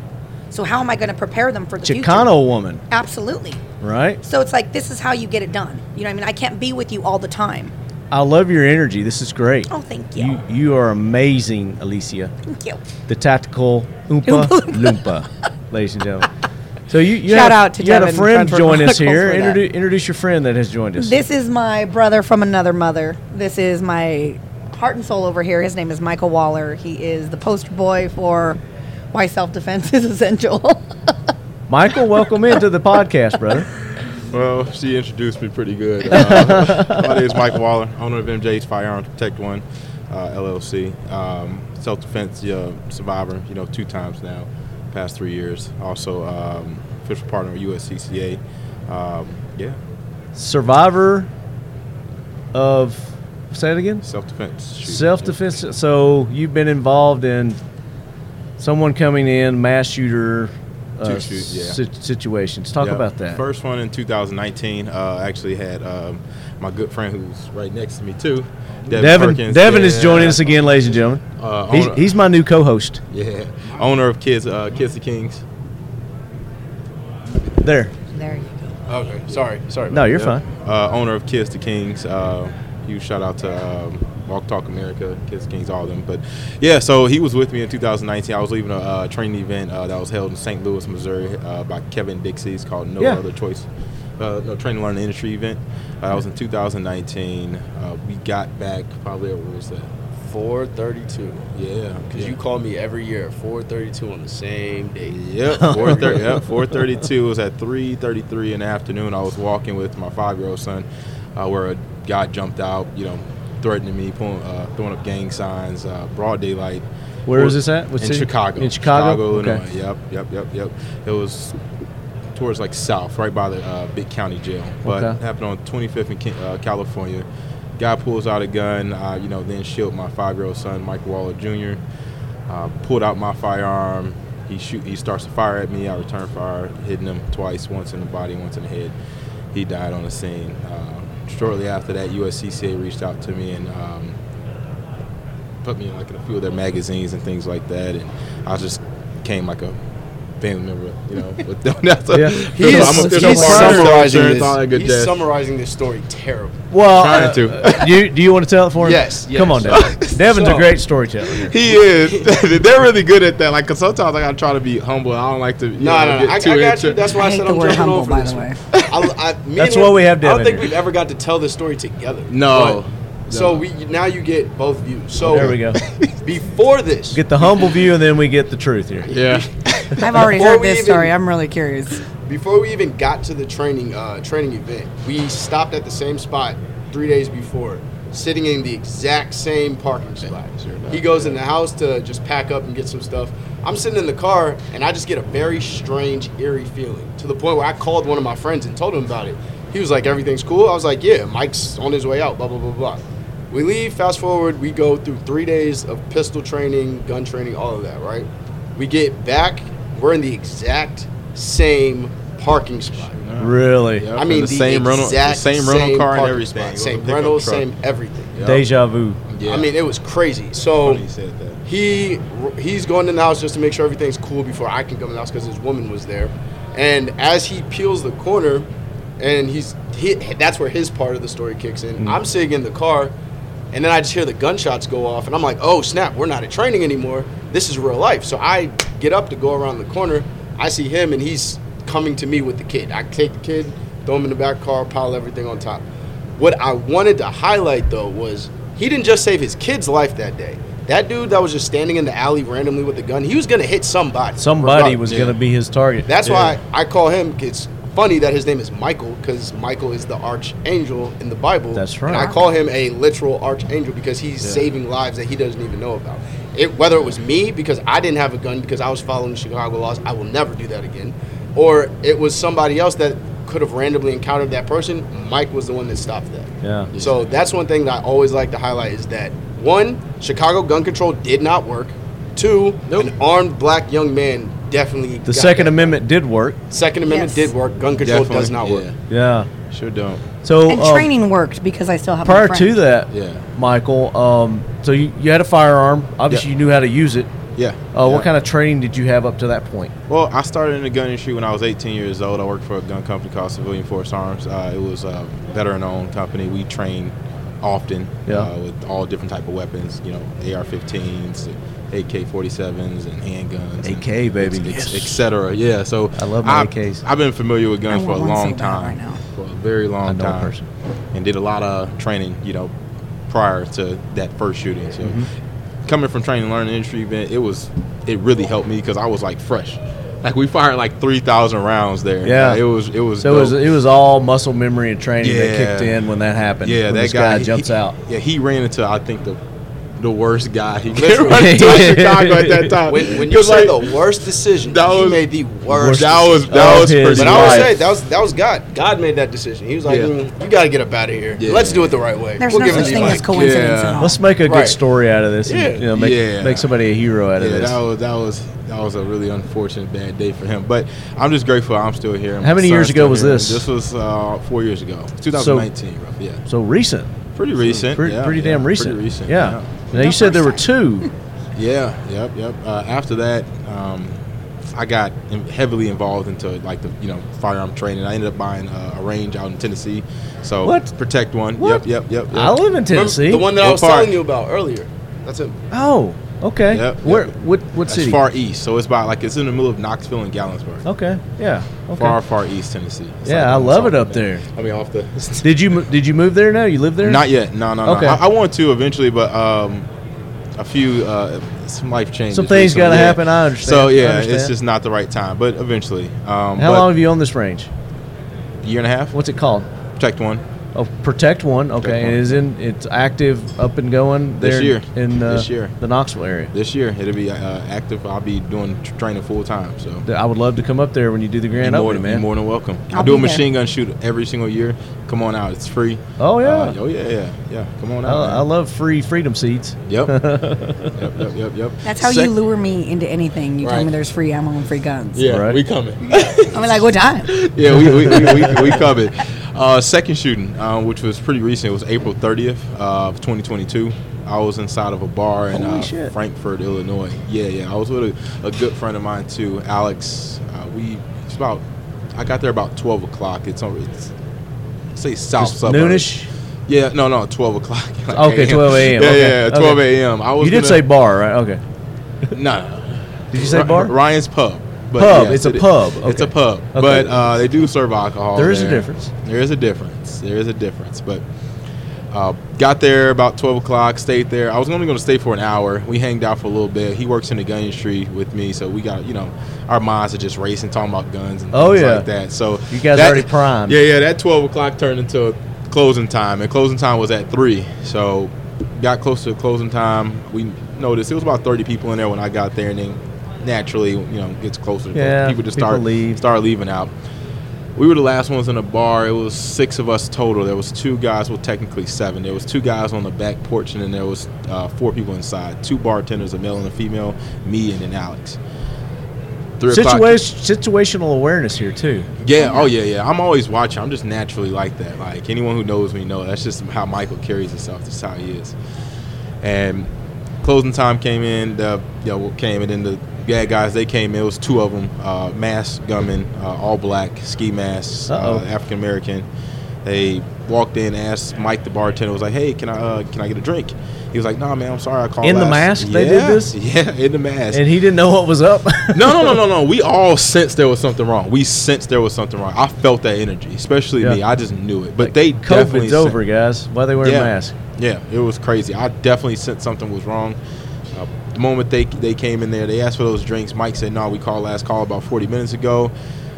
Speaker 12: So how am I going to prepare them for the future?
Speaker 3: Chicano woman,
Speaker 12: Absolutely.
Speaker 3: right?
Speaker 12: So it's like this is how you get it done. You know, what I mean, I can't be with you all the time. <laughs>
Speaker 3: I love your energy. This is great.
Speaker 12: Oh, thank you.
Speaker 3: You you are amazing, Alicia.
Speaker 12: Thank you.
Speaker 3: the tactical Oompa Loompa, ladies and gentlemen. So you, you had,
Speaker 12: Shout out to
Speaker 3: you had a
Speaker 12: Devin
Speaker 3: friend
Speaker 12: Crunford
Speaker 3: join us
Speaker 12: Chronicles
Speaker 3: here.
Speaker 12: for that.
Speaker 3: Introduce, introduce your friend that has joined us.
Speaker 12: This is my brother from another mother. This is my heart and soul over here. His name is Michael Waller. He is the poster boy for why self defense <laughs> is essential.
Speaker 3: Michael, welcome into the podcast, brother.
Speaker 13: Well, she introduced me pretty
Speaker 12: <laughs>
Speaker 13: good. Uh, my name is Mike Waller, owner of MJ's Firearms Protect One uh, LLC. Um, Self defense uh, survivor, you know, two times now, past three years. Also, um, official partner of USCCA. Um, yeah,
Speaker 9: Survivor of say it again.
Speaker 13: Self defense.
Speaker 9: Self defense. So you've been involved in someone coming in mass shooter uh,
Speaker 13: Two shoot, yeah.
Speaker 9: sit- situations. Talk
Speaker 13: Yeah.
Speaker 9: about that.
Speaker 13: First one in 2019. Uh, actually had um, my good friend who's right next to me too.
Speaker 9: Devin,
Speaker 13: Perkins.
Speaker 9: Devin is
Speaker 13: Yeah.
Speaker 9: joining us again, ladies and gentlemen.
Speaker 13: Uh,
Speaker 9: he's,
Speaker 13: owner-
Speaker 9: he's my new co-host.
Speaker 13: Yeah, owner of Kids uh, Kids the Kings.
Speaker 9: There,
Speaker 12: There you
Speaker 13: go. Okay, sorry, sorry.
Speaker 9: No,
Speaker 13: about
Speaker 9: you're
Speaker 13: that. Uh, owner of Kids to Kings. Uh, huge shout out to um, Walk Talk America, Kids to Kings, all of them. But yeah, so he was with me in 2019. I was leaving a uh, training event uh, that was held in St. Louis, Missouri, uh, by Kevin Dixie. It's called No
Speaker 9: Yeah.
Speaker 13: Other Choice. Uh, no training learning industry event. Uh, that was in 2019. Uh, we got back probably what was that?
Speaker 14: 432.
Speaker 13: Yeah.
Speaker 14: Because
Speaker 13: yeah.
Speaker 14: you call me every year at 432 on the same day.
Speaker 9: <laughs>
Speaker 13: Yep, four thirty. Yep, four thirty-two. It was at three thirty-three in the afternoon. I was walking with my five-year-old son, uh, where a guy jumped out, you know, threatening me, pulling, uh, throwing up gang signs, uh, broad daylight.
Speaker 9: Where
Speaker 13: Or-
Speaker 9: is this at? What
Speaker 13: in
Speaker 9: city?
Speaker 13: Chicago.
Speaker 9: In Chicago? Okay.
Speaker 13: Illinois. Yep, yep, yep, yep. It was towards like south, right by the uh, big county jail. But
Speaker 9: Okay.
Speaker 13: happened on 25th in Ca- uh, California. Guy pulls out a gun. Uh, you know, then shield my five-year-old son, Mike Waller Jr. Uh, pulled out my firearm. He shoot. He starts to fire at me. I return fire, hitting him twice, once in the body, once in the head. He died on the scene. Uh, shortly after that, USCCA reached out to me and um, put me in like in a few of their magazines and things like that, and I just came like a family member, you know. With them. <laughs> <laughs> That's a,
Speaker 9: Yeah.
Speaker 14: He is,
Speaker 13: I'm a
Speaker 14: he's
Speaker 13: official partner,
Speaker 14: summarizing
Speaker 13: insurance, all that
Speaker 14: this.
Speaker 13: good
Speaker 14: He's
Speaker 13: jazz.
Speaker 14: summarizing this story terrible.
Speaker 9: Well,
Speaker 13: Trying
Speaker 9: uh,
Speaker 13: to.
Speaker 9: <laughs> you do you want to tell it for him?
Speaker 14: Yes, yes.
Speaker 9: Come on, Devin.
Speaker 13: <laughs>
Speaker 9: Devin's a
Speaker 13: So-
Speaker 9: great storyteller. here.
Speaker 13: He is. <laughs> They're really good at that. Like, cause sometimes I gotta try to be humble. I don't like to. You
Speaker 14: No,
Speaker 13: know,
Speaker 14: no, no.
Speaker 13: get
Speaker 14: I, I
Speaker 13: too
Speaker 14: got you.
Speaker 13: into-
Speaker 14: That's why I, said I'm jumping on for this one. <laughs> I, I, me
Speaker 13: That's
Speaker 14: and
Speaker 13: why
Speaker 14: him-
Speaker 13: we have
Speaker 14: I
Speaker 13: Devin
Speaker 14: don't think
Speaker 13: here.
Speaker 14: we've ever got to tell this story together.
Speaker 13: No.
Speaker 14: But- So we now you get both views. So
Speaker 9: There we go.
Speaker 14: <laughs> Before this,
Speaker 9: Get the humble view, and then we get the truth here.
Speaker 13: Yeah.
Speaker 15: <laughs> I've already
Speaker 14: Before
Speaker 15: heard
Speaker 14: we
Speaker 15: this
Speaker 14: even-
Speaker 15: story. I'm really curious.
Speaker 14: before we even got to the training uh, training event, we stopped at the same spot three days before, sitting in the exact same parking spot. He goes in the house to just pack up and get some stuff. I'm sitting in the car and I just get a very strange, eerie feeling to the point where I called one of my friends and told him about it. He was like, "Everything's cool." I was like, "Yeah, Mike's on his way out." Blah blah blah blah. We leave. Fast forward, we go through three days of pistol training, gun training, all of that. Right? We get back. We're in the exact same parking spot.
Speaker 9: Really?
Speaker 14: I mean, the, same rental,
Speaker 13: the same rental car and
Speaker 14: parking
Speaker 13: everything.
Speaker 14: spot,
Speaker 13: It was a
Speaker 14: same
Speaker 13: pickup
Speaker 14: rental,
Speaker 13: truck.
Speaker 14: same everything.
Speaker 9: Deja vu.
Speaker 14: I mean, it was crazy. So he he's going in the house just to make sure everything's cool before I can come in the house because his woman was there. And as he peels the corner, and he's he, that's where his part of the story kicks in.
Speaker 9: Mm.
Speaker 14: I'm sitting in the car, and then I just hear the gunshots go off, and I'm like, oh snap, we're not at training anymore. This is real life. So I get up to go around the corner. I see him, and he's coming to me with the kid. I take the kid, throw him in the back car, pile everything on top. What I wanted to highlight though was he didn't just save his kid's life that day. That dude that was just standing in the alley randomly with a gun, he was gonna hit somebody.
Speaker 9: Somebody was
Speaker 14: regardless.
Speaker 9: going to be his target.
Speaker 14: That's why I, I call him. It's funny that his name is Michael because Michael is the archangel in the Bible.
Speaker 9: That's right.
Speaker 14: And I call him a literal archangel because he's saving lives that he doesn't even know about. It, whether it was me because I didn't have a gun because I was following the Chicago laws, I will never do that again, or it was somebody else that could have randomly encountered that person. Mike was the one that stopped that.
Speaker 9: Yeah.
Speaker 14: So that's one thing that I always like to highlight is that one, Chicago gun control did not work. Two, an armed black young man definitely
Speaker 9: The Second Amendment did work.
Speaker 14: Second Amendment
Speaker 12: Yes.
Speaker 14: did work. Gun control does not work.
Speaker 9: Yeah.
Speaker 13: Sure don't.
Speaker 9: So
Speaker 12: and
Speaker 9: um,
Speaker 12: training worked because I still have my
Speaker 9: prior to
Speaker 12: friend.
Speaker 9: that,
Speaker 13: Yeah.
Speaker 9: Michael, um, so you, you had a firearm. Obviously,
Speaker 13: Yeah.
Speaker 9: you knew how to use it.
Speaker 13: Yeah.
Speaker 9: Uh,
Speaker 13: Yeah.
Speaker 9: What kind of training did you have up to that point?
Speaker 13: Well, I started in the gun industry when I was 18 years old. I worked for a gun company called Civilian Force Arms. Uh, it was a veteran-owned company. We trained often
Speaker 9: Yeah.
Speaker 13: uh, with all different type of weapons. You know, AR-15s, AK-47s, and handguns. and
Speaker 9: AK, baby.
Speaker 13: ex-
Speaker 9: Yes.
Speaker 13: et cetera. Yeah. So I
Speaker 9: love my
Speaker 13: I've,
Speaker 9: AKs.
Speaker 13: I've been familiar with guns
Speaker 9: I
Speaker 13: for a
Speaker 9: want one so
Speaker 13: long
Speaker 9: bad
Speaker 13: time,
Speaker 9: right now.
Speaker 13: for a very long
Speaker 9: know a
Speaker 13: time,
Speaker 9: person.
Speaker 13: and did a lot of training. You know, prior to that first shooting. So
Speaker 9: Mhm.
Speaker 13: coming from training and learning industry event, it was it really helped me because I was like fresh. Like we fired like three thousand rounds there.
Speaker 9: Yeah.
Speaker 13: Like, it was it was.
Speaker 9: So it was,
Speaker 13: dope.
Speaker 9: it was all muscle memory and training that
Speaker 13: Yeah.
Speaker 9: kicked in when that happened.
Speaker 13: Yeah,
Speaker 9: when
Speaker 13: that
Speaker 9: this
Speaker 13: guy,
Speaker 9: guy, jumps
Speaker 13: he-
Speaker 9: out.
Speaker 13: Yeah, he ran into I think the the worst guy
Speaker 9: <laughs>
Speaker 13: he could
Speaker 14: Listen,
Speaker 13: run into <laughs> in Chicago at that time.
Speaker 14: When, when you
Speaker 13: Cause,
Speaker 14: said
Speaker 13: like,
Speaker 14: the worst decision,
Speaker 13: that
Speaker 14: he
Speaker 13: was-
Speaker 14: made the worst.
Speaker 13: That was-
Speaker 14: decision.
Speaker 13: that Of was his pretty
Speaker 14: But I would
Speaker 13: life.
Speaker 14: say that was that was God. God made that decision. He was like,
Speaker 13: Yeah.
Speaker 14: "Mm, "You got to get up out of here.
Speaker 13: Yeah.
Speaker 14: Let's do it the right way.
Speaker 12: There's
Speaker 14: we'll
Speaker 12: no
Speaker 14: give him
Speaker 12: such
Speaker 14: the
Speaker 12: thing
Speaker 14: mic."
Speaker 12: as coincidence at all.
Speaker 9: Let's make a good
Speaker 14: Right.
Speaker 9: story out of this. And,
Speaker 14: Yeah.
Speaker 9: you know, make,
Speaker 13: Yeah.
Speaker 9: make somebody a hero out of
Speaker 13: yeah,
Speaker 9: this.
Speaker 13: that was that was that was a really unfortunate bad day for him. But I'm just grateful I'm still here. and
Speaker 9: How
Speaker 13: my
Speaker 9: many years
Speaker 13: son's
Speaker 9: ago
Speaker 13: still
Speaker 9: was
Speaker 13: here.
Speaker 9: this?
Speaker 13: This was uh, four years ago, 2019,
Speaker 9: So-
Speaker 13: roughly. Yeah,
Speaker 9: So recent.
Speaker 13: pretty recent.
Speaker 9: Pretty,
Speaker 13: yeah,
Speaker 9: pretty
Speaker 13: yeah,
Speaker 9: damn recent.
Speaker 13: Pretty recent.
Speaker 9: Yeah. Now you said there were two.
Speaker 13: Yeah, yep, yep. Uh, after that, um, I got in- heavily involved into like the you know firearm training. I ended up buying uh, a range out in Tennessee. So
Speaker 9: What?
Speaker 13: protect one.
Speaker 9: What?
Speaker 13: Yep, yep, yep, yep.
Speaker 9: I live in
Speaker 14: Remember
Speaker 9: Tennessee.
Speaker 14: The one that I
Speaker 13: What
Speaker 14: was
Speaker 13: part?
Speaker 14: telling you about earlier. That's it.
Speaker 9: Oh, okay.
Speaker 13: Yep, yep.
Speaker 9: Where? What? What
Speaker 13: That's
Speaker 9: city?
Speaker 13: far east. So it's about like it's in the middle of Knoxville and Gallinsburg.
Speaker 9: Okay. Yeah. Okay.
Speaker 13: Far, far east Tennessee. It's
Speaker 9: Yeah,
Speaker 13: like
Speaker 9: I
Speaker 13: on the
Speaker 9: love
Speaker 13: top
Speaker 9: it up
Speaker 13: of
Speaker 9: there.
Speaker 13: I mean, off the.
Speaker 9: Did you mo- Did you move there now? You live there?
Speaker 13: Not yet. No, no, no.
Speaker 9: Okay.
Speaker 13: I, um, I want to eventually, but um, a few uh, some life changes.
Speaker 9: Some things
Speaker 13: recently.
Speaker 9: gotta
Speaker 13: Yeah.
Speaker 9: happen, I understand,
Speaker 13: So
Speaker 9: I
Speaker 13: yeah,
Speaker 9: understand.
Speaker 13: it's just not the right time, but eventually.
Speaker 9: How
Speaker 13: Um, but
Speaker 9: long have you owned this range?
Speaker 13: Year and a half.
Speaker 9: What's it called?
Speaker 13: Protect one.
Speaker 9: Oh, Protect One. Okay,
Speaker 13: Protect
Speaker 9: and
Speaker 13: One.
Speaker 9: is in it's active, up and going
Speaker 13: This
Speaker 9: there
Speaker 13: year.
Speaker 9: in uh,
Speaker 13: This year.
Speaker 9: the Knoxville area.
Speaker 13: This year it'll be uh, active. I'll be doing tr- training full time. So
Speaker 9: Th- I would love to come up there when you do the
Speaker 13: you're
Speaker 9: grand
Speaker 13: more,
Speaker 9: opening, man.
Speaker 13: than, you're more than welcome.
Speaker 12: I'll
Speaker 13: I do a
Speaker 12: be there.
Speaker 13: machine gun shoot every single year. Come on out. It's free.
Speaker 9: Oh, yeah.
Speaker 13: Uh, oh yeah, yeah, yeah. Come on
Speaker 9: I,
Speaker 13: out.
Speaker 3: Oh,
Speaker 13: man.
Speaker 9: I love free freedom seats. <laughs>
Speaker 13: Yep. yep. Yep.
Speaker 3: oh.
Speaker 13: Yep. Yep.
Speaker 15: That's how
Speaker 13: Sec-
Speaker 15: you lure me into anything. You tell
Speaker 13: Right.
Speaker 15: me there's free ammo and free guns.
Speaker 13: Yeah,
Speaker 9: Right.
Speaker 13: we coming.
Speaker 15: I'm like, what time?
Speaker 13: <laughs> yeah, we we, we, we, we covered. Uh, second shooting, uh, which was pretty recent, it was April 30th of 2022. I was inside of a bar in
Speaker 9: Holy
Speaker 13: uh,
Speaker 9: shit.
Speaker 13: Frankfurt, Illinois. Yeah, yeah. I was with a, a good friend of mine too, Alex. Uh, we it's about I got there about 12 o'clock. It's on it's say south
Speaker 9: Just
Speaker 13: suburb.
Speaker 9: noonish?
Speaker 13: Yeah, no, no, 12 o'clock. <laughs> like
Speaker 9: Okay, 12 a.m.
Speaker 13: Yeah,
Speaker 9: okay.
Speaker 13: yeah, yeah, 12
Speaker 9: okay.
Speaker 13: a.m. I was.
Speaker 9: You did
Speaker 13: gonna-
Speaker 9: say bar, right? Okay.
Speaker 13: <laughs> no.
Speaker 9: Did you say
Speaker 13: Ry-
Speaker 9: bar?
Speaker 13: Ryan's Pub.
Speaker 9: Pub, it's a
Speaker 13: it-
Speaker 9: pub,
Speaker 13: It's a
Speaker 9: okay.
Speaker 13: pub.
Speaker 9: Okay.
Speaker 13: But uh, they do serve alcohol.
Speaker 9: There is a difference.
Speaker 13: There is a difference. There is a difference. But uh, got there about 12 o'clock, stayed there. I was only going to stay for an hour. We hanged out for a little bit. He works in the gun industry with me. So we got, you know, our minds are just racing, talking about guns and
Speaker 9: Oh,
Speaker 13: things
Speaker 9: yeah.
Speaker 13: like that. So
Speaker 9: You guys
Speaker 13: that-
Speaker 9: already primed.
Speaker 13: Yeah, yeah. That 12 o'clock turned into closing time. And closing time was at 3. So got close to closing time. We noticed it was about 30 people in there when I got there. And then naturally, you know, gets closer. to
Speaker 9: Yeah,
Speaker 13: people just
Speaker 9: people
Speaker 13: start,
Speaker 9: leave.
Speaker 13: start leaving out. We were the last ones in the bar. It was six of us total. There was two guys, well, technically seven. There was two guys on the back porch, and then there was uh, four people inside. Two bartenders, a male and a female, me and then Alex. Three o'clock-
Speaker 9: Situation, situational awareness here too.
Speaker 13: yeah, oh yeah, yeah. I'm always watching. I'm just naturally like that. Like anyone who knows me knows that's just how Michael carries himself. That's how he is. And closing time came in. The you know, came and then the bad guys they came in. It was two of them, uh, masked gunmen, uh, all black, ski masks,
Speaker 9: Uh-oh.
Speaker 13: uh, African American. They walked in, asked Mike the bartender, was like, "Hey, can I uh, can I get a drink?" He was like, "Nah, man, I'm sorry, I called."
Speaker 9: In the
Speaker 13: last."
Speaker 9: mask they did
Speaker 13: Yeah,
Speaker 9: this?
Speaker 13: <laughs> Yeah, in the mask.
Speaker 9: And he didn't know what was up.
Speaker 13: No, no, no, no, no. We all sensed there was something wrong. We sensed there was something wrong. I felt that energy, especially
Speaker 9: Yeah.
Speaker 13: me. I just knew it. But they definitely
Speaker 9: COVID's
Speaker 13: sent-
Speaker 9: over, guys. Why they wearing
Speaker 13: yeah,
Speaker 9: masks?
Speaker 13: Yeah, it was crazy. I definitely sensed something was wrong. Uh, the moment they they came in there, they asked for those drinks. Mike said, "No, we called last call about 40 minutes ago."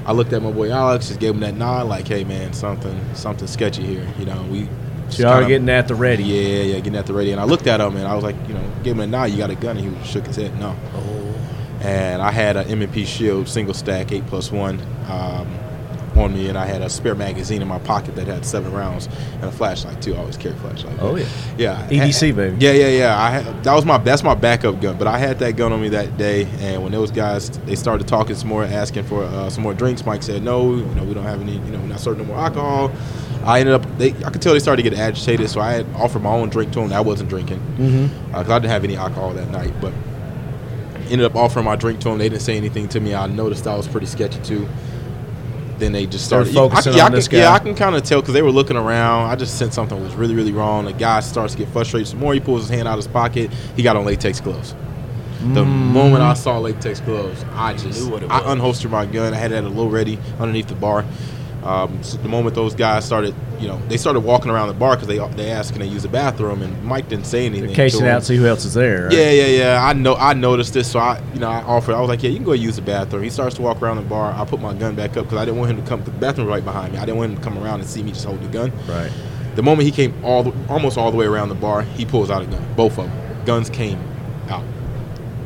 Speaker 13: I looked at my boy Alex, just gave him that nod, like, "Hey, man, something something sketchy here." You know, we just
Speaker 9: So y'all are
Speaker 13: kinda-
Speaker 9: getting at the ready.
Speaker 13: yeah, yeah, yeah, getting at the radio. And I looked at him and I was like, you know, give him a nod. You got a gun. And he shook his head, no.
Speaker 9: Oh.
Speaker 13: And I had an M&P Shield single stack eight plus one um, on me, and I had a spare magazine in my pocket that had seven rounds and a flashlight too. I always carry a flashlight.
Speaker 9: Oh, yeah.
Speaker 13: yeah.
Speaker 9: EDC, baby.
Speaker 13: Yeah, yeah, yeah. I had, that was my that's my backup gun, but I had that gun on me that day. And when those guys they started talking some more, asking for uh, some more drinks, Mike said, "No, you know, we don't have any. You know, we're not serving no more alcohol." I ended up they I could tell they started to get agitated, so I had offered my own drink to them. That I wasn't drinking mm-hmm. I didn't have any alcohol that night, but ended up offering my drink to them. They didn't say anything to me. I noticed I was pretty sketchy too. Then they just
Speaker 9: They were
Speaker 13: started
Speaker 9: focusing
Speaker 13: I, yeah,
Speaker 9: on
Speaker 13: I
Speaker 9: this
Speaker 13: can,
Speaker 9: guy.
Speaker 13: Yeah, I can kind of tell because they were looking around. I just sensed something was really, really wrong. The guy starts to get frustrated some more. He pulls his hand out of his pocket. He got on latex gloves.
Speaker 9: Mm.
Speaker 13: The moment I saw latex gloves, I just
Speaker 14: knew what it
Speaker 13: I
Speaker 14: was.
Speaker 13: unholstered my gun. I had it at a low ready underneath the bar. Um, so the moment those guys started, you know, they started walking around the bar because they they asked can they use the bathroom, and Mike didn't say anything. to
Speaker 9: Casing
Speaker 13: him.
Speaker 9: out, see who else is there. right?
Speaker 13: Yeah, yeah, yeah. I know. I noticed this, so I, you know, I offered. I was like, "Yeah, you can go use the bathroom." He starts to walk around the bar. I put my gun back up because I didn't want him to come. The bathroom was right behind me. I didn't want him to come around and see me just hold the gun.
Speaker 9: Right.
Speaker 13: The moment he came all, the, almost all the way around the bar, he pulls out a gun, both of them. guns came out,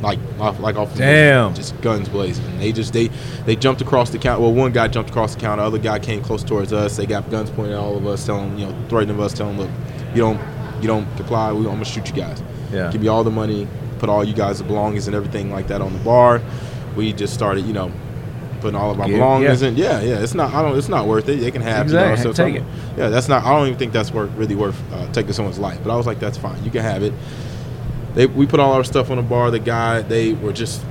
Speaker 13: like off- like off. the
Speaker 9: Damn.
Speaker 13: building, just guns blazing. And they just they they jumped across the counter. Well, one guy jumped across the counter. Other guy came close towards us. They got guns pointed at all of us, telling you know threatening us, telling look, you don't you don't comply, we, I'm gonna shoot you guys.
Speaker 9: Yeah.
Speaker 13: Give you all the money, put all you guys' belongings and everything like that on the bar. We just started, you know, putting all of our
Speaker 9: Give-
Speaker 13: belongings
Speaker 9: yeah.
Speaker 13: in. Yeah, yeah. It's not. I don't. It's not worth it. They can have.
Speaker 9: Exactly,
Speaker 13: You know,
Speaker 9: take
Speaker 13: so- Yeah, that's not. I don't even think that's worth really worth uh, taking someone's life. But I was like, that's fine. You can have it. They we put all our stuff on the bar. The guy they were just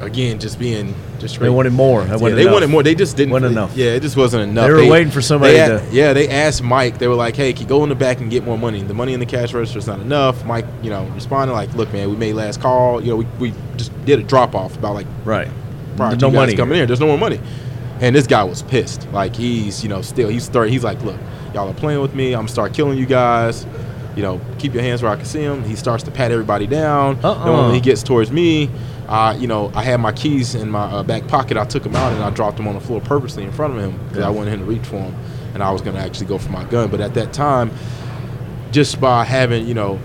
Speaker 13: again just being just
Speaker 9: They wanted more. That
Speaker 13: Yeah,
Speaker 9: wasn't
Speaker 13: they
Speaker 9: enough.
Speaker 13: wanted more. They just didn't.
Speaker 9: Wasn't enough.
Speaker 13: Yeah, it just wasn't enough.
Speaker 9: They were waiting for somebody
Speaker 13: they had-
Speaker 9: to-
Speaker 13: yeah, they asked Mike. They were like, "Hey, can you go in the back and get more money? The money in the cash register is not enough." Mike, you know, responded like, "Look, man, we made last call. You know, we, we just did a drop off about like
Speaker 9: right
Speaker 13: prior
Speaker 9: There's
Speaker 13: to
Speaker 9: no
Speaker 13: you guys
Speaker 9: money
Speaker 13: coming in. There's no more money." And this guy was pissed. Like he's you know still he's thirty. He's like, "Look, y'all are playing with me. I'm gonna start killing you guys." You know, keep your hands where I can see them. He starts to pat everybody down. And
Speaker 9: Uh-uh.
Speaker 13: when he gets towards me, I, you know, I had my keys in my uh, back pocket. I took them out and I dropped them on the floor purposely in front of him because
Speaker 9: Yeah.
Speaker 13: I wanted him to reach for them, and I was going to actually go for my gun. But at that time, just by having, you know,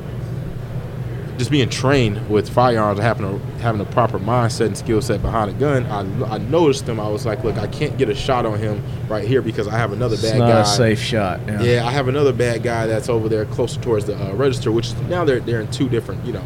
Speaker 13: just being trained with firearms, having a having a proper mindset and skill set behind a gun, I, I noticed him. I was like, look, I can't get a shot on him right here because I have another
Speaker 9: It's
Speaker 13: bad
Speaker 9: not
Speaker 13: guy.
Speaker 9: a safe shot. Yeah.
Speaker 13: Yeah. I have another bad guy that's over there closer towards the uh, register, which is- now they're they're in two different, you know,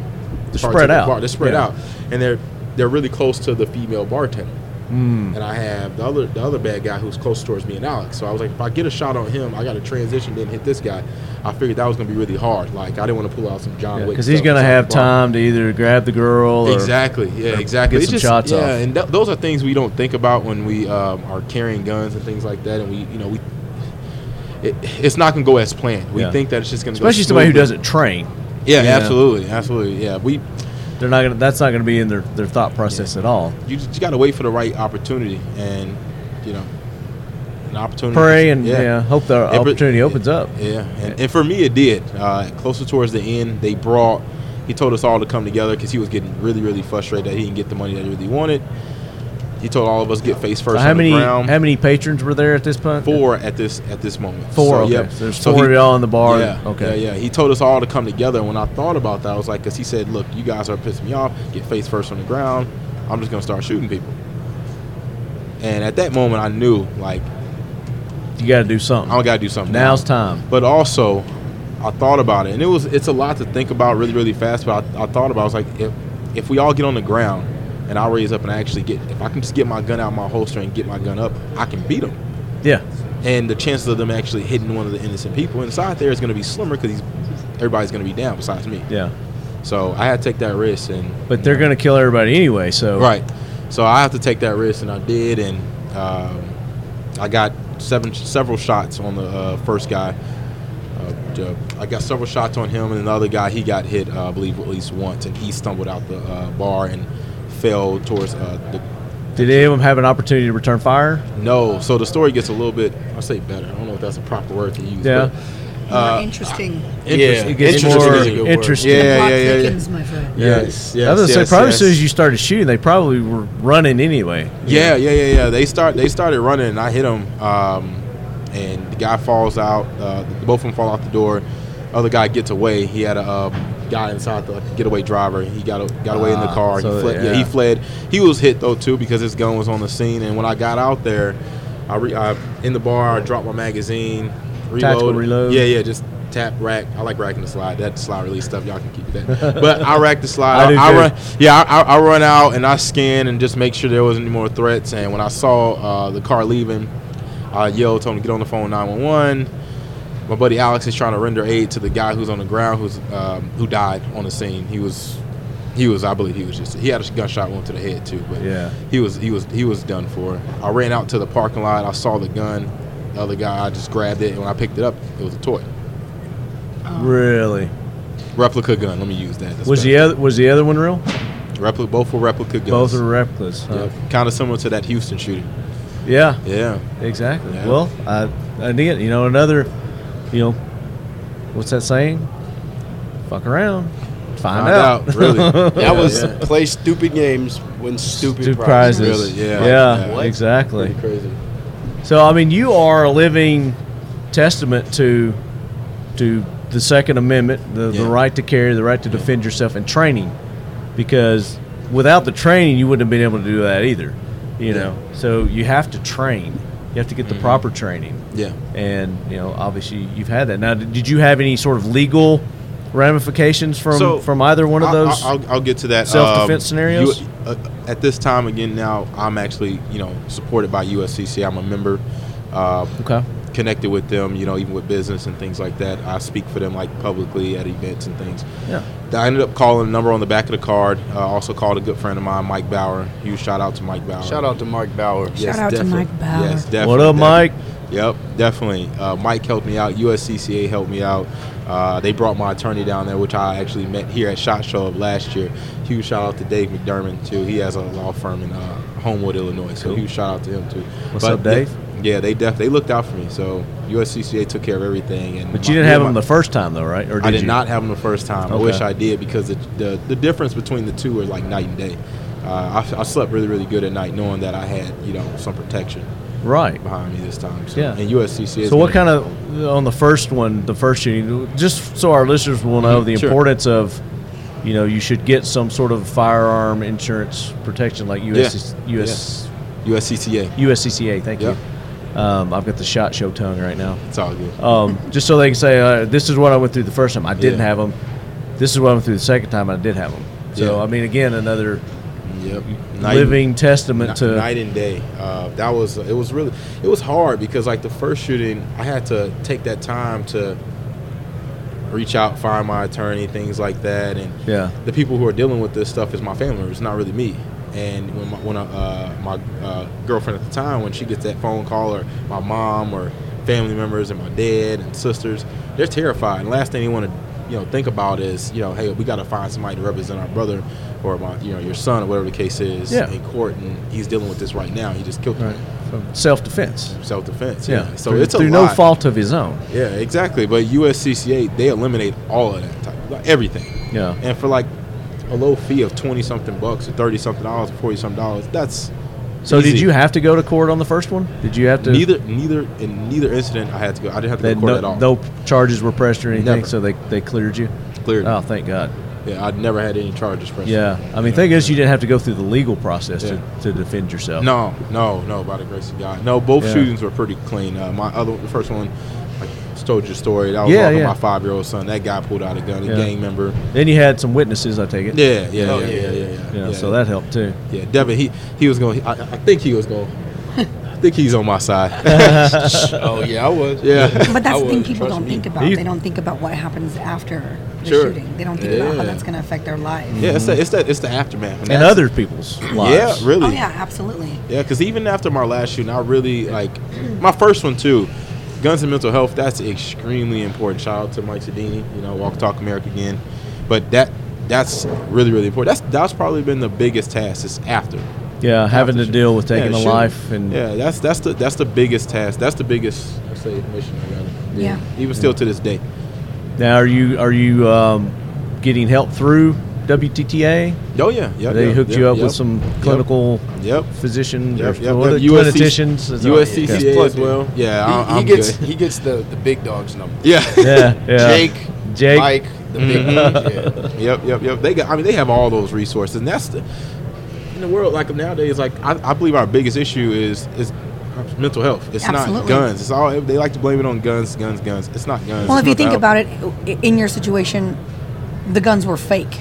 Speaker 9: They're
Speaker 13: parts
Speaker 9: spread
Speaker 13: of the
Speaker 9: out.
Speaker 13: Bar. They're spread
Speaker 9: Yeah.
Speaker 13: out, and they're they're really close to the female bartender.
Speaker 9: Mm.
Speaker 13: And I have the other the other bad guy who's close towards me and Alex. So I was like, if I get a shot on him, I got to transition, then hit this guy. I figured that was gonna be really hard. Like I didn't want to pull out some John Wick
Speaker 9: because he's
Speaker 13: stuff
Speaker 9: gonna
Speaker 13: inside
Speaker 9: have
Speaker 13: the bar.
Speaker 9: time to either grab the girl or
Speaker 13: Exactly.
Speaker 9: or
Speaker 13: Yeah. Exactly.
Speaker 9: get
Speaker 13: It's
Speaker 9: some
Speaker 13: just-
Speaker 9: shots
Speaker 13: yeah,
Speaker 9: off.
Speaker 13: and th- those are things we don't think about when we um, are carrying guns and things like that, and we, you know, we. It, it's not going to go as planned. We
Speaker 9: Yeah.
Speaker 13: think that it's just going to,
Speaker 9: especially somebody who doesn't train.
Speaker 13: Yeah,
Speaker 9: you know?
Speaker 13: absolutely, absolutely. Yeah, we.
Speaker 9: They're not gonna. That's not gonna be in their, their thought process at all.
Speaker 13: You just got to wait for the right opportunity, and you know, an opportunity.
Speaker 9: Pray and yeah, hope the
Speaker 13: It-
Speaker 9: opportunity opens up.
Speaker 13: Yeah, and, and for me, it did. Uh, closer towards the end, they brought. He told us all to come together because he was getting really, really frustrated that he didn't get the money that he really wanted. He told all of us get face
Speaker 9: So
Speaker 13: first
Speaker 9: how
Speaker 13: on
Speaker 9: many
Speaker 13: the ground.
Speaker 9: how many patrons were there at this point?
Speaker 13: Four at this at this moment.
Speaker 9: Four, okay. So there's four of y'all in the bar.
Speaker 13: Yeah.
Speaker 9: Okay.
Speaker 13: Yeah, yeah. He told us all to come together. And when I thought about that, I was like, because he said, "Look, you guys are pissing me off. Get face first on the ground. I'm just gonna start shooting people." And at that moment, I knew like
Speaker 9: You got to do something.
Speaker 13: I got to do something.
Speaker 9: Now's time.
Speaker 13: But also, I thought about it, and it was it's a lot to think about really, really fast. But I, I thought about it, I was like, if if we all get on the ground and I raise up and actually get, if I can just get my gun out of my holster and get my gun up, I can beat them
Speaker 9: Yeah.
Speaker 13: and the chances of them actually hitting one of the innocent people inside there is going to be slimmer because everybody's going to be down besides me.
Speaker 9: Yeah.
Speaker 13: So I had to take that risk, and
Speaker 9: But they're gonna kill everybody anyway. So
Speaker 13: right. So I have to take that risk, and I did, and um, I got seven several shots on the uh, first guy. Uh, Joe. I got several shots on him, and another guy he got hit, uh, I believe, at least once, and he stumbled out the uh, bar and fell towards uh, the
Speaker 9: Did any of them have an opportunity to return fire?
Speaker 13: No. So the story gets a little bit, I say better. I don't know if that's a proper word to use.
Speaker 9: Yeah.
Speaker 13: but, uh,
Speaker 15: interesting.
Speaker 13: Interesting.
Speaker 9: It gets
Speaker 13: Interesting
Speaker 9: more
Speaker 13: is a good word.
Speaker 9: interesting.
Speaker 13: Yeah, yeah, yeah, yeah. Yes, yes.
Speaker 9: I was gonna say,
Speaker 13: yes,
Speaker 9: probably
Speaker 13: yes.
Speaker 9: as soon as you started shooting, they probably were running anyway.
Speaker 13: Yeah, yeah, yeah, yeah. They start. They started running, and I hit him. Um, and the guy falls out. Uh, both of them fall out the door. Other guy gets away. He had a uh, guy inside the getaway driver. He got got away in the
Speaker 9: Ah,
Speaker 13: car.
Speaker 9: so,
Speaker 13: he fled. Yeah.
Speaker 9: yeah.
Speaker 13: he fled. He was hit though too because his gun was on the scene. And when I got out there, I, re- I in the bar. I dropped my magazine.
Speaker 9: Tactical reload.
Speaker 13: Yeah, yeah. Just tap rack. I like racking the slide. That slide release stuff. Y'all can keep that. <laughs> But I racked the slide.
Speaker 9: I do
Speaker 13: I,
Speaker 9: too.
Speaker 13: run, yeah, I, I- I run out and I scan and just make sure there wasn't any more threats. And when I saw uh, the car leaving, I yelled, told him to get on the phone 911. My buddy Alex is trying to render aid to the guy who's on the ground, who's um, who died on the scene. He was, he was, I believe he was just he had a gunshot wound to the head too, but
Speaker 9: Yeah.
Speaker 13: he was he was he was done for. I ran out to the parking lot. I saw the gun. The other guy, I just grabbed it, and when I picked it up, it was a toy
Speaker 9: Really?
Speaker 13: replica gun. Let me use that. That's
Speaker 9: was
Speaker 13: better.
Speaker 9: the other was the other one real?
Speaker 13: Replica, both were replica guns.
Speaker 9: Both were replicas. huh?
Speaker 13: Kind of similar to that Houston shooting.
Speaker 9: Yeah.
Speaker 13: Yeah.
Speaker 9: Exactly.
Speaker 13: Yeah.
Speaker 9: Well, I again, you know, another, you know, what's that saying? Fuck around, find, out. <laughs>
Speaker 14: <laughs> That was play stupid games, win stupid,
Speaker 9: Stupid
Speaker 14: prizes.
Speaker 9: prizes.
Speaker 14: Really,
Speaker 9: Yeah.
Speaker 14: yeah.
Speaker 9: Yeah,
Speaker 14: What?
Speaker 9: exactly.
Speaker 14: Pretty crazy.
Speaker 9: So I mean, you are a living testament to to
Speaker 3: the Second Amendment, the, the right to carry, the right to defend yourself, and training, because without the training, you wouldn't have been able to do that either. You
Speaker 13: Yeah. Mm-hmm.
Speaker 3: know, so you have to train. You have to get the proper training.
Speaker 13: Yeah.
Speaker 3: and you know, obviously, you've had that. Now, did you have any sort of legal ramifications from
Speaker 13: So,
Speaker 3: from either one of
Speaker 13: I'll-
Speaker 3: those?
Speaker 13: I'll, I'll, I'll get to that.
Speaker 3: self defense
Speaker 13: Um,
Speaker 3: scenarios.
Speaker 13: you- uh, at this time, again, now I'm actually you know supported by USCC. I'm a member. Uh,
Speaker 3: Okay.
Speaker 13: Connected with them, you know, even with business and things like that. I speak for them like publicly at events and things.
Speaker 3: Yeah.
Speaker 13: I ended up calling a number on the back of the card. Uh, also called a good friend of mine, Mike Bauer. Huge shout out to Mike Bauer.
Speaker 14: Shout out to Mark Bauer.
Speaker 13: Yes,
Speaker 14: Shout out to
Speaker 13: definitely.
Speaker 14: Mike Bauer.
Speaker 13: Yes,
Speaker 14: What
Speaker 13: definitely.
Speaker 3: up, Mike?
Speaker 13: Yep, definitely. Uh, Mike helped me out. USCCA helped me out. Uh, they brought my attorney down there, which I actually met here at Shot Show of last year. Huge shout out to Dave McDermott too. He has a law firm in uh, Homewood, Illinois. So
Speaker 3: Cool.
Speaker 13: huge shout out to him too.
Speaker 3: What's up,
Speaker 13: they-
Speaker 3: Dave?
Speaker 13: yeah, they def- they looked out for me. So USCCA took care of everything. And
Speaker 3: But you
Speaker 13: my-
Speaker 3: didn't have
Speaker 13: my-
Speaker 3: them the first time, though, right? Or did
Speaker 13: I did
Speaker 3: you?
Speaker 13: not have them the first time. I
Speaker 3: Okay.
Speaker 13: wish I did because the, the, the difference between the two are like night and day. Uh, I, I slept really, really good at night knowing that I had, you know, some protection
Speaker 3: right
Speaker 13: behind me this time. So,
Speaker 3: Yeah.
Speaker 13: And USCC is
Speaker 3: So, what
Speaker 13: gonna-
Speaker 3: kind of on the first one, the first shooting? Just so our listeners will know
Speaker 13: Mhm,
Speaker 3: the
Speaker 13: sure.
Speaker 3: importance of, you know, you should get some sort of firearm insurance protection like US,
Speaker 13: Yeah.
Speaker 3: US
Speaker 13: USCCA.
Speaker 3: USCCA. Thank
Speaker 13: Yep.
Speaker 3: you. Um, I've got the shot show tongue right now.
Speaker 13: It's all good.
Speaker 3: Um, just so they can say, uh, this is what I went through the first time. I didn't
Speaker 13: Yeah.
Speaker 3: have them. This is what I went through the second time. I did have them. So
Speaker 13: Yeah.
Speaker 3: I mean, again, another
Speaker 13: Yep.
Speaker 3: living testament
Speaker 13: Ni-
Speaker 3: to
Speaker 13: night and day. Uh, that was it was really it was hard because like the first shooting, I had to take that time to reach out, find my attorney, things like that, and
Speaker 3: Yeah.
Speaker 13: the people who are dealing with this stuff is my family. members, It's not really me. And when my, when I, uh, my uh, girlfriend at the time, when she gets that phone call, or my mom, or family members, and my dad and sisters, they're terrified. And last thing they want to, you know, think about is, you know, hey, we got to find somebody to represent our brother or my, you know, your son or whatever the case is
Speaker 3: Yeah.
Speaker 13: in court, and he's dealing with this right now. He just killed him.
Speaker 3: self defense.
Speaker 13: Self defense.
Speaker 3: Yeah.
Speaker 13: Yeah. So
Speaker 3: through,
Speaker 13: it's a
Speaker 3: through
Speaker 13: lot.
Speaker 3: no fault of his own.
Speaker 13: Yeah, exactly. But USCCA they eliminate all of that type, like everything.
Speaker 3: Yeah.
Speaker 13: And for like a low fee of twenty something bucks or thirty something dollars, forty something dollars, that's.
Speaker 3: So did
Speaker 13: easy.
Speaker 3: you have to go to court on the first one? Did you have to?
Speaker 13: Neither, neither, in neither incident, I had to go. I didn't have to go
Speaker 3: They-
Speaker 13: to court
Speaker 3: no,
Speaker 13: at all.
Speaker 3: no charges were pressed or anything,
Speaker 13: Never.
Speaker 3: so they, they cleared you.
Speaker 13: Cleared.
Speaker 3: Oh, thank God.
Speaker 13: Yeah, I'd never had any charges pressed.
Speaker 3: Yeah, I mean, thing is, you didn't have to go through the legal process to, to defend yourself.
Speaker 13: No, no, no. By the grace of God, no. Both
Speaker 3: Yeah.
Speaker 13: shootings were pretty clean. Uh, my other, the first one, I told your story. That was
Speaker 3: Yeah,
Speaker 13: off of
Speaker 3: yeah.
Speaker 13: my five year old son. That guy pulled out a gun, a
Speaker 3: Yeah.
Speaker 13: gang member.
Speaker 3: Then you had some witnesses, I take it.
Speaker 13: Yeah, yeah, Oh, yeah, yeah, yeah, yeah, yeah.
Speaker 3: So that helped too.
Speaker 13: Yeah, Devin, he he was going. to I, I think he was going. I think he's on my side.
Speaker 3: <laughs>
Speaker 14: Oh, yeah, I was.
Speaker 13: Yeah,
Speaker 12: But
Speaker 13: I
Speaker 12: that's the thing
Speaker 13: was,
Speaker 12: people
Speaker 13: trust
Speaker 12: don't
Speaker 13: me.
Speaker 12: think about.
Speaker 13: He-
Speaker 12: They don't think about what happens after the
Speaker 13: Sure.
Speaker 12: shooting. They don't think about how
Speaker 13: Yeah.
Speaker 12: that's going to affect their life.
Speaker 13: Yeah, it's that it's that it's the aftermath
Speaker 3: And
Speaker 13: that's-
Speaker 3: other people's lives.
Speaker 13: Yeah, really.
Speaker 12: Oh yeah, absolutely.
Speaker 13: Yeah, because even after my last shooting, I really like my first one too. Guns and mental health, that's extremely important. Shout out to Mike Sedini, you know, Walk Talk America again. But that that's really, really important. That's that's probably been the biggest task is after.
Speaker 3: Yeah, having to deal with taking
Speaker 13: Yeah,
Speaker 3: a
Speaker 13: shooting.
Speaker 3: life and
Speaker 13: Yeah, that's that's the that's the biggest task. That's the biggest I say mission I got.
Speaker 12: Yeah.
Speaker 13: Even still to this day.
Speaker 3: Now, are you are you um, getting help through WTTA?
Speaker 13: Oh yeah, yep,
Speaker 3: they
Speaker 13: yep,
Speaker 3: hooked
Speaker 13: yep,
Speaker 3: you up
Speaker 13: yep,
Speaker 3: with some
Speaker 13: yep,
Speaker 3: clinical
Speaker 13: yep,
Speaker 3: physician
Speaker 13: Yep,
Speaker 3: or
Speaker 13: yep,
Speaker 3: what are
Speaker 13: yep.
Speaker 3: they-
Speaker 13: USC
Speaker 3: clinicians. is that-
Speaker 13: USCCA
Speaker 3: Okay.
Speaker 13: as well. Yeah, I-
Speaker 14: he,
Speaker 13: I'm
Speaker 14: he gets
Speaker 13: good.
Speaker 14: he gets the, the big dog's number.
Speaker 13: Yeah.
Speaker 3: <laughs> Yeah, yeah.
Speaker 14: Jake,
Speaker 3: Jake. Mm-hmm.
Speaker 14: Mike, the
Speaker 3: <laughs>
Speaker 14: big
Speaker 13: Mhm.
Speaker 14: dog.
Speaker 13: <laughs> yep, yep, yep. They got. I mean, they have all those resources, and that's the in the world like nowadays. Like I, I believe our biggest issue is is mental health. It's not
Speaker 12: Absolutely.
Speaker 13: guns. It's all they like to blame it on guns, guns, guns. It's not guns.
Speaker 12: Well,
Speaker 13: It's
Speaker 12: if you
Speaker 13: mental
Speaker 12: think
Speaker 13: health.
Speaker 12: about it, i- in your situation, the guns were fake.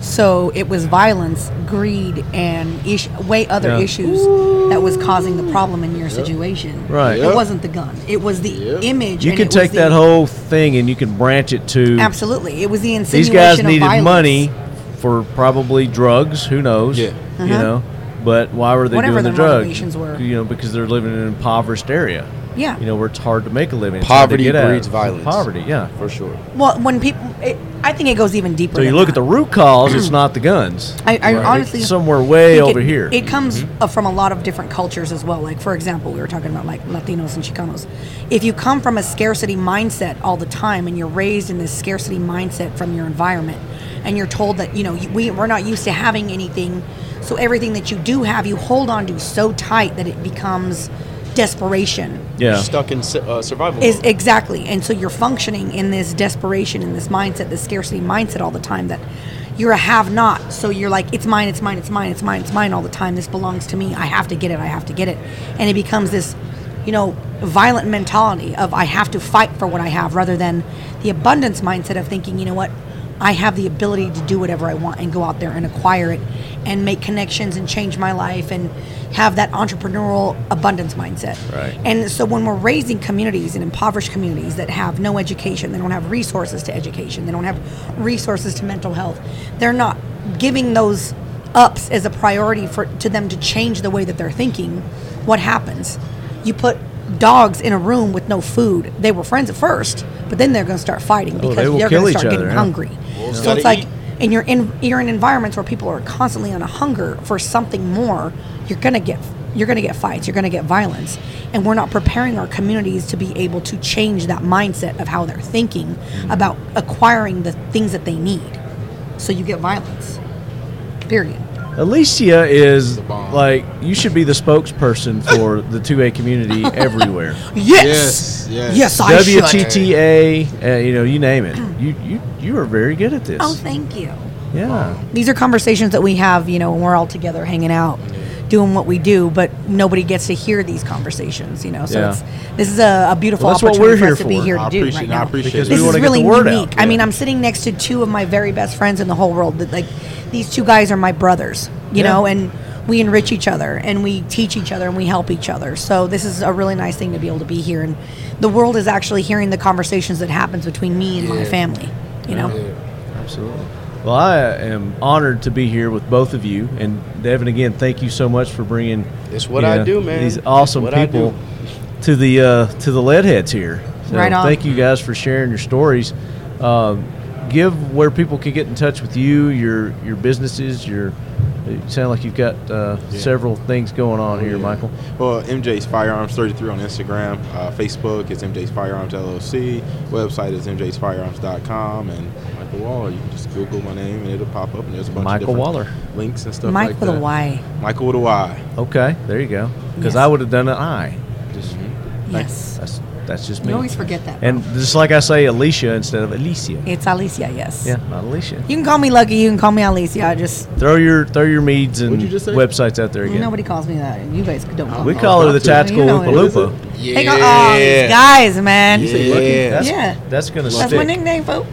Speaker 12: So it was violence, greed, and ish, way other
Speaker 3: Yeah.
Speaker 12: issues that was causing the problem in your situation.
Speaker 3: Right.
Speaker 12: It
Speaker 3: Yep.
Speaker 12: wasn't the gun. It was the image.
Speaker 3: You
Speaker 12: and
Speaker 3: can
Speaker 12: it was
Speaker 3: take
Speaker 12: the-
Speaker 3: that whole thing and you can branch it to
Speaker 12: Absolutely. It was the
Speaker 3: these
Speaker 12: insinuation
Speaker 3: guys
Speaker 12: of
Speaker 3: needed
Speaker 12: violence.
Speaker 3: money for probably drugs. Who knows? Yeah. You
Speaker 12: Uh-huh.
Speaker 3: know, but why were they
Speaker 12: Whatever
Speaker 3: doing the
Speaker 12: their
Speaker 3: drugs?
Speaker 12: motivations were.
Speaker 3: You know, because they're living in an impoverished area.
Speaker 12: Yeah.
Speaker 3: You know, where it's hard to make a living. It's hard to
Speaker 14: Poverty
Speaker 3: get at.
Speaker 14: breeds violence.
Speaker 3: Poverty, yeah.
Speaker 14: for sure.
Speaker 12: Well, when people, it, I think it goes even deeper.
Speaker 3: So you
Speaker 12: than
Speaker 3: look
Speaker 12: that.
Speaker 3: at the root cause, it's not the guns.
Speaker 12: I, I
Speaker 3: Right.
Speaker 12: honestly
Speaker 3: It's somewhere way
Speaker 12: think
Speaker 3: over
Speaker 12: it,
Speaker 3: here. Mm-hmm.
Speaker 12: It comes uh, from a lot of different cultures as well. Like for example, we were talking about like Latinos and Chicanos. If you come from a scarcity mindset all the time and you're raised in this scarcity mindset from your environment, and you're told that you know you- we we're not used to having anything, so everything that you do have, you hold on to so tight that it becomes desperation.
Speaker 14: You're stuck in su- uh, survival.
Speaker 12: Is
Speaker 14: mode.
Speaker 12: exactly, and so you're functioning in this desperation, in this mindset, this scarcity mindset all the time. That you're a have-not, so you're like, it's mine, it's mine, it's mine, it's mine, it's mine all the time. This belongs to me. I have to get it. I have to get it, and it becomes this, you know, violent mentality of I have to fight for what I have, rather than the abundance mindset of thinking, you know what, I have the ability to do whatever I want and go out there and acquire it, and make connections and change my life and have that entrepreneurial abundance mindset.
Speaker 7: Right.
Speaker 12: And so when we're raising communities and impoverished communities that have no education, they don't have resources to education, they don't have resources to mental health, they're not giving those ups as a priority for to them to change the way that they're thinking. What happens? You put dogs in a room with no food. They were friends at first, but then they're going to start fighting
Speaker 3: Oh,
Speaker 12: because
Speaker 3: they will
Speaker 12: they're
Speaker 3: kill
Speaker 12: going
Speaker 3: each
Speaker 12: to start
Speaker 3: other,
Speaker 12: getting
Speaker 3: yeah.
Speaker 12: hungry.
Speaker 3: Wolves
Speaker 12: So
Speaker 3: gotta
Speaker 12: it's like and you're in you're in environments where people are constantly on a hunger for something more, you're gonna get you're gonna get fights, you're gonna get violence, and we're not preparing our communities to be able to change that mindset of how they're thinking
Speaker 3: Mm-hmm.
Speaker 12: about acquiring the things that they need. So you get violence. Period.
Speaker 3: Alicia is like you should be the spokesperson for the two A
Speaker 12: <laughs>
Speaker 3: community everywhere.
Speaker 12: Yes! Yes, yes. Yes, I should.
Speaker 3: WTTA, uh, you know, you name it. You you you are very good at this.
Speaker 12: Oh, thank you.
Speaker 3: yeah.
Speaker 12: These are conversations that we have, you know, when we're all together hanging out, doing what we do, but nobody gets to hear these conversations, you know. So
Speaker 3: Yeah.
Speaker 12: it's, this is a, a beautiful
Speaker 3: Well, that's what
Speaker 12: opportunity
Speaker 3: we're
Speaker 12: for us
Speaker 3: here
Speaker 12: to be
Speaker 3: for.
Speaker 12: here to
Speaker 3: I
Speaker 12: do
Speaker 3: appreciate-
Speaker 12: right
Speaker 3: I
Speaker 12: now.
Speaker 3: appreciate
Speaker 12: this
Speaker 3: it. We
Speaker 12: is
Speaker 3: wanna get
Speaker 12: really
Speaker 3: the word out.
Speaker 12: unique. I mean, I'm sitting next to two of my very best friends in the whole world. That like these two guys are my brothers, you
Speaker 16: Yeah.
Speaker 12: know, and we enrich each other and we teach each other and we help each other. So this is a really nice thing to be able to be here, and the world is actually hearing the conversations that happens between me and my
Speaker 3: Yeah.
Speaker 12: family, you know.
Speaker 3: Absolutely. Well, I am honored to be here with both of you, and Devin, again, thank you so much for bringing.
Speaker 14: It's what
Speaker 3: you
Speaker 14: I do, man.
Speaker 3: These
Speaker 14: It's
Speaker 3: awesome
Speaker 14: what I
Speaker 3: people
Speaker 14: do.
Speaker 3: to the uh, to the lead heads here. So
Speaker 14: Right on.
Speaker 3: Thank you guys for sharing your stories. Um, give where people can get in touch with you, your your businesses, your. You sound like you've got uh, several things going on here, Michael.
Speaker 13: Well, MJ's Firearms 33 on Instagram. Uh, Facebook is MJ's Firearms LLC. Website is MJ'sFirearms.com. And Michael Waller, you can just Google my name and it'll pop up. And there's a bunch
Speaker 3: Michael
Speaker 13: of different
Speaker 3: Waller.
Speaker 13: links and stuff
Speaker 12: Mike
Speaker 13: like
Speaker 12: with a
Speaker 13: that.
Speaker 12: Y.
Speaker 13: Michael with a Y.
Speaker 3: Okay, there you go. Because
Speaker 12: Yes.
Speaker 3: I would have done an I. Just,
Speaker 12: Yes.
Speaker 3: That's, that's just
Speaker 12: You
Speaker 3: me.
Speaker 12: always forget that,
Speaker 3: And just like I say, Alicia instead of Alicia.
Speaker 12: It's Alicia, yes.
Speaker 3: Yeah, not Alicia.
Speaker 12: You can call me Lucky. You can call me Alicia. I just
Speaker 3: Throw your throw your meads and
Speaker 12: you just say?
Speaker 3: websites out there again.
Speaker 12: nobody calls me that. You guys don't call
Speaker 3: We
Speaker 12: me.
Speaker 3: call her the
Speaker 12: that.
Speaker 3: tactical
Speaker 12: You know
Speaker 3: Oompa
Speaker 12: it.
Speaker 3: Loompa.
Speaker 12: They call oh, these guys, man.
Speaker 3: You say Lucky?
Speaker 12: Yeah,
Speaker 3: That's- that's gonna
Speaker 12: That's my
Speaker 3: stick. <laughs>
Speaker 12: nickname, folks.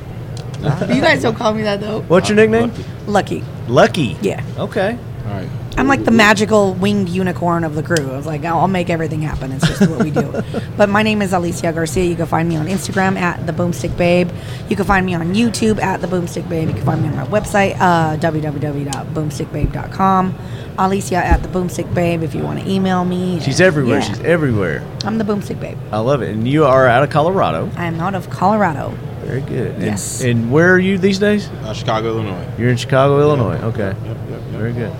Speaker 12: you guys don't call me that though.
Speaker 3: What's your nickname?
Speaker 12: Lucky.
Speaker 3: Lucky.
Speaker 12: Yeah.
Speaker 3: Okay.
Speaker 13: All right.
Speaker 12: I'm like the magical winged unicorn of the crew. I was like, I'll I'll make everything happen. It's just what we do. but my name is Alicia Garcia. You can find me on Instagram at the Boomstick Babe. You can find me on YouTube at the Boomstick Babe. You can find me on my website, uh, www.boomstickbabe.com. Alicia at the Boomstick Babe. If you want to email me,
Speaker 3: She's
Speaker 12: and-
Speaker 3: everywhere.
Speaker 12: yeah.
Speaker 3: She's everywhere.
Speaker 12: I'm the Boomstick Babe.
Speaker 3: I love it. And you are out of Colorado.
Speaker 12: I'm out of Colorado.
Speaker 3: Very good. And,
Speaker 12: Yes.
Speaker 3: And where are you these days?
Speaker 13: Uh, Chicago, Illinois.
Speaker 3: You're in Chicago, Illinois. Okay. Yep, yep, Very good.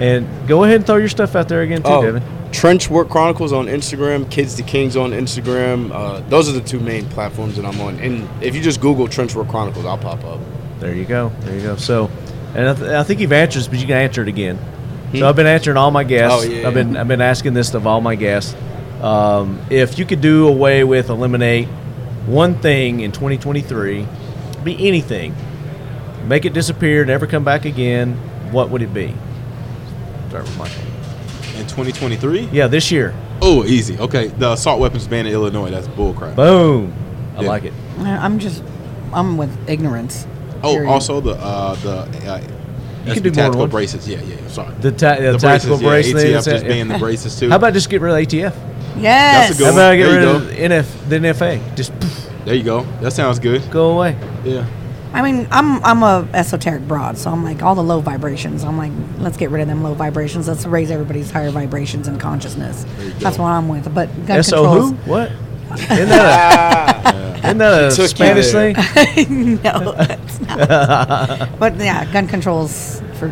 Speaker 3: And go ahead and throw your stuff out there again too,
Speaker 14: Oh,
Speaker 3: Devin.
Speaker 14: Trench Work Chronicles on Instagram, Kids to Kings on Instagram. Uh, those are the two main platforms that I'm on. And if you just Google Trench Work Chronicles, I'll pop up.
Speaker 3: There you go. There you go. So, and I, th- I think you've answered, this, but you can answer it again.
Speaker 13: Hmm.
Speaker 3: So I've been answering all my guests.
Speaker 14: Oh, yeah,
Speaker 3: I've been I've been asking this of all my guests. Um, if you could do away with eliminate one thing in 2023, be anything, make it disappear, never come back again. What would it be? Start with Michael.
Speaker 13: In 2023?
Speaker 3: Yeah, this year.
Speaker 13: Oh, easy. Okay. The assault weapons ban in Illinois. That's bullcrap.
Speaker 3: Boom. I like it.
Speaker 12: I'm just, I'm with ignorance.
Speaker 13: Oh,
Speaker 12: Period.
Speaker 13: also the uh, the uh,
Speaker 3: You can do
Speaker 13: SP
Speaker 3: more than
Speaker 13: tactical
Speaker 3: one.
Speaker 13: braces. Yeah, yeah. I'm sorry.
Speaker 3: The, ta- the, tactical braces.
Speaker 13: Yeah, ATF
Speaker 3: that's
Speaker 13: just
Speaker 3: it.
Speaker 13: banned the braces too.
Speaker 3: How about just get rid of ATF?
Speaker 12: Yes.
Speaker 13: That's a good
Speaker 3: How about I
Speaker 13: one.
Speaker 3: get
Speaker 13: There you
Speaker 3: rid
Speaker 13: go.
Speaker 3: of NF, the NFA? Just poof,
Speaker 13: There you go. That sounds good.
Speaker 3: go away.
Speaker 13: Yeah.
Speaker 12: I mean, I'm I'm a esoteric broad, so I'm like all the low vibrations. I'm like, let's get rid of them low vibrations. Let's raise everybody's higher vibrations and consciousness. That's what I'm with. But gun
Speaker 3: S.O.
Speaker 12: controls.
Speaker 3: who?
Speaker 12: <laughs>
Speaker 3: What? Isn't that a, isn't that
Speaker 12: Took
Speaker 3: a
Speaker 12: you
Speaker 3: Spanish
Speaker 12: there.
Speaker 3: thing?
Speaker 12: <laughs> no,
Speaker 3: <laughs>
Speaker 12: that's not. but yeah, gun controls for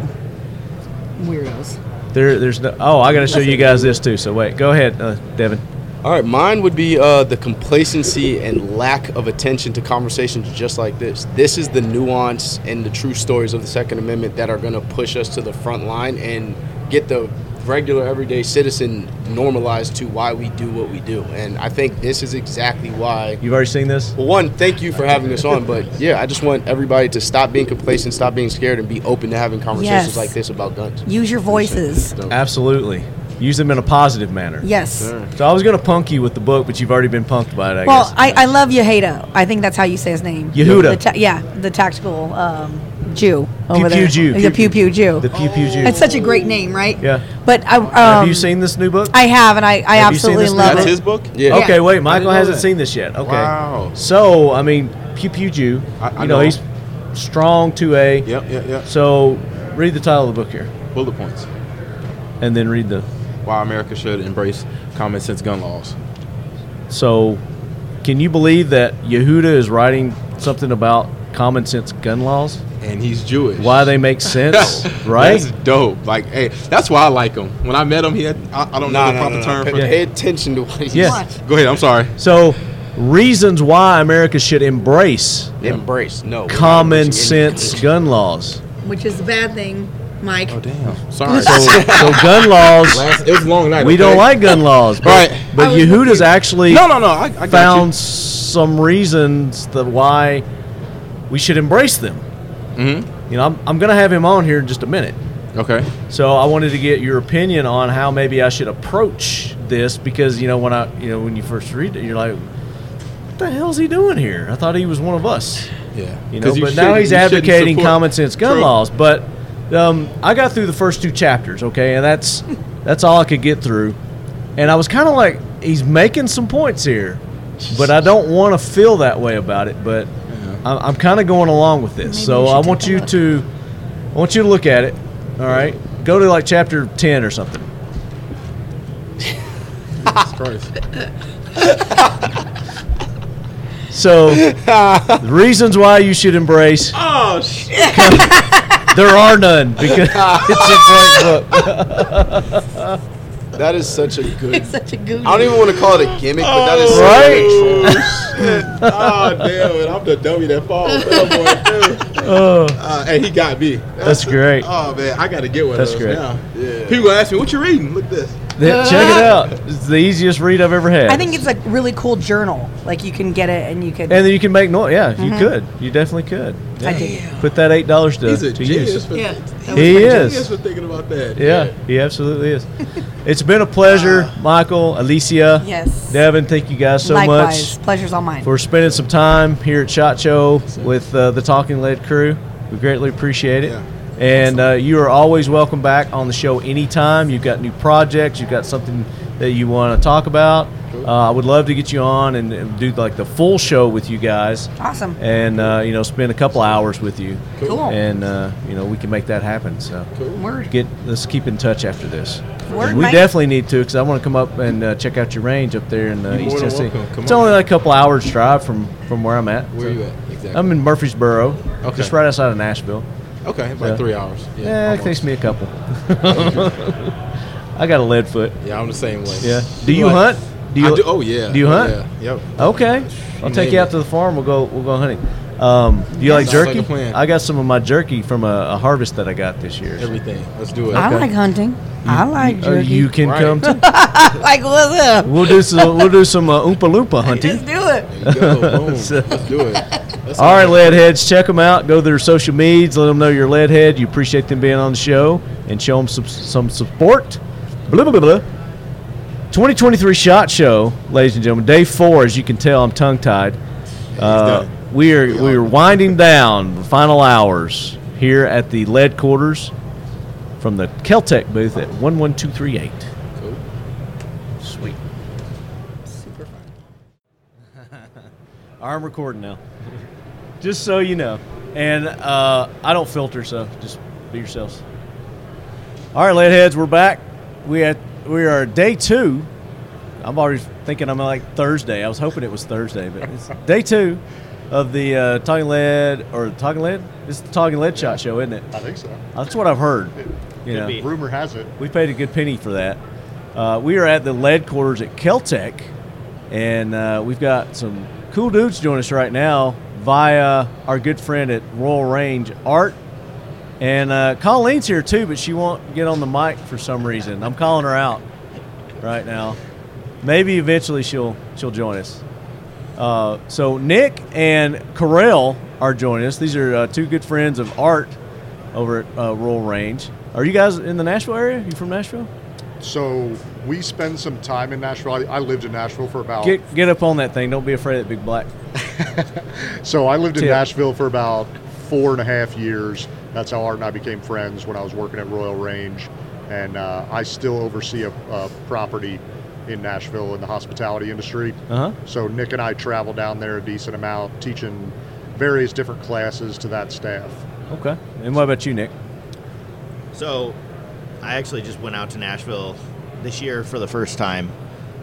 Speaker 12: weirdos.
Speaker 3: There, there's no. Oh, I got to show you guys this too. So wait, go ahead, uh, Devin.
Speaker 14: All right, mine would be uh, the complacency and lack of attention to conversations just like this. This is the nuance and the true stories of the Second Amendment that are going to push us to the front line and get the regular everyday citizen normalized to why we do what we do. And I think this is exactly why.
Speaker 3: You've already seen this?
Speaker 14: Well, one, thank you for having us on, but yeah, I just want everybody to stop being complacent, stop being scared, and be open to having conversations
Speaker 12: Yes.
Speaker 14: like this about guns.
Speaker 12: Use your voices.
Speaker 3: Absolutely. Use them in a positive manner.
Speaker 12: Yes. Sure.
Speaker 3: So I was going to punk you with the book, but you've already been punked by it, I
Speaker 12: well,
Speaker 3: guess.
Speaker 12: I, I love Yehuda. I think that's how you say his name.
Speaker 3: Yehuda.
Speaker 12: The ta- yeah, the tactical um, Jew over
Speaker 3: Pew
Speaker 12: there.
Speaker 3: Pew Jew.
Speaker 12: He's a pew pew Jew.
Speaker 3: The Pew Pew Jew.
Speaker 12: It's such a great name, right?
Speaker 3: Yeah.
Speaker 12: But I. Um,
Speaker 3: Have you seen this new book?
Speaker 12: I have, and I, I
Speaker 3: Have you seen
Speaker 12: absolutely
Speaker 3: this new
Speaker 12: love it.
Speaker 3: Yeah. Okay, wait. Michael
Speaker 12: know
Speaker 3: hasn't
Speaker 12: that.
Speaker 3: seen this yet. Okay.
Speaker 13: Wow.
Speaker 3: So I mean, Pew Pew Jew.
Speaker 13: I
Speaker 3: you know,
Speaker 13: know.
Speaker 3: he's strong two A. Yep.
Speaker 13: Yep. Yep.
Speaker 3: So read the title of the book here.
Speaker 13: Bullet points.
Speaker 3: And then read the.
Speaker 13: Why America should embrace common sense gun laws.
Speaker 3: So, can you believe that Yehuda is writing something about common sense gun laws?
Speaker 13: And he's Jewish.
Speaker 3: Why they
Speaker 13: <laughs>
Speaker 3: make sense, right?
Speaker 13: That's dope. Like, hey, that's why I like him. When I met him, he had, I, I don't know
Speaker 14: Nah,
Speaker 13: the
Speaker 14: nah,
Speaker 13: proper
Speaker 14: nah, nah.
Speaker 13: term
Speaker 14: Pay-
Speaker 13: for
Speaker 14: pay attention to what he's
Speaker 3: Yeah.
Speaker 13: Go ahead. I'm sorry.
Speaker 3: So, reasons why America should embrace
Speaker 14: Embrace. No. we're not
Speaker 3: common
Speaker 14: embracing any-
Speaker 3: sense gun laws.
Speaker 12: Which is a bad thing, Mike. Oh
Speaker 13: damn.
Speaker 3: So, so gun laws.
Speaker 13: Last- it was a long night.
Speaker 3: We don't
Speaker 13: okay?
Speaker 3: like gun laws, but,
Speaker 13: Right.
Speaker 3: but
Speaker 13: I was
Speaker 3: Yehuda's actually
Speaker 13: No, no, no, I- I got you.
Speaker 3: found some reasons that why we should embrace them. Mm-hmm. You know, I'm, I'm going to have him on here in just a minute.
Speaker 13: Okay.
Speaker 3: So I wanted to get your opinion on how maybe I should approach this because you know when I you know when you first read it, you're like, what the hell's he doing here? I thought he was one of us.
Speaker 13: Yeah.
Speaker 3: You know,
Speaker 13: 'Cause you
Speaker 3: but now
Speaker 13: shouldn't-
Speaker 3: he's
Speaker 13: you shouldn't
Speaker 3: advocating
Speaker 13: support-
Speaker 3: common sense gun
Speaker 13: True.
Speaker 3: laws. But um, I got through the first two chapters, okay, and
Speaker 13: <laughs>
Speaker 3: that's that's all I could get through. And I was kind of like, he's making some points here, but I don't want to feel that way about it. But I'm, I'm kind of going along with this, so I want you to, I want you to look at it. All right, go to like chapter ten or something.
Speaker 13: <laughs>
Speaker 3: So the reasons why you should embrace
Speaker 13: Oh shit.
Speaker 14: <laughs>
Speaker 3: there are none
Speaker 13: <laughs>
Speaker 3: because it's a great book.
Speaker 14: That is such a good.
Speaker 12: It's such a good.
Speaker 14: I don't even want to call
Speaker 12: <laughs>
Speaker 14: it a gimmick, but that is
Speaker 3: Oh,
Speaker 14: such Ah,
Speaker 13: oh damn it! I'm the dummy that falls.
Speaker 12: <laughs>
Speaker 13: Oh, boy,
Speaker 3: <laughs>
Speaker 13: dude.
Speaker 3: Oh.
Speaker 13: Uh, hey, he got me.
Speaker 3: That's great.
Speaker 13: Oh man, I gotta get one
Speaker 3: That's
Speaker 13: of those
Speaker 3: great.
Speaker 13: now. People ask me, "What you reading?" Look this.
Speaker 3: Th- Check it out. It's the easiest read I've ever had.
Speaker 12: I think it's a really cool journal. Like you can get it, and you can.
Speaker 3: and then you can make noise. Yeah, you
Speaker 12: Mhm.
Speaker 3: could. You definitely could.
Speaker 12: I
Speaker 3: Yeah.
Speaker 12: did.
Speaker 3: Put that eight dollars to,
Speaker 13: He's a
Speaker 3: to
Speaker 13: genius
Speaker 3: use.
Speaker 13: for-
Speaker 12: Yeah.
Speaker 3: He
Speaker 13: He's a
Speaker 3: is.
Speaker 13: genius for thinking about that.
Speaker 3: Yeah, he absolutely is. it's been a pleasure, Michael, Alicia,
Speaker 12: Uh, Yes.
Speaker 3: Devin. Thank you guys so much.
Speaker 12: Likewise, pleasure's all mine.
Speaker 3: for spending some time here at Shot Show with uh, the Talking Lead crew. We greatly appreciate it. And uh, you are always welcome back on the show anytime. You've got new projects, you've got something that you want to talk about. Uh, I would love to get you on and, and do like the full show with you guys.
Speaker 12: Awesome.
Speaker 3: And uh, you know, spend a couple hours with you.
Speaker 12: Cool.
Speaker 3: And uh, you know, we can make that happen. So
Speaker 12: Word.
Speaker 3: get let's keep in touch after this.
Speaker 12: Word,
Speaker 3: we
Speaker 12: mate.
Speaker 3: definitely need to because I want to come up and uh, check out your range up there in uh,
Speaker 13: You're more
Speaker 3: East
Speaker 13: than
Speaker 3: Tennessee.
Speaker 13: welcome. Come
Speaker 3: It's
Speaker 13: on.
Speaker 3: only like a couple hours drive from from where I'm at.
Speaker 13: Where
Speaker 3: so.
Speaker 13: you at exactly?
Speaker 3: I'm in Murfreesboro,
Speaker 13: Okay.
Speaker 3: just right outside of Nashville.
Speaker 13: Okay, about
Speaker 3: So-
Speaker 13: three hours.
Speaker 3: Yeah,
Speaker 13: Yeah,
Speaker 3: it takes me a
Speaker 13: <laughs>
Speaker 3: couple. I got a lead foot.
Speaker 13: Yeah, I'm the same way.
Speaker 3: Yeah. Do you
Speaker 13: Like-
Speaker 3: hunt? you?
Speaker 13: I do- oh yeah.
Speaker 3: Do you
Speaker 13: Oh,
Speaker 3: hunt?
Speaker 13: yeah. Yep.
Speaker 3: Okay. I'll
Speaker 13: You
Speaker 3: take
Speaker 13: name
Speaker 3: you
Speaker 13: it.
Speaker 3: out to the farm. We'll go. We'll go hunting. Um, do you like
Speaker 13: Sounds like a
Speaker 3: jerky?
Speaker 13: plan.
Speaker 3: I got some of my jerky from a, a harvest that I got this year.
Speaker 13: Everything. Let's do it.
Speaker 12: I like hunting. I like
Speaker 3: Uh,
Speaker 12: jerky.
Speaker 3: you can
Speaker 13: Right.
Speaker 3: come too.
Speaker 12: <laughs> like what's up?
Speaker 3: We'll do some. We'll do some uh, oompa loompa hunting.
Speaker 12: <laughs> Let's do it.
Speaker 13: Yo,
Speaker 3: <laughs>
Speaker 13: boom.
Speaker 3: So-
Speaker 13: Let's do it. Let's
Speaker 3: All right, lead heads, check them out. Go to their social medias. Let them know you're lead head. You appreciate them being on the show and show them some, some support. Blah, blah, blah, blah. 2023 Shot Show, ladies and gentlemen. Day four, as you can tell, I'm tongue tied. Uh, we are we are winding down the final hours here at the lead quarters from the Keltec booth at 11238. Sweet.
Speaker 12: Super fun.
Speaker 3: I'm recording now. just so you know. And uh, I don't filter, so just be yourselves. All right, lead heads, we're back. We at we are day two. I'm already thinking I'm like Thursday. I was hoping it was Thursday, but it's day two of the uh, Talking Lead or Talking Lead. It's the Talking Lead Shot Show, isn't it?
Speaker 16: I think so.
Speaker 3: That's what I've heard. You know.
Speaker 16: Rumor has it.
Speaker 3: We paid a good penny for that. Uh, we are at the lead quarters at Keltec, and uh, we've got some cool dudes joining us right now via our good friend at Royal Range Art And uh, Colleen's here too, but she won't get on the mic for some reason. I'm calling her out right now. Maybe eventually she'll she'll join us. Uh, so Nick and Carell are joining us. These are uh, two good friends of Art over at uh, Royal Range. Are you guys in the Nashville area? You from Nashville?
Speaker 16: So we spend some time in Nashville. I, I lived in Nashville for about.
Speaker 3: Get get up on that thing. Don't be afraid of that big black.
Speaker 16: <laughs> so I lived in
Speaker 3: Tip.
Speaker 16: Nashville for about four and a half years. That's how Art and I became friends when I was working at Royal Range, and uh, I still oversee a, a property in Nashville in the hospitality industry.
Speaker 3: Uh huh.
Speaker 16: So Nick and I travel down there a decent amount, teaching various different classes to that staff.
Speaker 3: Okay. And what about you, Nick?
Speaker 17: So, I actually just went out to Nashville this year for the first time,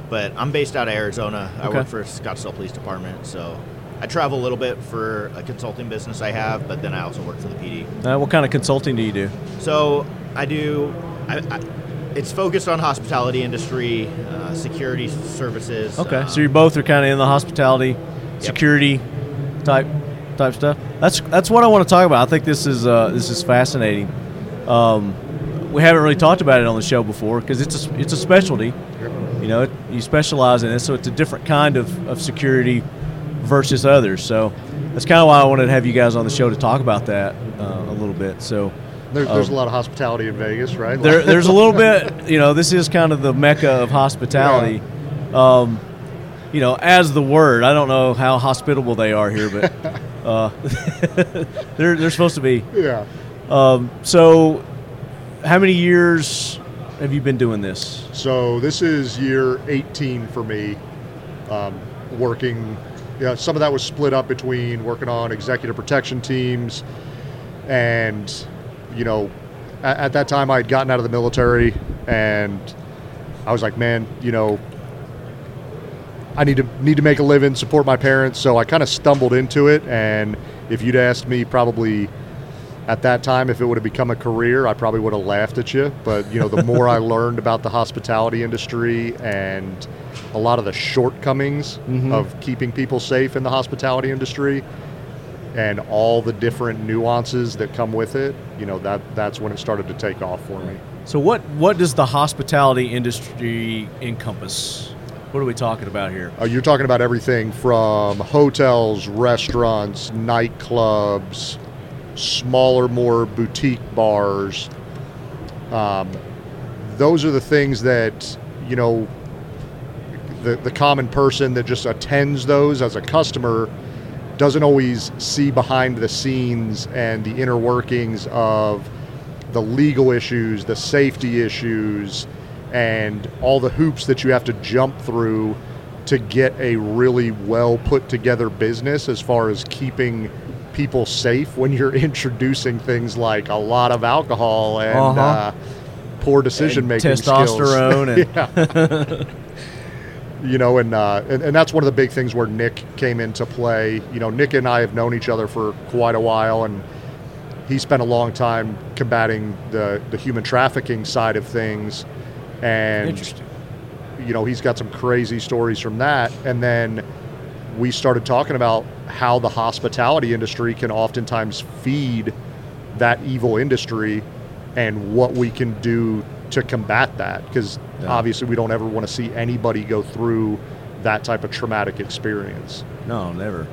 Speaker 17: but I'm based out of Arizona. I
Speaker 3: Okay.
Speaker 17: work for Scottsdale Police Department, so I travel a little bit for a consulting business I have, but then I also work for the PD.
Speaker 3: Uh, what kind of consulting do you do?
Speaker 17: So I do. I, I, it's focused on hospitality industry, uh, security services.
Speaker 3: Okay,
Speaker 17: uh,
Speaker 3: so you both are kind of in the hospitality, security type type stuff. That's that's what I want to talk about. I think this is uh, this is fascinating. Um, we haven't really talked about it on the show before because it's a, it's a specialty. You know, it, you specialize in it, so it's a different kind of, of security versus others. So that's kind of why I wanted to have you guys on the show to talk about that uh, a little bit. So
Speaker 16: There, there's
Speaker 3: um,
Speaker 16: a lot of hospitality in Vegas, right? <laughs>
Speaker 3: there, there's a little bit, you know, this is kind of the mecca of hospitality. Um, you know, as the word, I don't know how hospitable they are here, but uh, <laughs> they're, they're supposed to be.
Speaker 16: Yeah.
Speaker 3: Um, so, how many years have you been doing this?
Speaker 16: So this is year 18 for me, um, working. Yeah, some of that was split up between working on executive protection teams, and you know, at, at that time I had gotten out of the military, and I was like, man, you know, I need to need to make a living, support my parents. So I kind of stumbled into it, and if you'd asked me, probably at that time, if it would have become a career, I probably would have laughed at you. But you know, the more I <laughs> learned about the hospitality industry and a lot of the shortcomings
Speaker 2: Mhm.
Speaker 16: of keeping people safe in the hospitality industry, and all the different nuances that come with it, you know, that that's when it started to take off for me.
Speaker 3: So, what, what does the hospitality industry encompass? What are we talking about here?
Speaker 16: Uh, you're talking about everything from hotels, restaurants, nightclubs, smaller, more boutique bars. Um, those are the things that, you know, the, the common person that just attends those as a customer doesn't always see behind the scenes and the inner workings of the legal issues, the safety issues, and all the hoops that you have to jump through to get a really well put together business as far as keeping people safe when you're <laughs> introducing things like a lot of alcohol and
Speaker 3: Uh-huh.
Speaker 16: uh, poor decision making
Speaker 3: testosterone and-
Speaker 16: <laughs> you know, and, uh, and and that's one of the big things where Nick came into play. You know, Nick and I have known each other for quite a while, and he spent a long time combating the the human trafficking side of things, and
Speaker 3: Interesting.
Speaker 16: you know, he's got some crazy stories from that, and then we started talking about how the hospitality industry can oftentimes feed that evil industry and what we can do to combat that because obviously we don't ever want to see anybody go through that type of traumatic experience
Speaker 3: No, never.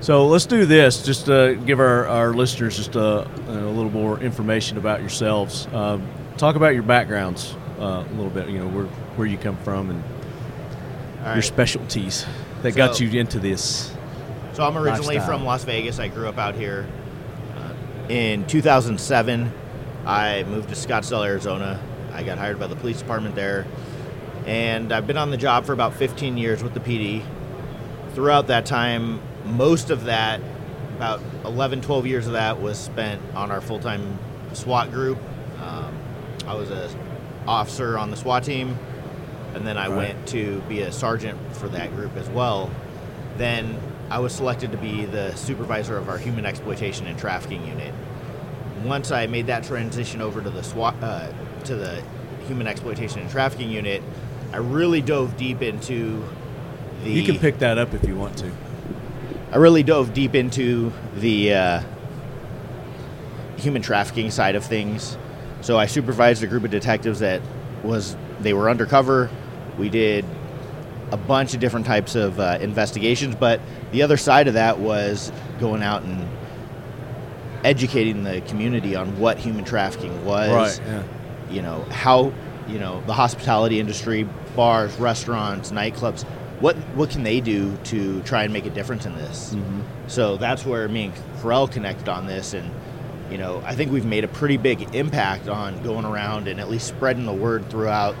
Speaker 3: So let's do this. Just uh, give our, our listeners just uh, a little more information about yourselves. Uh, talk about your backgrounds uh, a little bit. You know where where you come from and your
Speaker 17: right.
Speaker 3: specialties that got
Speaker 17: So-
Speaker 3: you into this.
Speaker 17: So I'm originally
Speaker 3: lifestyle.
Speaker 17: from Las Vegas. I grew up out here. Uh, in 2007, I moved to Scottsdale, Arizona. I got hired by the police department there, and I've been on the job for about 15 years with the PD. Throughout that time, most of that, about 11, 12 years of that, was spent on our full-time SWAT group. Um, I was a officer on the SWAT team, and then I
Speaker 3: Right.
Speaker 17: went to be a sergeant for that group as well. Then I was selected to be the supervisor of our human exploitation and trafficking unit. Once I made that transition over to the SWAT, uh, to the human exploitation and trafficking unit, I really dove deep into the.
Speaker 3: You can pick that up if you want to.
Speaker 17: I really dove deep into the uh, human trafficking side of things. So I supervised a group of detectives that was they were undercover. We did a bunch of different types of uh, investigations, but the other side of that was going out and educating the community on what human trafficking was.
Speaker 3: Right, yeah.
Speaker 17: You know how you know the hospitality industry, bars, restaurants, nightclubs. What what can they do to try and make a difference in this? So that's where me and Pharrell connected on this, and you know I think we've made a pretty big impact on going around and at least spreading the word throughout.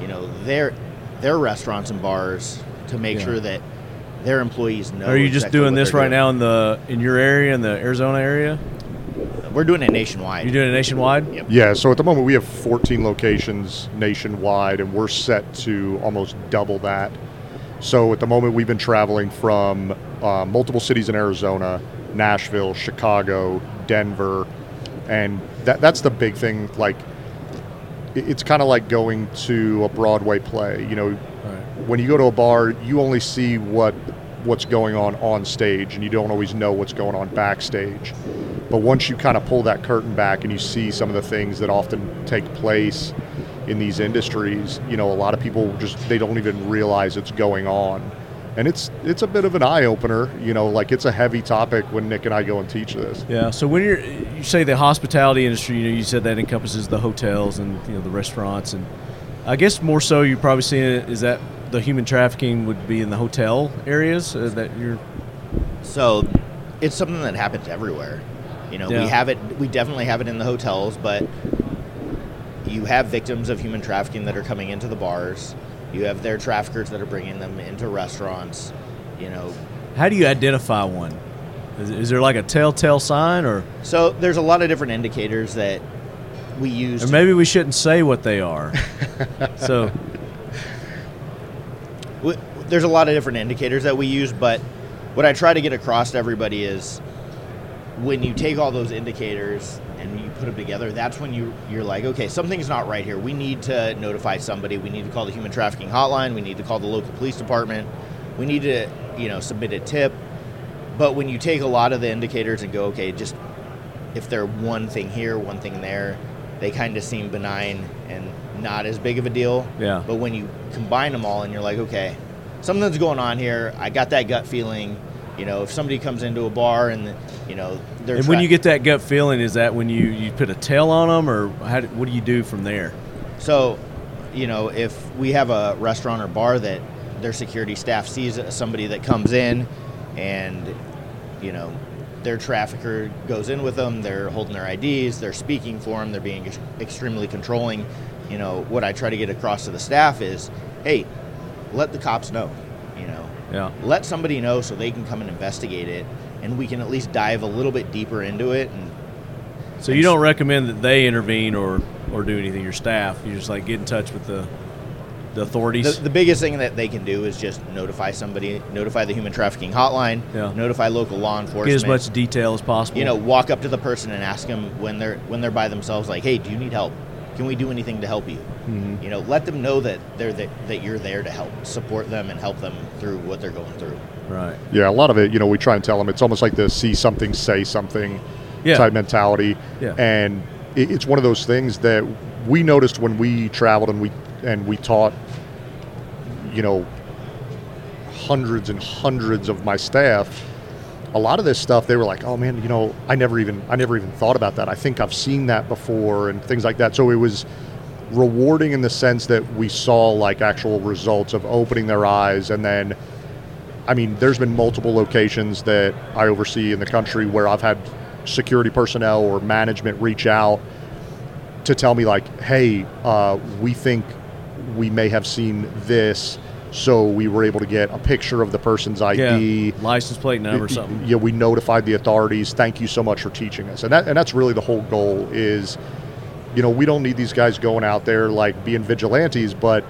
Speaker 17: You know their their restaurants and bars to make
Speaker 3: Yeah.
Speaker 17: sure that their employees know.
Speaker 3: Are you just
Speaker 17: exactly
Speaker 3: doing
Speaker 17: what
Speaker 3: this
Speaker 17: they're
Speaker 3: right
Speaker 17: doing.
Speaker 3: now in the in your area in the Arizona area?
Speaker 17: We're doing it nationwide.
Speaker 3: You're doing it nationwide.
Speaker 16: Yeah, so at the moment we have 14 locations nationwide, and we're set to almost double that. So at the moment we've been traveling from uh, multiple cities in Arizona, Nashville, Chicago, Denver, and that that's the big thing. Like, it- it's kind of like going to a Broadway play. You know, when you go to a bar, you only see what what's going on on stage, and you don't always know what's going on backstage. But once you kind of pull that curtain back and you see some of the things that often take place in these industries, you know, a lot of people just they don't even realize it's going on. And it's it's a bit of an eye opener, you know, like it's a heavy topic when Nick and I go and teach this.
Speaker 3: Yeah. So when you're you say the hospitality industry, you know, you said that encompasses the hotels and you know the restaurants, and I guess more so you're probably seeing it is that the human trafficking would be in the hotel areas uh, that you're.
Speaker 17: So it's something that happens everywhere. You know,
Speaker 3: Yeah.
Speaker 17: we have it. We definitely have it in the hotels, but you have victims of human trafficking that are coming into the bars. You have their traffickers that are bringing them into restaurants. You know,
Speaker 3: How do you identify one? Is, is there like a telltale sign, or
Speaker 17: so there's a lot of different indicators that we use.
Speaker 3: or maybe we shouldn't say what they are?
Speaker 17: <laughs>
Speaker 3: so
Speaker 17: w- there's a lot of different indicators that we use, but what I try to get across to everybody is when you take all those indicators and you put them together, that's when you you're like, okay, something's not right here. We need to notify somebody. We need to call the human trafficking hotline. We need to call the local police department. We need to you know submit a tip. But when you take a lot of the indicators and go, okay, just if they're one thing here, one thing there, they kind of seem benign and not as big of a deal.
Speaker 3: Yeah.
Speaker 17: But when you combine them all and you're like, okay, something's going on here. I got that gut feeling. You know, if somebody comes into a bar and you know they're
Speaker 3: and when
Speaker 17: tra-
Speaker 3: you get that gut feeling, is that when you, you put a tail on them, or how do, what do you do from there?
Speaker 17: So, you know, if we have a restaurant or bar that their security staff sees somebody that comes in and, you know, their trafficker goes in with them, they're holding their IDs, they're speaking for them, they're being ex- extremely controlling. You know, what I try to get across to the staff is hey, let the cops know, you know,
Speaker 3: Yeah.
Speaker 17: let somebody know so they can come and investigate it and we can at least dive a little bit deeper into it and
Speaker 3: So you don't recommend that they intervene or or do anything. Your staff, you just like get in touch with the the authorities.
Speaker 17: The, the biggest thing that they can do is just notify somebody, notify the human trafficking hotline, notify local law enforcement.
Speaker 3: Get as much detail as possible.
Speaker 17: You know, walk up to the person and ask them when they're when they're by themselves, like, "Hey, do you need help? Can we do anything to help you?"
Speaker 3: Mhm.
Speaker 17: You know, let them know that they're th- that you're there to help, support them, and help them through what they're going through.
Speaker 3: Right.
Speaker 16: Yeah, a lot of it, you know, we try and tell them it's almost like the see something, say something
Speaker 3: Yeah.
Speaker 16: type mentality.
Speaker 3: Yeah.
Speaker 16: And it, it's one of those things that we noticed when we traveled and we and we taught, you know, hundreds and hundreds of my staff. A lot of this stuff, they were like, "Oh man, you know, I never even I never even thought about that. I think I've seen that before and things like that." So it was rewarding in the sense that we saw like actual results of opening their eyes and then I mean, there's been multiple locations that I oversee in the country where I've had security personnel or management reach out to tell me, like, hey, uh, we think we may have seen this. So we were able to get a picture of the person's ID,
Speaker 3: Yeah, license plate
Speaker 17: <laughs>
Speaker 3: number or something.
Speaker 16: yeah, we notified the authorities. Thank you so much for teaching us. And that and that's really the whole goal is, you know, we don't need these guys going out there like being vigilantes, but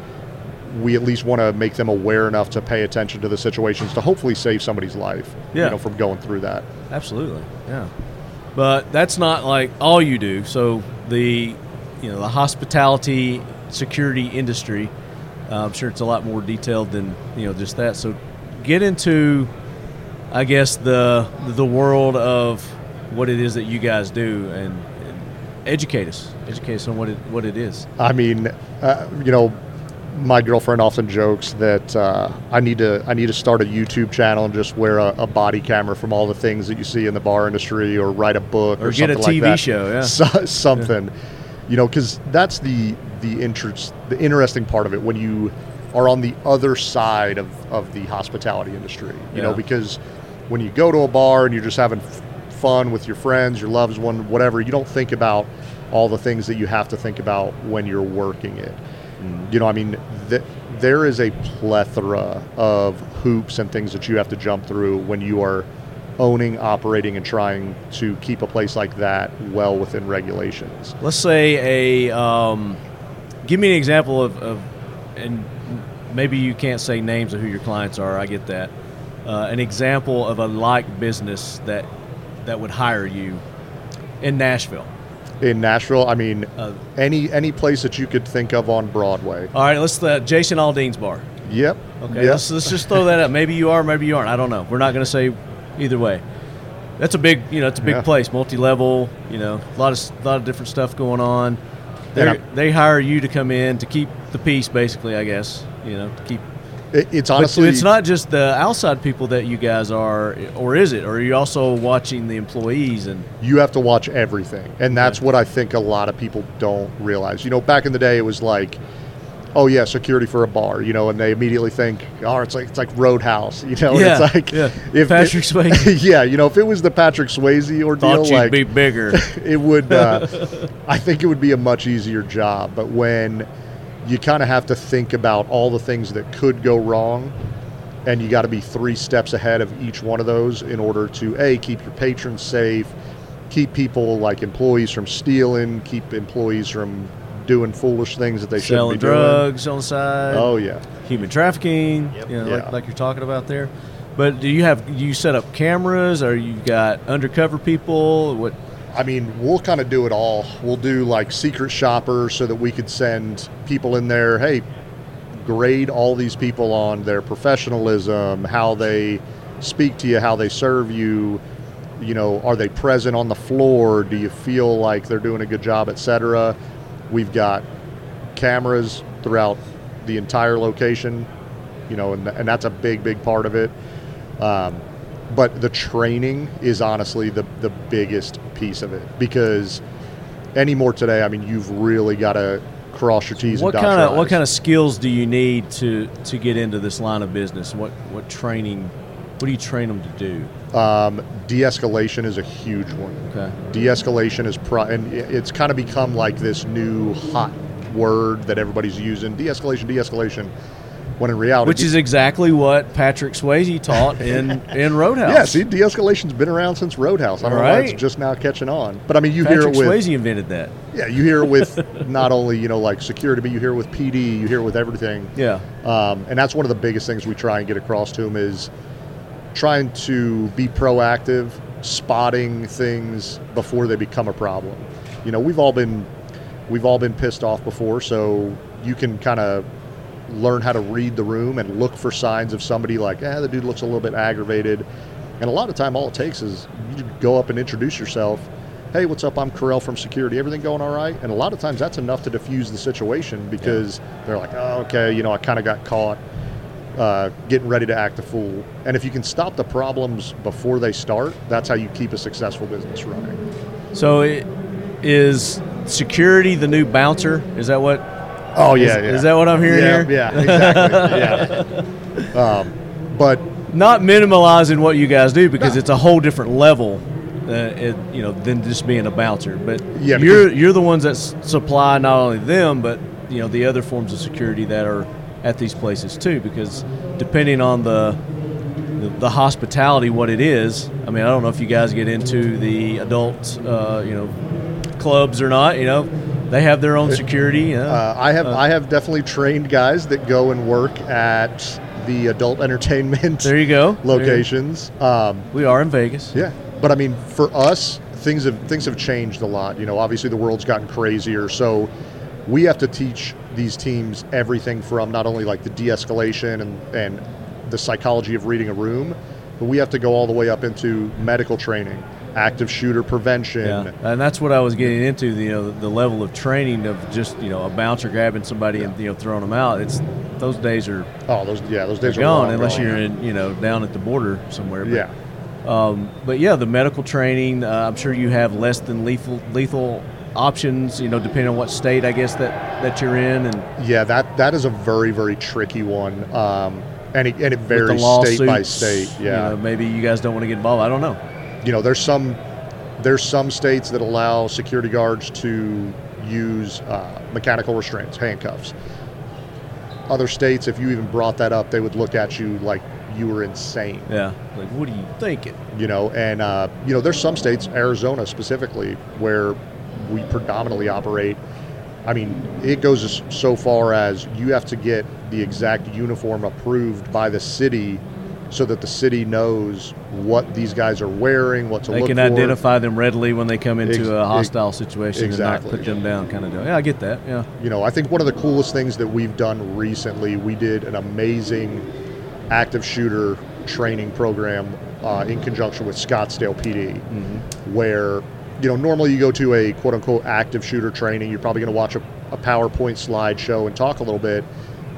Speaker 16: we at least want to make them aware enough to pay attention to the situations to hopefully save somebody's life.
Speaker 3: Yeah.
Speaker 16: You know, from going through that.
Speaker 3: Absolutely. Yeah. But that's not like all you do. So the you know the hospitality security industry, uh, I'm sure it's a lot more detailed than you know just that. So get into, I guess the the world of what it is that you guys do and, and educate us. Educate us on what it what it is.
Speaker 16: I mean, uh, you know, my girlfriend often jokes that uh, I need to I need to start a YouTube channel and just wear a, a body camera from all the things that you see in the bar industry, or write a book, or,
Speaker 3: Or get a
Speaker 16: something like
Speaker 3: TV
Speaker 16: that.
Speaker 3: show, yeah.
Speaker 16: So- <laughs> something, you know, because that's the the interest the interesting part of it when you are on the other side of, of the hospitality industry, you know,
Speaker 3: Yeah.
Speaker 16: because when you go to a bar and you're just having f- fun with your friends, your loved one, whatever, you don't think about all the things that you have to think about when you're working it.
Speaker 3: Mm-hmm.
Speaker 16: You know, I mean, th- there is a plethora of hoops and things that you have to jump through when you are owning, operating, and trying to keep a place like that well within regulations.
Speaker 3: Let's say a. Um, give me an example of, of, and maybe you can't say names of who your clients are. I get that. Uh, an example of a like business that that would hire you in Nashville.
Speaker 16: In Nashville, I mean, any any place that you could think of on Broadway.
Speaker 3: Uh, All right, let's uh, Jason Aldean's bar.
Speaker 16: Yep.
Speaker 3: Okay,
Speaker 16: Yep.
Speaker 3: let's, let's just
Speaker 16: <laughs>
Speaker 3: throw that out. Maybe you are, maybe you aren't. I don't know. We're not going to say either way. That's a big, you know, it's a big
Speaker 16: Yeah.
Speaker 3: place, multi-level. You know, a lot of s- lot of different stuff going on. They
Speaker 16: Yeah.
Speaker 3: they hire you to come in to keep the peace, basically. I guess you know to keep.
Speaker 16: It- it's
Speaker 3: But
Speaker 16: honestly-
Speaker 3: it's not just the outside people that you guys are, or is it? Or are you also watching the employees and?
Speaker 16: you have to watch everything. And that's what I think a lot of people don't realize. You know, back in the day, it was like, oh, yeah, security for a bar, you know, and they immediately think, oh, it's like, it's like Roadhouse, <laughs> you know, and
Speaker 3: Yeah,
Speaker 16: it's like,
Speaker 3: yeah.
Speaker 16: if
Speaker 3: Patrick Swayze.
Speaker 16: <laughs> yeah, you know, if it was the Patrick Swayze ordeal,
Speaker 3: Thought you'd
Speaker 16: like,
Speaker 3: be bigger.
Speaker 16: <laughs> it would,
Speaker 3: <laughs>
Speaker 16: uh, I think it would be a much easier job. But when you kind of have to think about all the things that could go wrong, and you got to be three steps ahead of each one of those in order to a keep your patrons safe, keep people like employees from stealing, keep employees from doing foolish things that they
Speaker 3: selling
Speaker 16: shouldn't be doing.
Speaker 3: drugs on the side.
Speaker 16: Oh, yeah.
Speaker 3: human trafficking. You know,
Speaker 16: Yeah.
Speaker 3: like, like you're talking about there. But do you have you set up cameras? Or you got undercover people? What?
Speaker 16: I mean, we'll kind of do it all. We'll do like secret shoppers so that we could send people in there, hey, grade all these people on their professionalism, how they speak to you, how they serve you, you know, are they present on the floor? Do you feel like they're doing a good job, etc. We've got cameras throughout the entire location, you know, and, and that's a big, big part of it. Um, but the training is honestly the, the biggest piece of it because anymore today, I mean, you've really got to cross your T's
Speaker 3: What
Speaker 16: and dot your
Speaker 3: kind of
Speaker 16: I's.
Speaker 3: what kind of skills do you need to to get into this line of business? What what training? What do you train them to do?
Speaker 16: Um, de-escalation is a huge one.
Speaker 3: Okay.
Speaker 16: De-escalation is pro, and i- it's kind of become like this new hot word that everybody's using. De-escalation, de-escalation. When in reality,
Speaker 3: Which is exactly what Patrick Swayze taught
Speaker 16: <laughs>
Speaker 3: in in Roadhouse.
Speaker 16: yeah. See, de-escalation's been around since Roadhouse. I don't know why it's
Speaker 3: Right.
Speaker 16: just now catching on. But I mean, you
Speaker 3: Patrick
Speaker 16: hear it with
Speaker 3: Swayze invented that.
Speaker 16: yeah, you hear it with <laughs> not only you know like security, but you hear it with PD, you hear it with everything.
Speaker 3: Yeah.
Speaker 16: um, and that's one of the biggest things we try and get across to them is trying to be proactive, spotting things before they become a problem. You know, we've all been we've all been pissed off before, so you can kind of learn how to read the room and look for signs of somebody like, ah, the dude looks a little bit aggravated. And a lot of time, all it takes is you go up and introduce yourself. Hey, what's up? I'm Corell from security. Everything going all right? And a lot of times, that's enough to diffuse the situation because they're like, oh, okay, you know, I kind of got caught uh, getting ready to act a fool. And if you can stop the problems before they start, that's how you keep a successful business running.
Speaker 3: So, it, is security the new bouncer? Is that what?
Speaker 16: Oh yeah,
Speaker 3: is,
Speaker 16: yeah.
Speaker 3: is that what I'm hearing
Speaker 16: yeah,
Speaker 3: here? <laughs>
Speaker 16: Yeah, exactly. yeah. Um, but
Speaker 3: not minimalizing what you guys do because it's a whole different level, uh, it, you know, than just being a bouncer. But
Speaker 16: Yeah,
Speaker 3: you're you're the ones that s- supply not only them but you know the other forms of security that are at these places too. Because depending on the the, the hospitality, what it is, I mean, I don't know if you guys get into the adult, uh, you know, clubs or not. You know, they have their own security.
Speaker 16: Uh, I have I have definitely trained guys that go and work at the adult <laughs> entertainment. There
Speaker 3: you go
Speaker 16: locations. Um,
Speaker 3: we are in Vegas.
Speaker 16: Yeah, but I mean, for us, things have things have changed a lot. You know, obviously the world's gotten crazier, so we have to teach these teams everything from not only like the de-escalation and and the psychology of reading a room, but we have to go all the way up into medical training. active shooter prevention.
Speaker 3: Yeah, and that's what I was getting into. You know, the level of training of just you know a bouncer grabbing somebody and you know throwing them out. It's those days are
Speaker 16: oh those yeah those days are
Speaker 3: gone
Speaker 16: long
Speaker 3: unless
Speaker 16: gone.
Speaker 3: you're in you know down at the border somewhere. But,
Speaker 16: Yeah.
Speaker 3: Um, but yeah, the medical training. Uh, I'm sure you have less than lethal lethal options. You know, depending on what state I guess that that you're in and
Speaker 16: Yeah, that that is a very very tricky one, um, and it, and it
Speaker 3: with the
Speaker 16: varies state by
Speaker 3: lawsuits,
Speaker 16: state.
Speaker 3: you
Speaker 16: Yeah,
Speaker 3: know, maybe you guys don't want to get involved. I don't know.
Speaker 16: you know, there's some there's some states that allow security guards to use uh, mechanical restraints, handcuffs. Other states, if you even brought that up, they would look at you like you were insane.
Speaker 3: Yeah, like what are you thinking?
Speaker 16: You know, and uh, you know, there's some states, Arizona specifically, where we predominantly operate. I mean, it goes as- so far as you have to get the exact uniform approved by the city, so that the city knows what these guys are wearing, what to
Speaker 3: They
Speaker 16: look
Speaker 3: can
Speaker 16: for.
Speaker 3: identify them readily when they come into
Speaker 16: Ex-
Speaker 3: a
Speaker 16: ex-
Speaker 3: hostile situation and
Speaker 16: exactly.
Speaker 3: not put them down, kind of deal. Yeah, I get that. Yeah.
Speaker 16: You know, I think one of the coolest things that we've done recently, we did an amazing active shooter training program uh, in conjunction with Scottsdale PD, where, you know, normally you go to a quote unquote active shooter training, you're probably going to watch a, a PowerPoint slideshow and talk a little bit.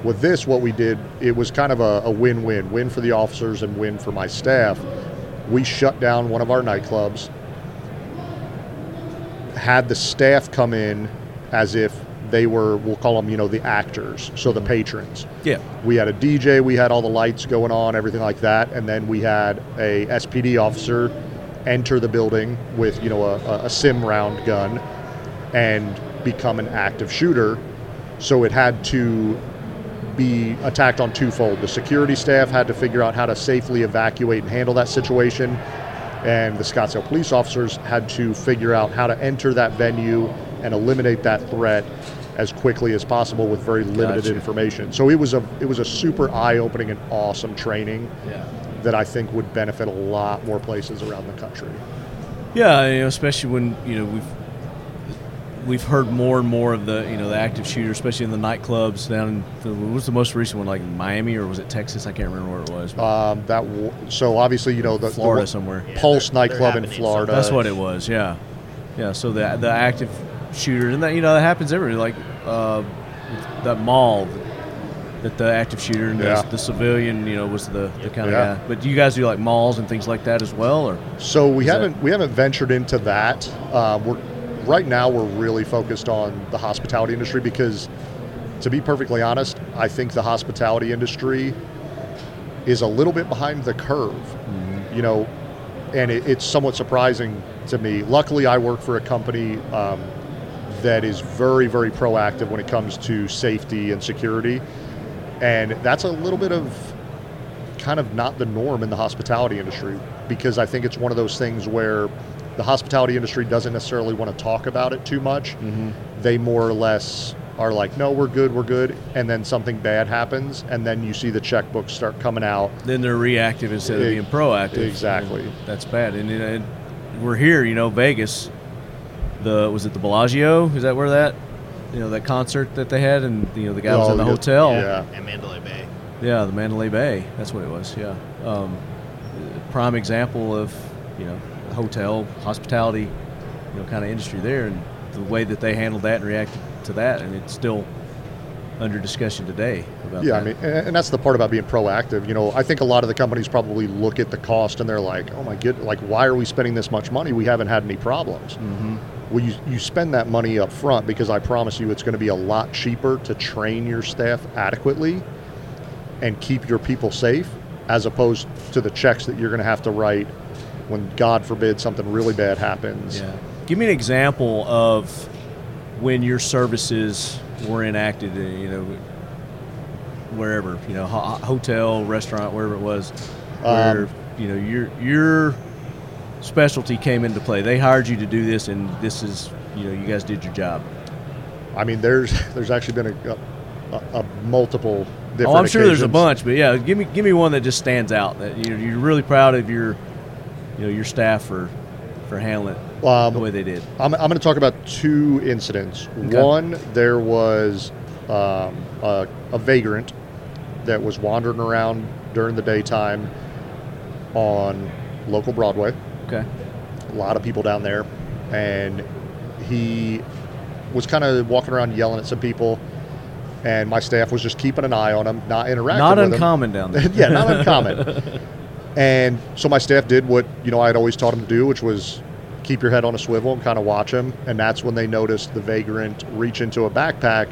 Speaker 16: With this, what we did, it was kind of a, a win win win for the officers and win for my staff. We shut down one of our nightclubs had the staff come in as if they were we'll call them you know the actors so the patrons
Speaker 3: Yeah.
Speaker 16: we had a dj we had all the lights going on everything like that and then we had a spd officer enter the building with you know a, a- a sim round gun and become an active shooter so it had to be attacked on twofold the security staff had to figure out how to safely evacuate and handle that situation and the Scottsdale police officers had to figure out how to enter that venue and eliminate that threat as quickly as possible with very limited
Speaker 3: Gotcha.
Speaker 16: information. So it was a it was a super eye-opening and awesome training
Speaker 3: Yeah.
Speaker 16: that I think would benefit a lot more places around the country.
Speaker 3: Yeah, you know, especially when you know we've we've heard more and more of the you know the active shooter, especially in the nightclubs down. In, the- what was the most recent one? Like Miami or was it Texas? I can't remember where it was.
Speaker 16: Um, that w- so obviously you know Oh, the the
Speaker 3: Florida
Speaker 16: one-
Speaker 3: somewhere. Yeah,
Speaker 16: Pulse nightclub in Florida.
Speaker 3: That's what it was. Yeah, yeah. So the the active shooters, and that you know that happens everywhere. Like uh, that mall that the active shooter and
Speaker 16: Yeah.
Speaker 3: the, the civilian, you know, was the, the kind of
Speaker 16: Yeah.
Speaker 3: guy. But do you guys do like malls and things like that as well, or
Speaker 16: So we
Speaker 3: Is that-
Speaker 16: haven't we haven't ventured into that. Uh, we're right now we're really focused on the hospitality industry because, to be perfectly honest, I think the hospitality industry is a little bit behind the curve.
Speaker 3: Mm-hmm.
Speaker 16: You know, and it, it's somewhat surprising to me. Luckily, I work for a company um, that is very very proactive when it comes to safety and security, and that's a little bit of kind of not the norm in the hospitality industry because I think it's one of those things where the hospitality industry doesn't necessarily want to talk about it too much. They more or less are like, no, we're good, we're good. And then something bad happens, and then you see the checkbooks start coming out.
Speaker 3: then they're reactive instead of
Speaker 16: E-
Speaker 3: being proactive.
Speaker 16: exactly.
Speaker 3: And that's bad. And, you know, and we're here, you know, Vegas. The was it the Bellagio? Is that where that, you know, that concert that they had, and you know, the guy was
Speaker 16: Oh,
Speaker 3: in the
Speaker 16: yeah.
Speaker 3: hotel.
Speaker 16: Yeah.
Speaker 17: And Uh, Mandalay Bay.
Speaker 3: Yeah, the Mandalay Bay. That's what it was. Yeah, um, uh, prime example of you know hotel hospitality, you know, kind of industry there, and the way that they handled that and reacted to that, and it's still under discussion today about that.
Speaker 16: yeah, I mean, and, and that's the part about being proactive. You know, I think a lot of the companies probably look at the cost and they're like, oh my good, like, why are we spending this much money? We haven't had any problems.
Speaker 3: Mhm.
Speaker 16: Well, you, you spend that money up front because I promise you it's going to be a lot cheaper to train your staff adequately and keep your people safe as opposed to the checks that you're going to have to write when, God forbid, something really bad happens.
Speaker 3: Yeah. Give me an example of when your services were enacted, uh, you know, wherever, you know, ho- hotel, restaurant, wherever it was, where,
Speaker 16: Um,
Speaker 3: you know, your your specialty came into play. They hired you to do this, and this is, you know, you guys did your job. Oh,
Speaker 16: I mean, there's <laughs> there's actually been a, a, a- a multiple different
Speaker 3: Oh, I'm sure there's a
Speaker 16: occasions.
Speaker 3: bunch, but yeah, give me give me one that just stands out that you know, you're really proud of your, you know, your staff for for handling it the way they did.
Speaker 16: I'm, I'm going to talk about two incidents.
Speaker 3: Okay.
Speaker 16: One, there was um, a, a vagrant that was wandering around during the daytime on local Broadway.
Speaker 3: Okay.
Speaker 16: a lot of people down there, and he was kind of walking around yelling at some people. And my staff was just keeping an eye on him, not interacting.
Speaker 3: Not
Speaker 16: with him.
Speaker 3: uncommon down there.
Speaker 16: <laughs>
Speaker 3: <laughs>
Speaker 16: yeah, not uncommon. And so my staff did what you know I had always taught them to do, which was keep your head on a swivel and kind of watch them. And that's when they noticed the vagrant reach into a backpack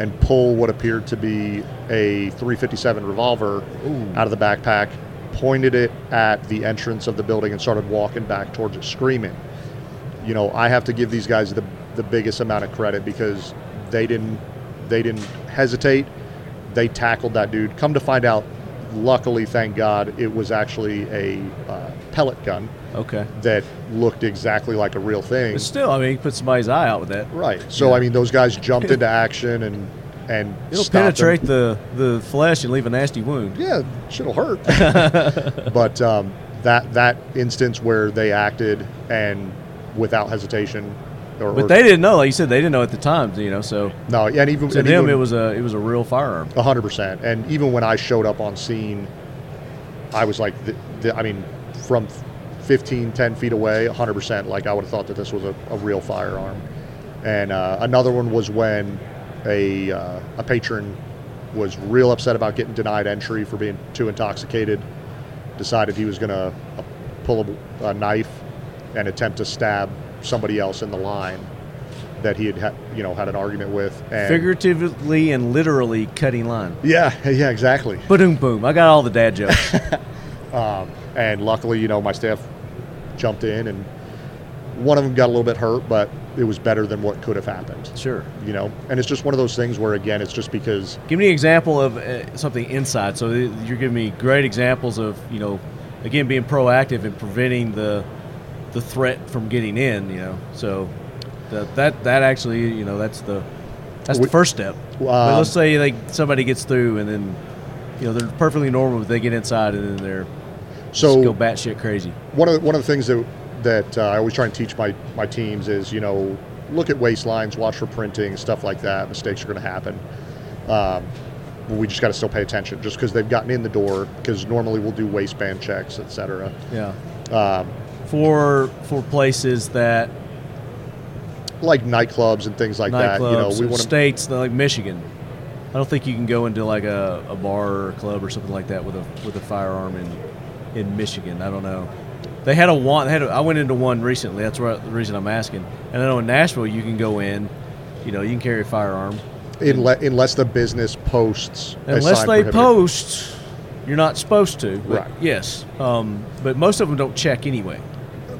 Speaker 16: and pull what appeared to be a 357 revolver
Speaker 4: Ooh.
Speaker 16: out of the backpack, pointed it at the entrance of the building, and started walking back towards it, screaming. You know, I have to give these guys the the biggest amount of credit because they didn't they didn't hesitate. They tackled that dude. Come to find out, luckily, thank God, it was actually a uh, pellet gun.
Speaker 3: Okay.
Speaker 16: That looked exactly like a real thing.
Speaker 3: But still, I mean, you can put somebody's eye out with that.
Speaker 16: Right. So I mean, those guys
Speaker 3: <laughs>
Speaker 16: jumped into action and and
Speaker 3: It'll
Speaker 16: stopped them.
Speaker 3: penetrate the, the flesh and leave a nasty wound.
Speaker 16: Yeah, shit'll
Speaker 3: <laughs>
Speaker 16: hurt. but um, that that instance where they acted and without hesitation, or,
Speaker 3: But they didn't know, like you said, they didn't know at the time, you know. So
Speaker 16: no, and even
Speaker 3: to
Speaker 16: and
Speaker 3: them,
Speaker 16: even-
Speaker 3: it was a it was a real firearm.
Speaker 16: A hundred percent. And even when I showed up on scene, I was like, th th I mean, from 15, 10 feet away, a hundred percent. Like I would have thought that this was a, a real firearm. And uh, another one was when a uh, a patron was real upset about getting denied entry for being too intoxicated. Decided he was going to pull a, a knife and attempt to stab somebody else in the line that he had, ha- you know, had an argument with. And
Speaker 3: Figuratively and literally cutting line.
Speaker 16: yeah, yeah, exactly.
Speaker 3: Boom, boom. I got all the dad jokes.
Speaker 16: <laughs> um, and luckily, you know, my staff jumped in, and one of them got a little bit hurt, but it was better than what could have happened.
Speaker 3: Sure.
Speaker 16: You know, and it's just one of those things where, again, it's just because
Speaker 3: Give me an example of uh, something inside. So th- you're giving me great examples of you know, again being proactive and preventing the the threat from getting in. You know, so that that, that actually you know that's the that's the
Speaker 16: We-
Speaker 3: first step.
Speaker 16: Um,
Speaker 3: but let's say like somebody gets through and then you know they're perfectly normal, but they get inside and then they're
Speaker 16: So-
Speaker 3: just go batshit crazy.
Speaker 16: one of the, one of the things that that uh, I always try and teach my my teams is you know look at waistlines, watch for printing, stuff like that. Mistakes are going to happen. Um, but we just got to still pay attention, just because they've gotten in the door. Because normally we'll do waistband checks, etc.
Speaker 3: Yeah.
Speaker 16: Um,
Speaker 3: for for places that
Speaker 16: like nightclubs and things like that. You know,
Speaker 3: Nightclubs
Speaker 16: we
Speaker 3: in
Speaker 16: want to
Speaker 3: states like Michigan. I don't think you can go into like a, a bar or a club or something like that with a with a firearm in in Michigan. I don't know. They had a one. They had. A, I went into one recently. That's why the reason I'm asking. And I know in Nashville you can go in. You know you can carry a firearm
Speaker 16: Unle- unless the business posts a
Speaker 3: unless
Speaker 16: sign
Speaker 3: they
Speaker 16: prohibited.
Speaker 3: post. You're not supposed to. but
Speaker 16: Right.
Speaker 3: Yes. Um, but most of them don't check anyway.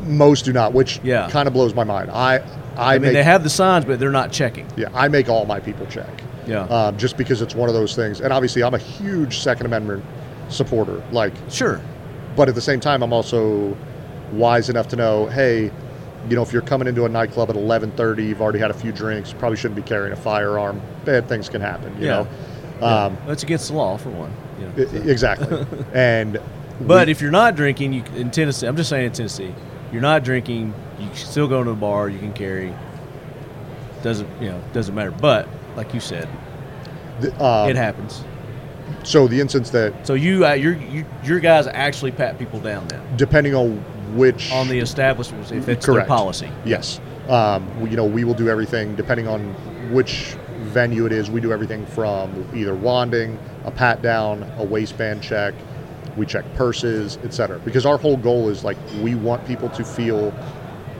Speaker 16: most do not which
Speaker 3: Yeah.
Speaker 16: kind of blows my mind i i,
Speaker 3: I, mean
Speaker 16: make,
Speaker 3: they have the signs, but they're not checking.
Speaker 16: yeah i make all my people check
Speaker 3: Yeah.
Speaker 16: um, just because it's one of those things and obviously i'm a huge second amendment supporter like
Speaker 3: sure
Speaker 16: but at the same time i'm also wise enough to know hey you know if you're coming into a nightclub at 11.30 you've already had a few drinks probably shouldn't be carrying a firearm bad things can happen you
Speaker 3: Yeah.
Speaker 16: know um,
Speaker 3: That's against the law for one. Yeah.
Speaker 16: e-
Speaker 3: <laughs>
Speaker 16: exactly and
Speaker 3: But
Speaker 16: we-
Speaker 3: if you're not drinking, you in Tennessee, I'm just saying in Tennessee, you're not drinking, you can still go to the bar, you can carry. Doesn't you know? Doesn't matter. But like you said,
Speaker 16: The- um,
Speaker 3: it happens.
Speaker 16: so the instance that
Speaker 3: So you, uh, your, you, your guys actually pat people down then
Speaker 16: depending on which
Speaker 3: on the establishments if it's
Speaker 16: Correct.
Speaker 3: their policy.
Speaker 16: Yes. Um, we- you know, we will do everything depending on which venue it is. We do everything from either wanding, a pat down, a waistband check. We check purses, etc. Because our whole goal is like we want people to feel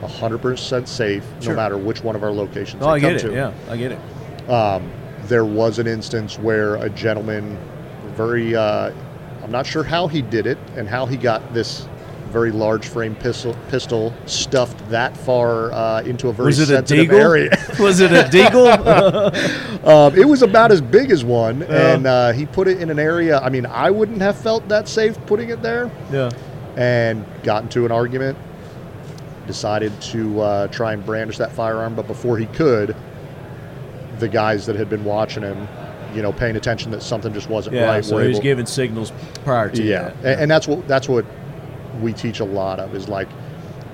Speaker 16: 100% safe
Speaker 3: Sure.
Speaker 16: no matter which one of our locations
Speaker 3: Oh,
Speaker 16: they
Speaker 3: I
Speaker 16: come
Speaker 3: get it.
Speaker 16: to.
Speaker 3: Yeah, I get it.
Speaker 16: Um, there was an instance where a gentleman, very, uh, I'm not sure how he did it and how he got this very large frame pistol, pistol stuffed that far uh, into a very
Speaker 3: Was it a
Speaker 16: sensitive
Speaker 3: deagle?
Speaker 16: area.
Speaker 3: <laughs> Was it a deagle?
Speaker 16: <laughs> um, it was about as big as one, and uh, he put it in an area. I mean, I wouldn't have felt that safe putting it there
Speaker 3: Yeah.
Speaker 16: and got into an argument. Decided to uh, try and brandish that firearm, but before he could, the guys that had been watching him, you know, paying attention that something just wasn't
Speaker 3: Yeah.
Speaker 16: right.
Speaker 3: so
Speaker 16: were
Speaker 3: he was
Speaker 16: able-
Speaker 3: giving signals prior to
Speaker 16: yeah,
Speaker 3: that.
Speaker 16: A- And, that's what that's what we teach a lot of is like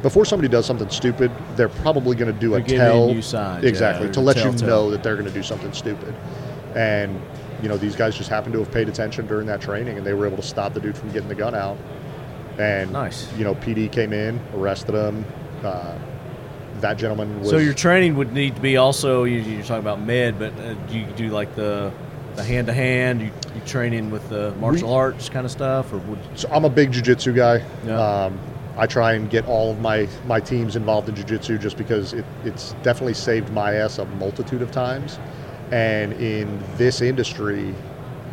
Speaker 16: before somebody does something stupid, they're probably going to do
Speaker 3: They're
Speaker 16: a
Speaker 3: giving
Speaker 16: tell
Speaker 3: you signs,
Speaker 16: exactly
Speaker 3: yeah,
Speaker 16: to
Speaker 3: or
Speaker 16: let you
Speaker 3: telltale.
Speaker 16: know that they're going to do something stupid, and you know these guys just happened to have paid attention during that training, and they were able to stop the dude from getting the gun out. And
Speaker 3: Nice.
Speaker 16: you know, PD came in, arrested him, Uh, that gentleman was
Speaker 3: So your training would need to be also. You, you're talking about med, but uh, do you do like the the hand to hand? You you train in with the martial
Speaker 16: We-
Speaker 3: arts kind of stuff, or would
Speaker 16: So I'm a big jujitsu guy. Um, I try and get all of my, my teams involved in jujitsu just because it, it's definitely saved my ass a multitude of times. And in this industry,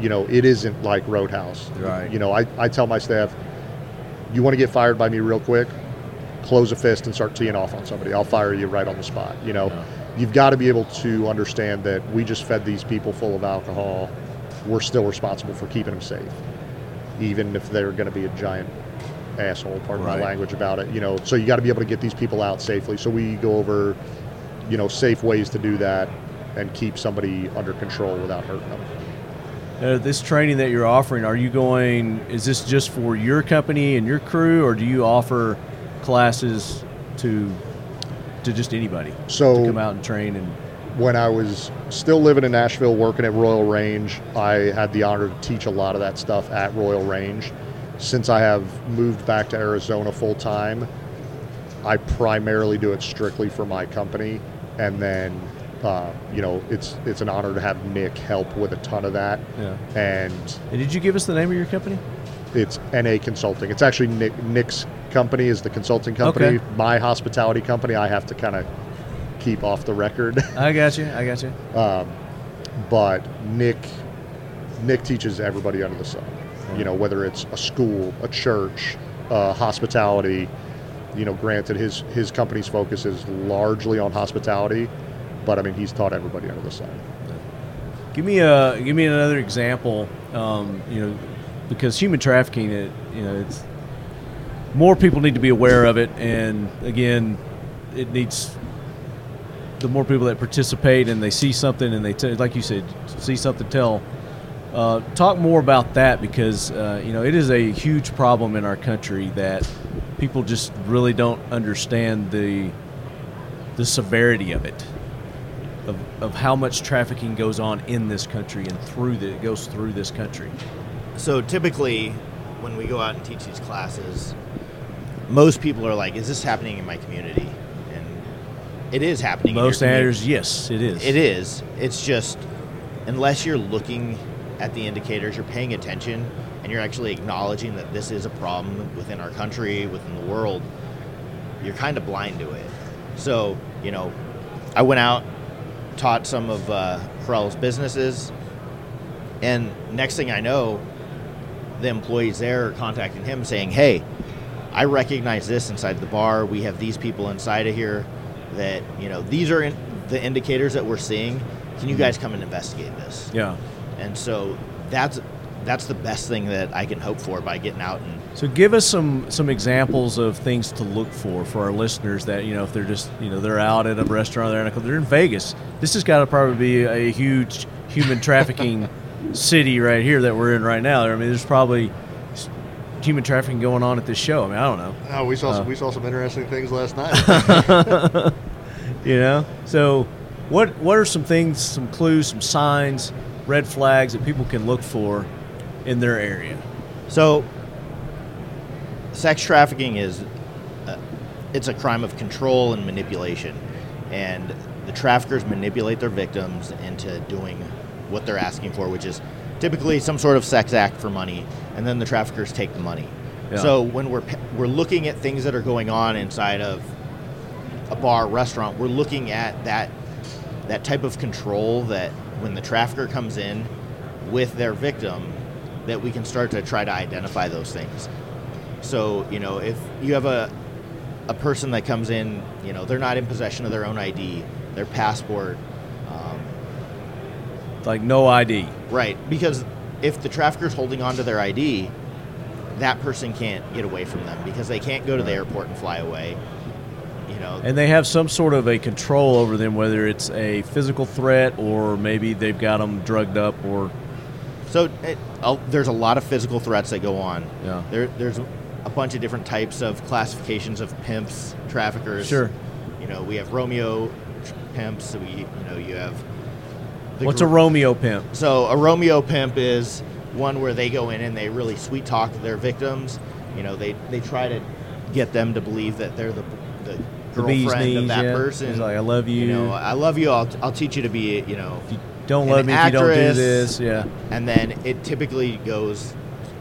Speaker 16: you know, it isn't like Roadhouse. Right. You know, I, I tell my staff, you want to get fired by me real quick, close a fist and start teeing off on somebody. I'll fire you right on the spot. You know, you've got to be able to understand that we just fed these people full of alcohol. We're still responsible for keeping them safe, even if they're going to be a giant asshole. Pardon
Speaker 18: Right.
Speaker 16: my language about it. You know, so you got to be able to get these people out safely. So we go over, you know, safe ways to do that and keep somebody under control without hurting them.
Speaker 3: uh, this training that you're offering? Are you going? Is this just for your company and your crew, or do you offer classes to to just anybody?
Speaker 16: So
Speaker 3: to come out and train and
Speaker 16: when I was still living in Nashville working at Royal Range, I had the honor to teach a lot of that stuff at Royal Range. Since I have moved back to Arizona full time, I primarily do it strictly for my company, and then uh, you know it's it's an honor to have Nick help with a ton of that.
Speaker 3: Yeah.
Speaker 16: And
Speaker 3: and did you give us the name of your company?
Speaker 16: It's NA Consulting. It's actually Nick, Nick's company is the consulting company.
Speaker 3: Okay.
Speaker 16: My hospitality company. I have to kind of keep off the record. <laughs>
Speaker 3: I got you. I got you.
Speaker 16: Um, but Nick, Nick teaches everybody under the sun. You know, whether it's a school, a church, uh, hospitality. You know, granted, his his company's focus is largely on hospitality, but I mean, he's taught everybody under the sun.
Speaker 3: Give me a give me another example. Um, you know, because human trafficking, it you know, it's more people need to be aware of it, and again, it needs the more people that participate and they see something and they t- like you said, see something, tell. Uh, talk more about that because uh, you know it is a huge problem in our country that people just really don't understand the the severity of it of, of how much trafficking goes on in this country and through the it goes through this country.
Speaker 17: So typically, when we go out and teach these classes, most people are like, "Is this happening in my community?" And it is happening.
Speaker 3: Most
Speaker 17: in your
Speaker 3: areas,
Speaker 17: community.
Speaker 3: yes, it is.
Speaker 17: It is. It's just unless you're looking at the indicators, you're paying attention, and you're actually acknowledging that this is a problem within our country, within the world. You're kind of blind to it. So you know, I went out, taught some of uh, Harrell's businesses, and next thing I know, the employees there are contacting him saying, Hey, I recognize this inside the bar. We have these people inside of here that, you know, these are in, the indicators that we're seeing. Can you guys come and investigate this?
Speaker 3: Yeah.
Speaker 17: And so that's that's the best thing that I can hope for by getting out and
Speaker 3: So give us some some examples of things to look for for our listeners that you know if they're just you know they're out at a restaurant they're in a club they're in Vegas. This has got to probably be a huge human
Speaker 18: <laughs>
Speaker 3: trafficking city right here that we're in right now. I mean, there's probably s- human trafficking going on at this show. I mean, I don't know.
Speaker 18: Oh, we saw
Speaker 3: Uh,
Speaker 18: some, we saw some interesting things last
Speaker 3: <laughs>
Speaker 16: <laughs>
Speaker 18: night.
Speaker 3: you know so what what are some things some clues some signs red flags that people can look for in their area
Speaker 17: so sex trafficking is uh, it's a crime of control and manipulation and the traffickers manipulate their victims into doing what they're asking for which is typically some sort of sex act for money and then the traffickers take the money
Speaker 3: Yeah.
Speaker 17: so when we're p- we're looking at things that are going on inside of a bar restaurant we're looking at that that type of control that when the trafficker comes in with their victim that we can start to try to identify those things so you know if you have a a person that comes in you know they're not in possession of their own id their passport um,
Speaker 3: like no id
Speaker 17: right because if the trafficker's holding on to their id that person can't get away from them because they can't go to the airport and fly away you know
Speaker 3: and they have some sort of a control over them whether it's a physical threat or maybe they've got them drugged up or
Speaker 17: So it, uh, there's a lot of physical threats that go on.
Speaker 3: Yeah.
Speaker 17: There, there's a bunch of different types of classifications of pimps, traffickers.
Speaker 3: Sure.
Speaker 17: You know, we have Romeo pimps. So we, you know, you have.
Speaker 3: What's a
Speaker 17: gr-
Speaker 3: Romeo pimp?
Speaker 17: So a Romeo pimp is one where they go in and they really sweet talk their victims. You know, they they try to get them to believe that they're the the
Speaker 3: The bee's
Speaker 17: girlfriend of
Speaker 3: knees,
Speaker 17: that
Speaker 3: yeah.
Speaker 17: person.
Speaker 3: He's like, "I love you."
Speaker 17: know, I love you. I'll, I'll teach you to be, you know, if you
Speaker 3: don't love me, if you don't do this, yeah.
Speaker 17: And then it typically goes,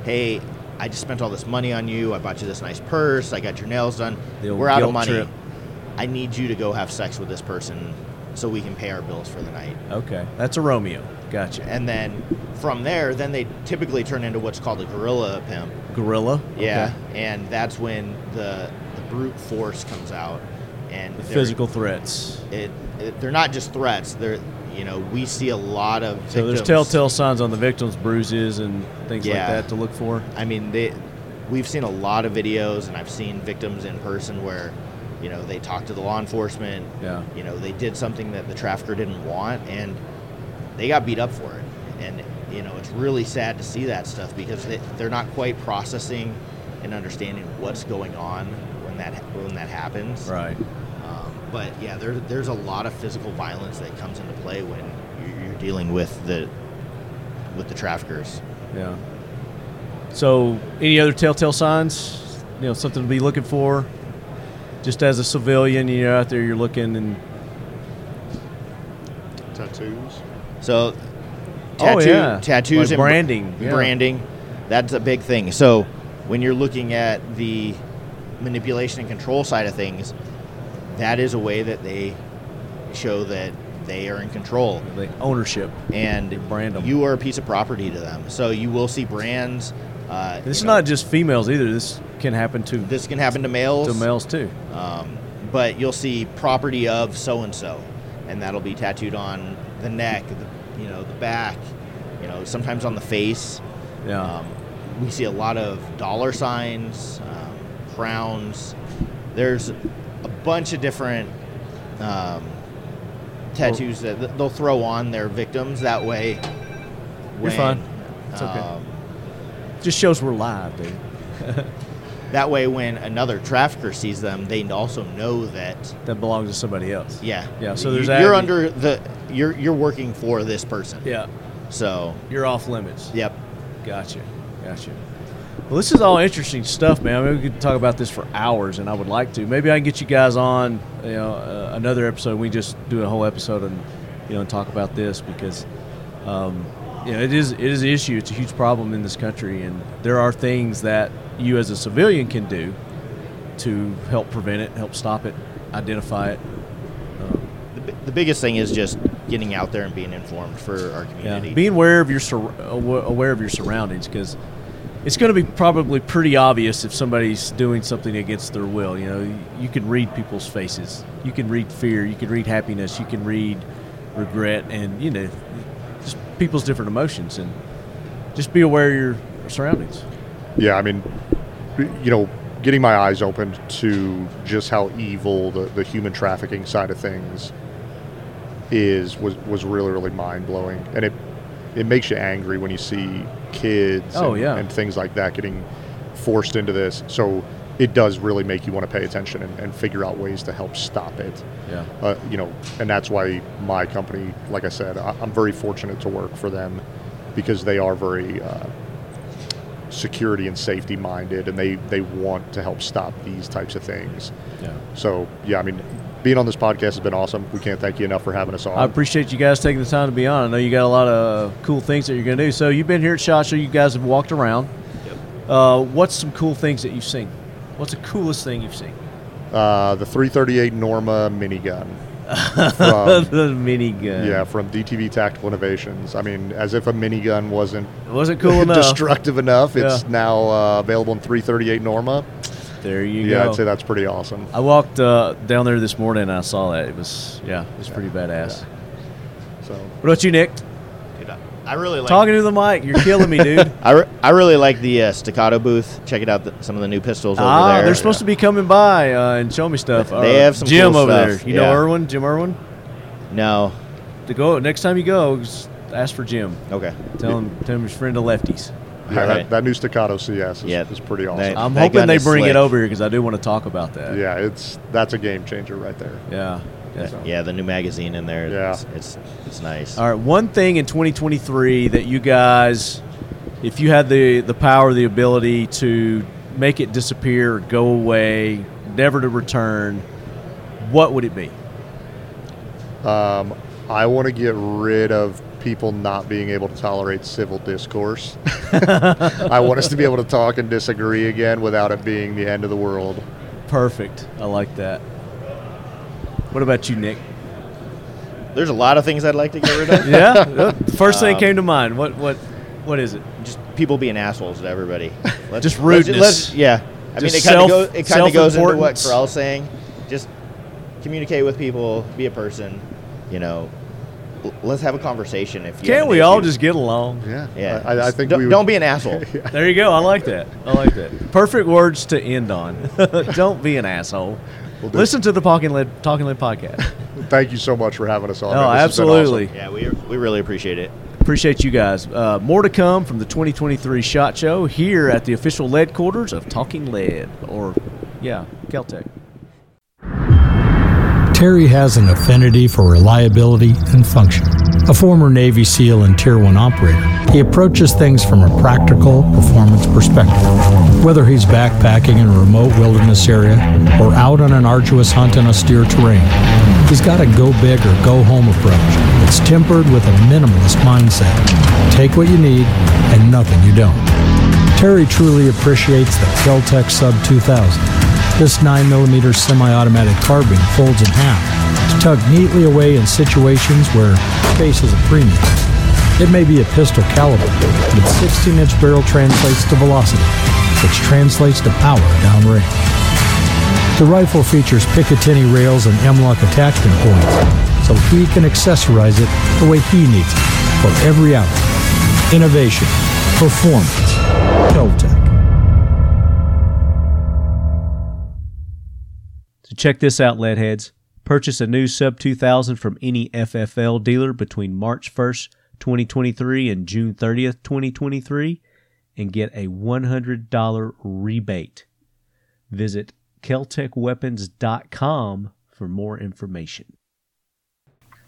Speaker 17: hey, I just spent all this money on you. I bought you this nice purse. I got your nails done.
Speaker 3: The old
Speaker 17: We're out of
Speaker 3: guilt
Speaker 17: money.
Speaker 3: trip.
Speaker 17: I need you to go have sex with this person so we can pay our bills for the night.
Speaker 3: Okay, that's a Romeo. Gotcha.
Speaker 17: And then from there, then they typically turn into what's called a gorilla pimp.
Speaker 3: Gorilla.
Speaker 17: Yeah, and that's when the the brute force comes out, and
Speaker 3: The
Speaker 17: they're-
Speaker 3: physical threats.
Speaker 17: It, it, they're not just threats. They're you know we see a lot of
Speaker 3: So there's
Speaker 17: victims-
Speaker 3: telltale signs on the victims, bruises, and things
Speaker 17: Yeah.
Speaker 3: like that to look for.
Speaker 17: I mean they we've seen a lot of videos, and I've seen victims in person where you know they talked to the law enforcement.
Speaker 3: Yeah.
Speaker 17: You know they did something that the trafficker didn't want, and they got beat up for it. And you know it's really sad to see that stuff because they, they're not quite processing and understanding what's going on when that when that happens.
Speaker 3: Right.
Speaker 17: Um, but yeah, there, there's a lot of physical violence that comes into play when you're, you're dealing with the with the traffickers.
Speaker 3: Yeah. So, any other telltale signs? You know, something to be looking for. Just as a civilian, you're out there, you're looking, and
Speaker 16: tattoos.
Speaker 17: So,
Speaker 3: Oh,
Speaker 17: tattoo,
Speaker 3: yeah.
Speaker 17: tattoos
Speaker 3: Like
Speaker 17: and
Speaker 3: branding, yeah.
Speaker 17: branding, that's a big thing. So when you're looking at the manipulation and control side of things, that is a way that they show that they are in control.
Speaker 3: The ownership
Speaker 17: and
Speaker 3: brand
Speaker 17: You are a piece of property to them. So you will see brands. Uh,
Speaker 3: this is not just females either. This can happen to
Speaker 17: this can happen to males
Speaker 3: to males too.
Speaker 17: Um, but you'll see property of so and so, and that'll be tattooed on the neck, the, you know, the back, you know, sometimes on the face.
Speaker 3: Yeah.
Speaker 17: Um, we see a lot of dollar signs, um, crowns. There's a bunch of different um, tattoos that th- they'll throw on their victims. That way,
Speaker 3: You're
Speaker 17: when, um,
Speaker 3: fine. It's okay. Just shows we're live, dude.
Speaker 17: That way, when another trafficker sees them, they also know that
Speaker 3: that belongs to <laughs> somebody else.
Speaker 17: Yeah,
Speaker 3: Yeah, so there's
Speaker 17: you're
Speaker 3: that-
Speaker 17: under the you're you're working for this person.
Speaker 3: Yeah,
Speaker 17: so
Speaker 3: you're off limits.
Speaker 17: Yep,
Speaker 3: gotcha, gotcha. Well, this is all interesting stuff, man. I mean, we could talk about this for hours, and I would like to. Maybe I can get you guys on, you know, uh, another episode. We just do a whole episode and, you know, talk about this because, um, you know, it is it is an issue. It's a huge problem in this country, and there are things that you as a civilian can do to help prevent it, help stop it, identify it.
Speaker 17: The, bi- the biggest thing is just getting out there and being informed for our
Speaker 3: Yeah,
Speaker 17: community.
Speaker 3: being aware of your sur- awa- aware of your surroundings because it's going to be probably pretty obvious if somebody's doing something against their will. You know, you can read people's faces, you can read fear, you can read happiness, you can read regret, and you know, just people's different emotions. And just be aware of your surroundings.
Speaker 16: Yeah, I mean, you know, getting my eyes opened to just how evil the, the human trafficking side of things is was was really really mind blowing, and it it makes you angry when you see kids
Speaker 3: Oh,
Speaker 16: and,
Speaker 3: yeah.
Speaker 16: and things like that getting forced into this. So it does really make you want to pay attention and, and figure out ways to help stop it.
Speaker 3: Yeah.
Speaker 16: Uh, you know, and that's why my company, like I said, I, I'm very fortunate to work for them because they are very uh, security and safety minded and they, they want to help stop these types of things.
Speaker 3: Yeah.
Speaker 16: So, yeah, I mean, being on this podcast has been awesome. We can't thank you enough for having us on.
Speaker 3: I appreciate you guys taking the time to be on. I know you got a lot of cool things that you're going to do. So you've been here at SHOT Show. You guys have walked around. Yep. Uh, what's some cool things that you've seen? What's the coolest thing you've seen?
Speaker 16: Uh, the 338 Norma minigun.
Speaker 3: <laughs> the minigun.
Speaker 16: Yeah, from DTV Tactical Innovations. I mean, as if a minigun wasn't
Speaker 3: wasn't
Speaker 16: <laughs>
Speaker 3: cool enough.
Speaker 16: destructive enough. It's
Speaker 3: Yeah.
Speaker 16: now uh, available in 338 Norma.
Speaker 3: There you
Speaker 16: yeah,
Speaker 3: go.
Speaker 16: I'd say that's pretty awesome.
Speaker 3: I walked uh, down there this morning and I saw that. It was, yeah, it was pretty badass.
Speaker 16: So,
Speaker 3: What about you, Nick?
Speaker 17: Dude, I really like
Speaker 3: Talking to the mic. You're killing me,
Speaker 16: <laughs>
Speaker 3: dude.
Speaker 17: <laughs> I, re- I really like the uh, staccato booth. Check it out. The, some of the new pistols over
Speaker 3: ah,
Speaker 17: there.
Speaker 3: they're supposed to be coming by uh, and showing me stuff. Uh,
Speaker 17: They have some
Speaker 3: Jim
Speaker 17: cool
Speaker 3: over
Speaker 17: stuff,
Speaker 3: there. You know
Speaker 17: yeah.
Speaker 3: Irwin? Jim Irwin?
Speaker 17: No.
Speaker 3: To go next time you go, just ask for Jim.
Speaker 17: Okay.
Speaker 3: Tell him, tell him he's friend of lefties.
Speaker 16: Yeah, that, that new staccato CS is, is pretty awesome.
Speaker 3: I'm hoping they bring it over here because I do want to talk about that.
Speaker 16: Yeah, it's that's a game changer right there.
Speaker 3: Yeah.
Speaker 17: Yeah, yeah, the new magazine in there.
Speaker 16: Yeah.
Speaker 17: It's, it's, it's nice.
Speaker 3: All right, one thing in 2023 that you guys, if you had the the power, the ability to make it disappear, go away, never to return,
Speaker 9: what would it be?
Speaker 16: Um, I want to get rid of people not being able to tolerate civil discourse. <laughs> I want us to be able to talk and disagree again without it being the end of the world.
Speaker 9: Perfect. I like that. What about you, Nick?
Speaker 17: There's a lot of things I'd like to get
Speaker 3: <laughs>
Speaker 17: rid of. <laughs> Um,
Speaker 9: Yeah? Uh, the first thing that came to mind. What what what is it?
Speaker 17: Just people being assholes
Speaker 3: <laughs>
Speaker 17: to everybody. Let's-
Speaker 9: Just
Speaker 17: let's-
Speaker 9: rudeness.
Speaker 17: let's- yeah. I
Speaker 9: Just
Speaker 17: mean, it kind
Speaker 9: self-
Speaker 17: of goes, it kind of goes into what
Speaker 9: self-importance.
Speaker 17: Corral's saying. Just communicate with people, be a person. You know, L- let's have a conversation. If you have
Speaker 9: Can't
Speaker 17: an
Speaker 9: we all
Speaker 17: issue.
Speaker 9: just get along?
Speaker 16: Yeah.
Speaker 17: Yeah.
Speaker 16: I, I think
Speaker 17: don't,
Speaker 16: we would,
Speaker 17: don't be an asshole. Oh,
Speaker 9: There you go. I like that. I like that. <laughs> Perfect words to end on. <laughs> Don't be an asshole.
Speaker 16: We'll do.
Speaker 9: Listen to the Talking Lead, Talking Lead podcast.
Speaker 16: Thank you so much for <laughs> having us on.
Speaker 9: Oh,
Speaker 16: man. This has been
Speaker 9: absolutely.
Speaker 16: awesome.
Speaker 17: Yeah, we, we really appreciate it.
Speaker 9: Appreciate you guys. Uh, more to come from the 2023 Shot Show here at the official lead quarters of Talking Lead, or yeah, Caltech.
Speaker 18: Terry has an affinity for reliability and function. A former Navy SEAL and Tier 1 operator, he approaches things from a practical performance perspective. Whether he's backpacking in a remote wilderness area or out on an arduous hunt in austere terrain, he's got a go big or go home approach that's tempered with a minimalist mindset. Take what you need and nothing you don't. Terry truly appreciates the Keltec Sub 2000. This 9mm semi-automatic carbine folds in half to tuck neatly away in situations where space is a premium. It may be a pistol caliber, but its 16-inch barrel translates to velocity, which translates to power downrange. The rifle features Picatinny rails and M-lock attachment points, so he can accessorize it the way he needs it for every outlet. Innovation, performance, Keltec.
Speaker 3: So check this out, Leadheads. Purchase a new Sub 2000 from any FFL dealer between March 1st, 2023 and June 30th, 2023 and get a $100 rebate. Visit keltechweapons.com for more information.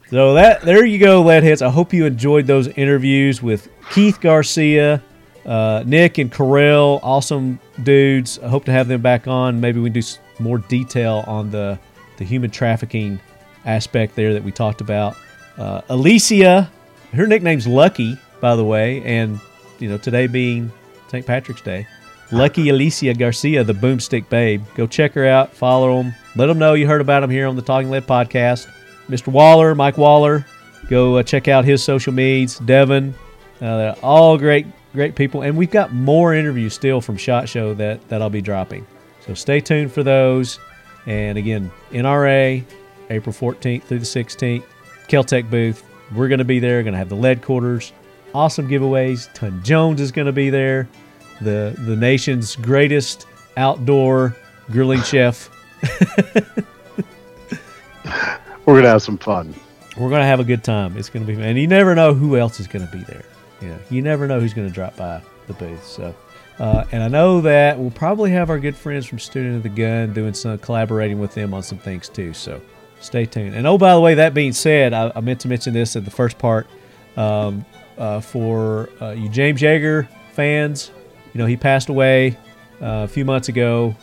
Speaker 3: So that there you go, leadheads. I hope you enjoyed those interviews with Keith Garcia, uh, Nick, and Carell. Awesome dudes. I hope to have them back on. Maybe we can do s- more detail on the the human trafficking aspect there that we talked about. Uh, Alicia, her nickname's Lucky, by the way, and you know today being St. Patrick's Day. Lucky Alicia Garcia, the Boomstick Babe. Go check her out. Follow them. Let them know you heard about them here on the Talking Lead podcast. Mr. Waller, Mike Waller, go uh, check out his social medias. Devin, uh, they're all great, great people. And we've got more interviews still from Shot Show that that I'll be dropping. So stay tuned for those. And again, NRA, April 14th through the 16th, Keltec booth. We're going to be there. Going to have the lead quarters, awesome giveaways. Ton Jones is going to be there the the nation's greatest outdoor grilling chef. <laughs>
Speaker 2: We're gonna have some fun.
Speaker 3: We're gonna have a good time. It's gonna be and you never know who else is gonna be there. Yeah, you never know who's gonna drop by the booth. So, uh, and I know that we'll probably have our good friends from Student of the Gun doing some collaborating with them on some things too. So, stay tuned. And oh, by the way, that being said, I, I meant to mention this in the first part um, uh, for uh, you James Yeager fans. You know, he passed away uh, a few months ago.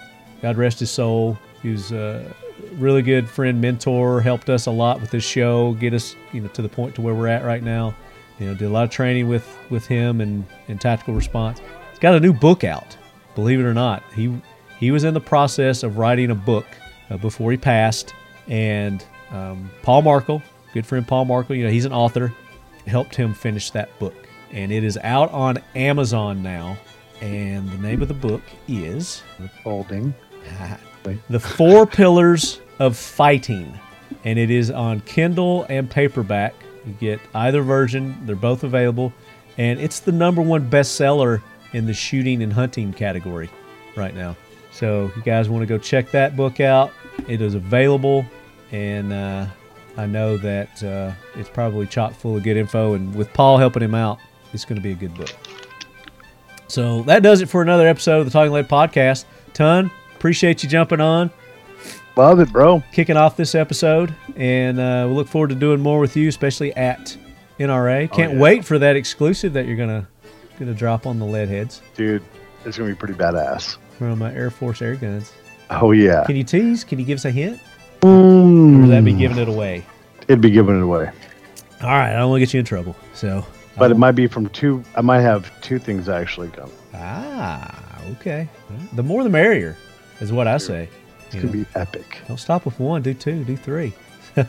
Speaker 3: God rest his soul. He was uh, a really good friend, mentor, helped us a lot with this show, get us you know to the point to where we're at right now. You know, did a lot of training with with him and and tactical response. He's got a new book out. Believe it or not, he he was in the process of writing a book uh, before he passed, and um, Paul Markle, good friend Paul Markle, you know he's an author, helped him finish that book, and it is out on Amazon now. And the name of the book is
Speaker 2: Folding.
Speaker 3: the Four Pillars of Fighting, and it is on Kindle and paperback. You get either version; they're both available, and it's the number one bestseller in the shooting and hunting category right now. So, you guys want to go check that book out? It is available, and uh, I know that uh, it's probably chock full of good info. And with Paul helping him out, it's going to be a good book. So that does it for another episode of the Talking Lead Podcast. Ton, appreciate you jumping on.
Speaker 2: Love it, bro.
Speaker 3: Kicking off this episode, and uh, we look forward to doing more with you, especially at NRA.
Speaker 2: Oh,
Speaker 3: Can't
Speaker 2: yeah.
Speaker 3: wait for that exclusive that you're gonna gonna drop on the lead heads
Speaker 2: Dude, it's gonna be pretty badass.
Speaker 3: from my Air Force air guns.
Speaker 2: Oh yeah. Mm.
Speaker 3: Can you tease? Can you give us a hint? Or would that be giving it away?
Speaker 2: It'd be giving it away.
Speaker 3: All right, I don't want to get you in trouble. So, um,
Speaker 2: But it might be from two. I might have two things actually done.
Speaker 3: ah, okay. The more the merrier is what I say.
Speaker 2: It's gonna be epic.
Speaker 3: Don't stop with one, do two, do three. <laughs>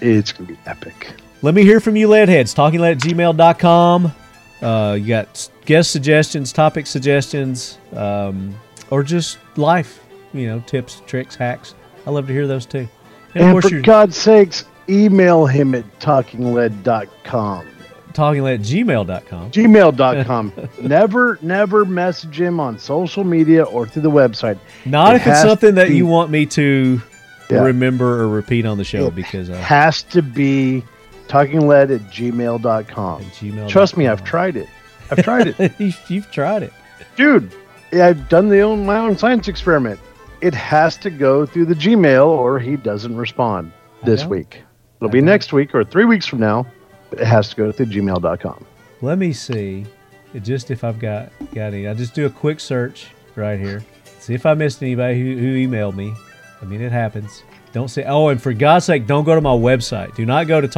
Speaker 2: It's gonna be epic.
Speaker 3: Let me hear from you, Leadheads. TalkingLead at gmail.com. Uh, you got s- guest suggestions, topic suggestions, um, or just life, you know, tips, tricks, hacks. I love to hear those too. And, of
Speaker 2: And
Speaker 3: course,
Speaker 2: for
Speaker 3: you're
Speaker 2: God's sakes, email him at talkinglead.com.
Speaker 3: talkinglead at gmail.com.
Speaker 2: Gmail.com. never, never message him on social media or through the website.
Speaker 3: <laughs> Not
Speaker 2: It
Speaker 3: if it's
Speaker 2: has
Speaker 3: something that
Speaker 2: to
Speaker 3: you
Speaker 2: be-
Speaker 3: want me to
Speaker 2: Yeah.
Speaker 3: remember or repeat on the show because uh,
Speaker 2: Has to be talkinglead at gmail.com.
Speaker 3: gmail.
Speaker 2: Trust me, I've tried it. I've tried it.
Speaker 3: <laughs> You've tried it.
Speaker 2: Dude, I've done the own, my own science experiment. It has to go through the Gmail or he doesn't respond this
Speaker 3: know.
Speaker 2: week. It'll be next week or three weeks from now. It has to go through gmail.com.
Speaker 3: Let me see, it just if I've got got any. I just do a quick search right here, see if I missed anybody who, who emailed me. I mean, it happens. Don't say, oh, and for God's sake, don't go to my website. Do not go to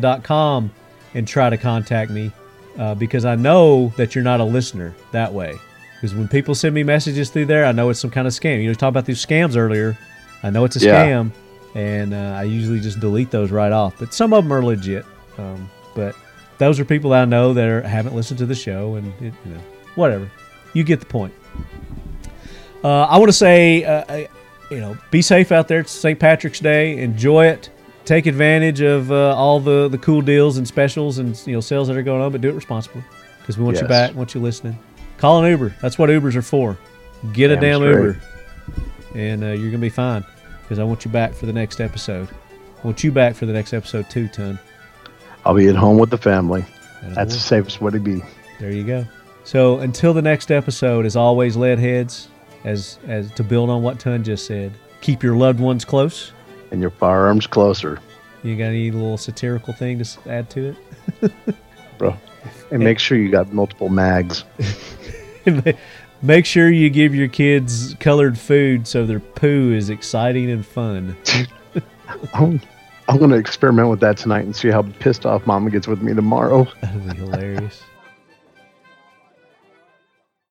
Speaker 3: talkinglead.com and try to contact me uh, because I know that you're not a listener that way. Because when people send me messages through there, I know it's some kind of scam. You know, talking about these scams earlier. I know it's a
Speaker 2: Yeah.
Speaker 3: scam, and uh, I usually just delete those right off. But some of them are legit. Um, but those are people I know that are, haven't listened to the show, and it, you know, whatever. You get the point. Uh, I want to say, uh, I- you know, be safe out there. It's St. Patrick's Day. Enjoy it. Take advantage of uh, all the, the cool deals and specials and you know sales that are going on, but do it responsibly because we want you
Speaker 9: Yes.
Speaker 3: back, want you listening. Call an Uber. That's what Ubers are for. Get a
Speaker 9: Damn straight.
Speaker 3: damn Uber, and uh, you're gonna be fine because I want you back for the next episode. I want you back for the next episode too, Ton.
Speaker 2: I'll be at home with the family.
Speaker 3: Atta
Speaker 2: That's
Speaker 3: boy.
Speaker 2: the safest way to be.
Speaker 3: There you go. So until the next episode, as always, lead heads, as as to build on what Ton just said, keep your loved ones close.
Speaker 2: And your firearms closer,
Speaker 3: You got any little satirical thing to s- add to it?
Speaker 2: bro. And make sure you got multiple mags.
Speaker 3: Ma- <laughs> Make sure you give your kids colored food so their poo is exciting and fun.
Speaker 2: I'm, I'm going to experiment with that tonight and see how pissed off mama gets with me tomorrow.
Speaker 3: That'd be hilarious.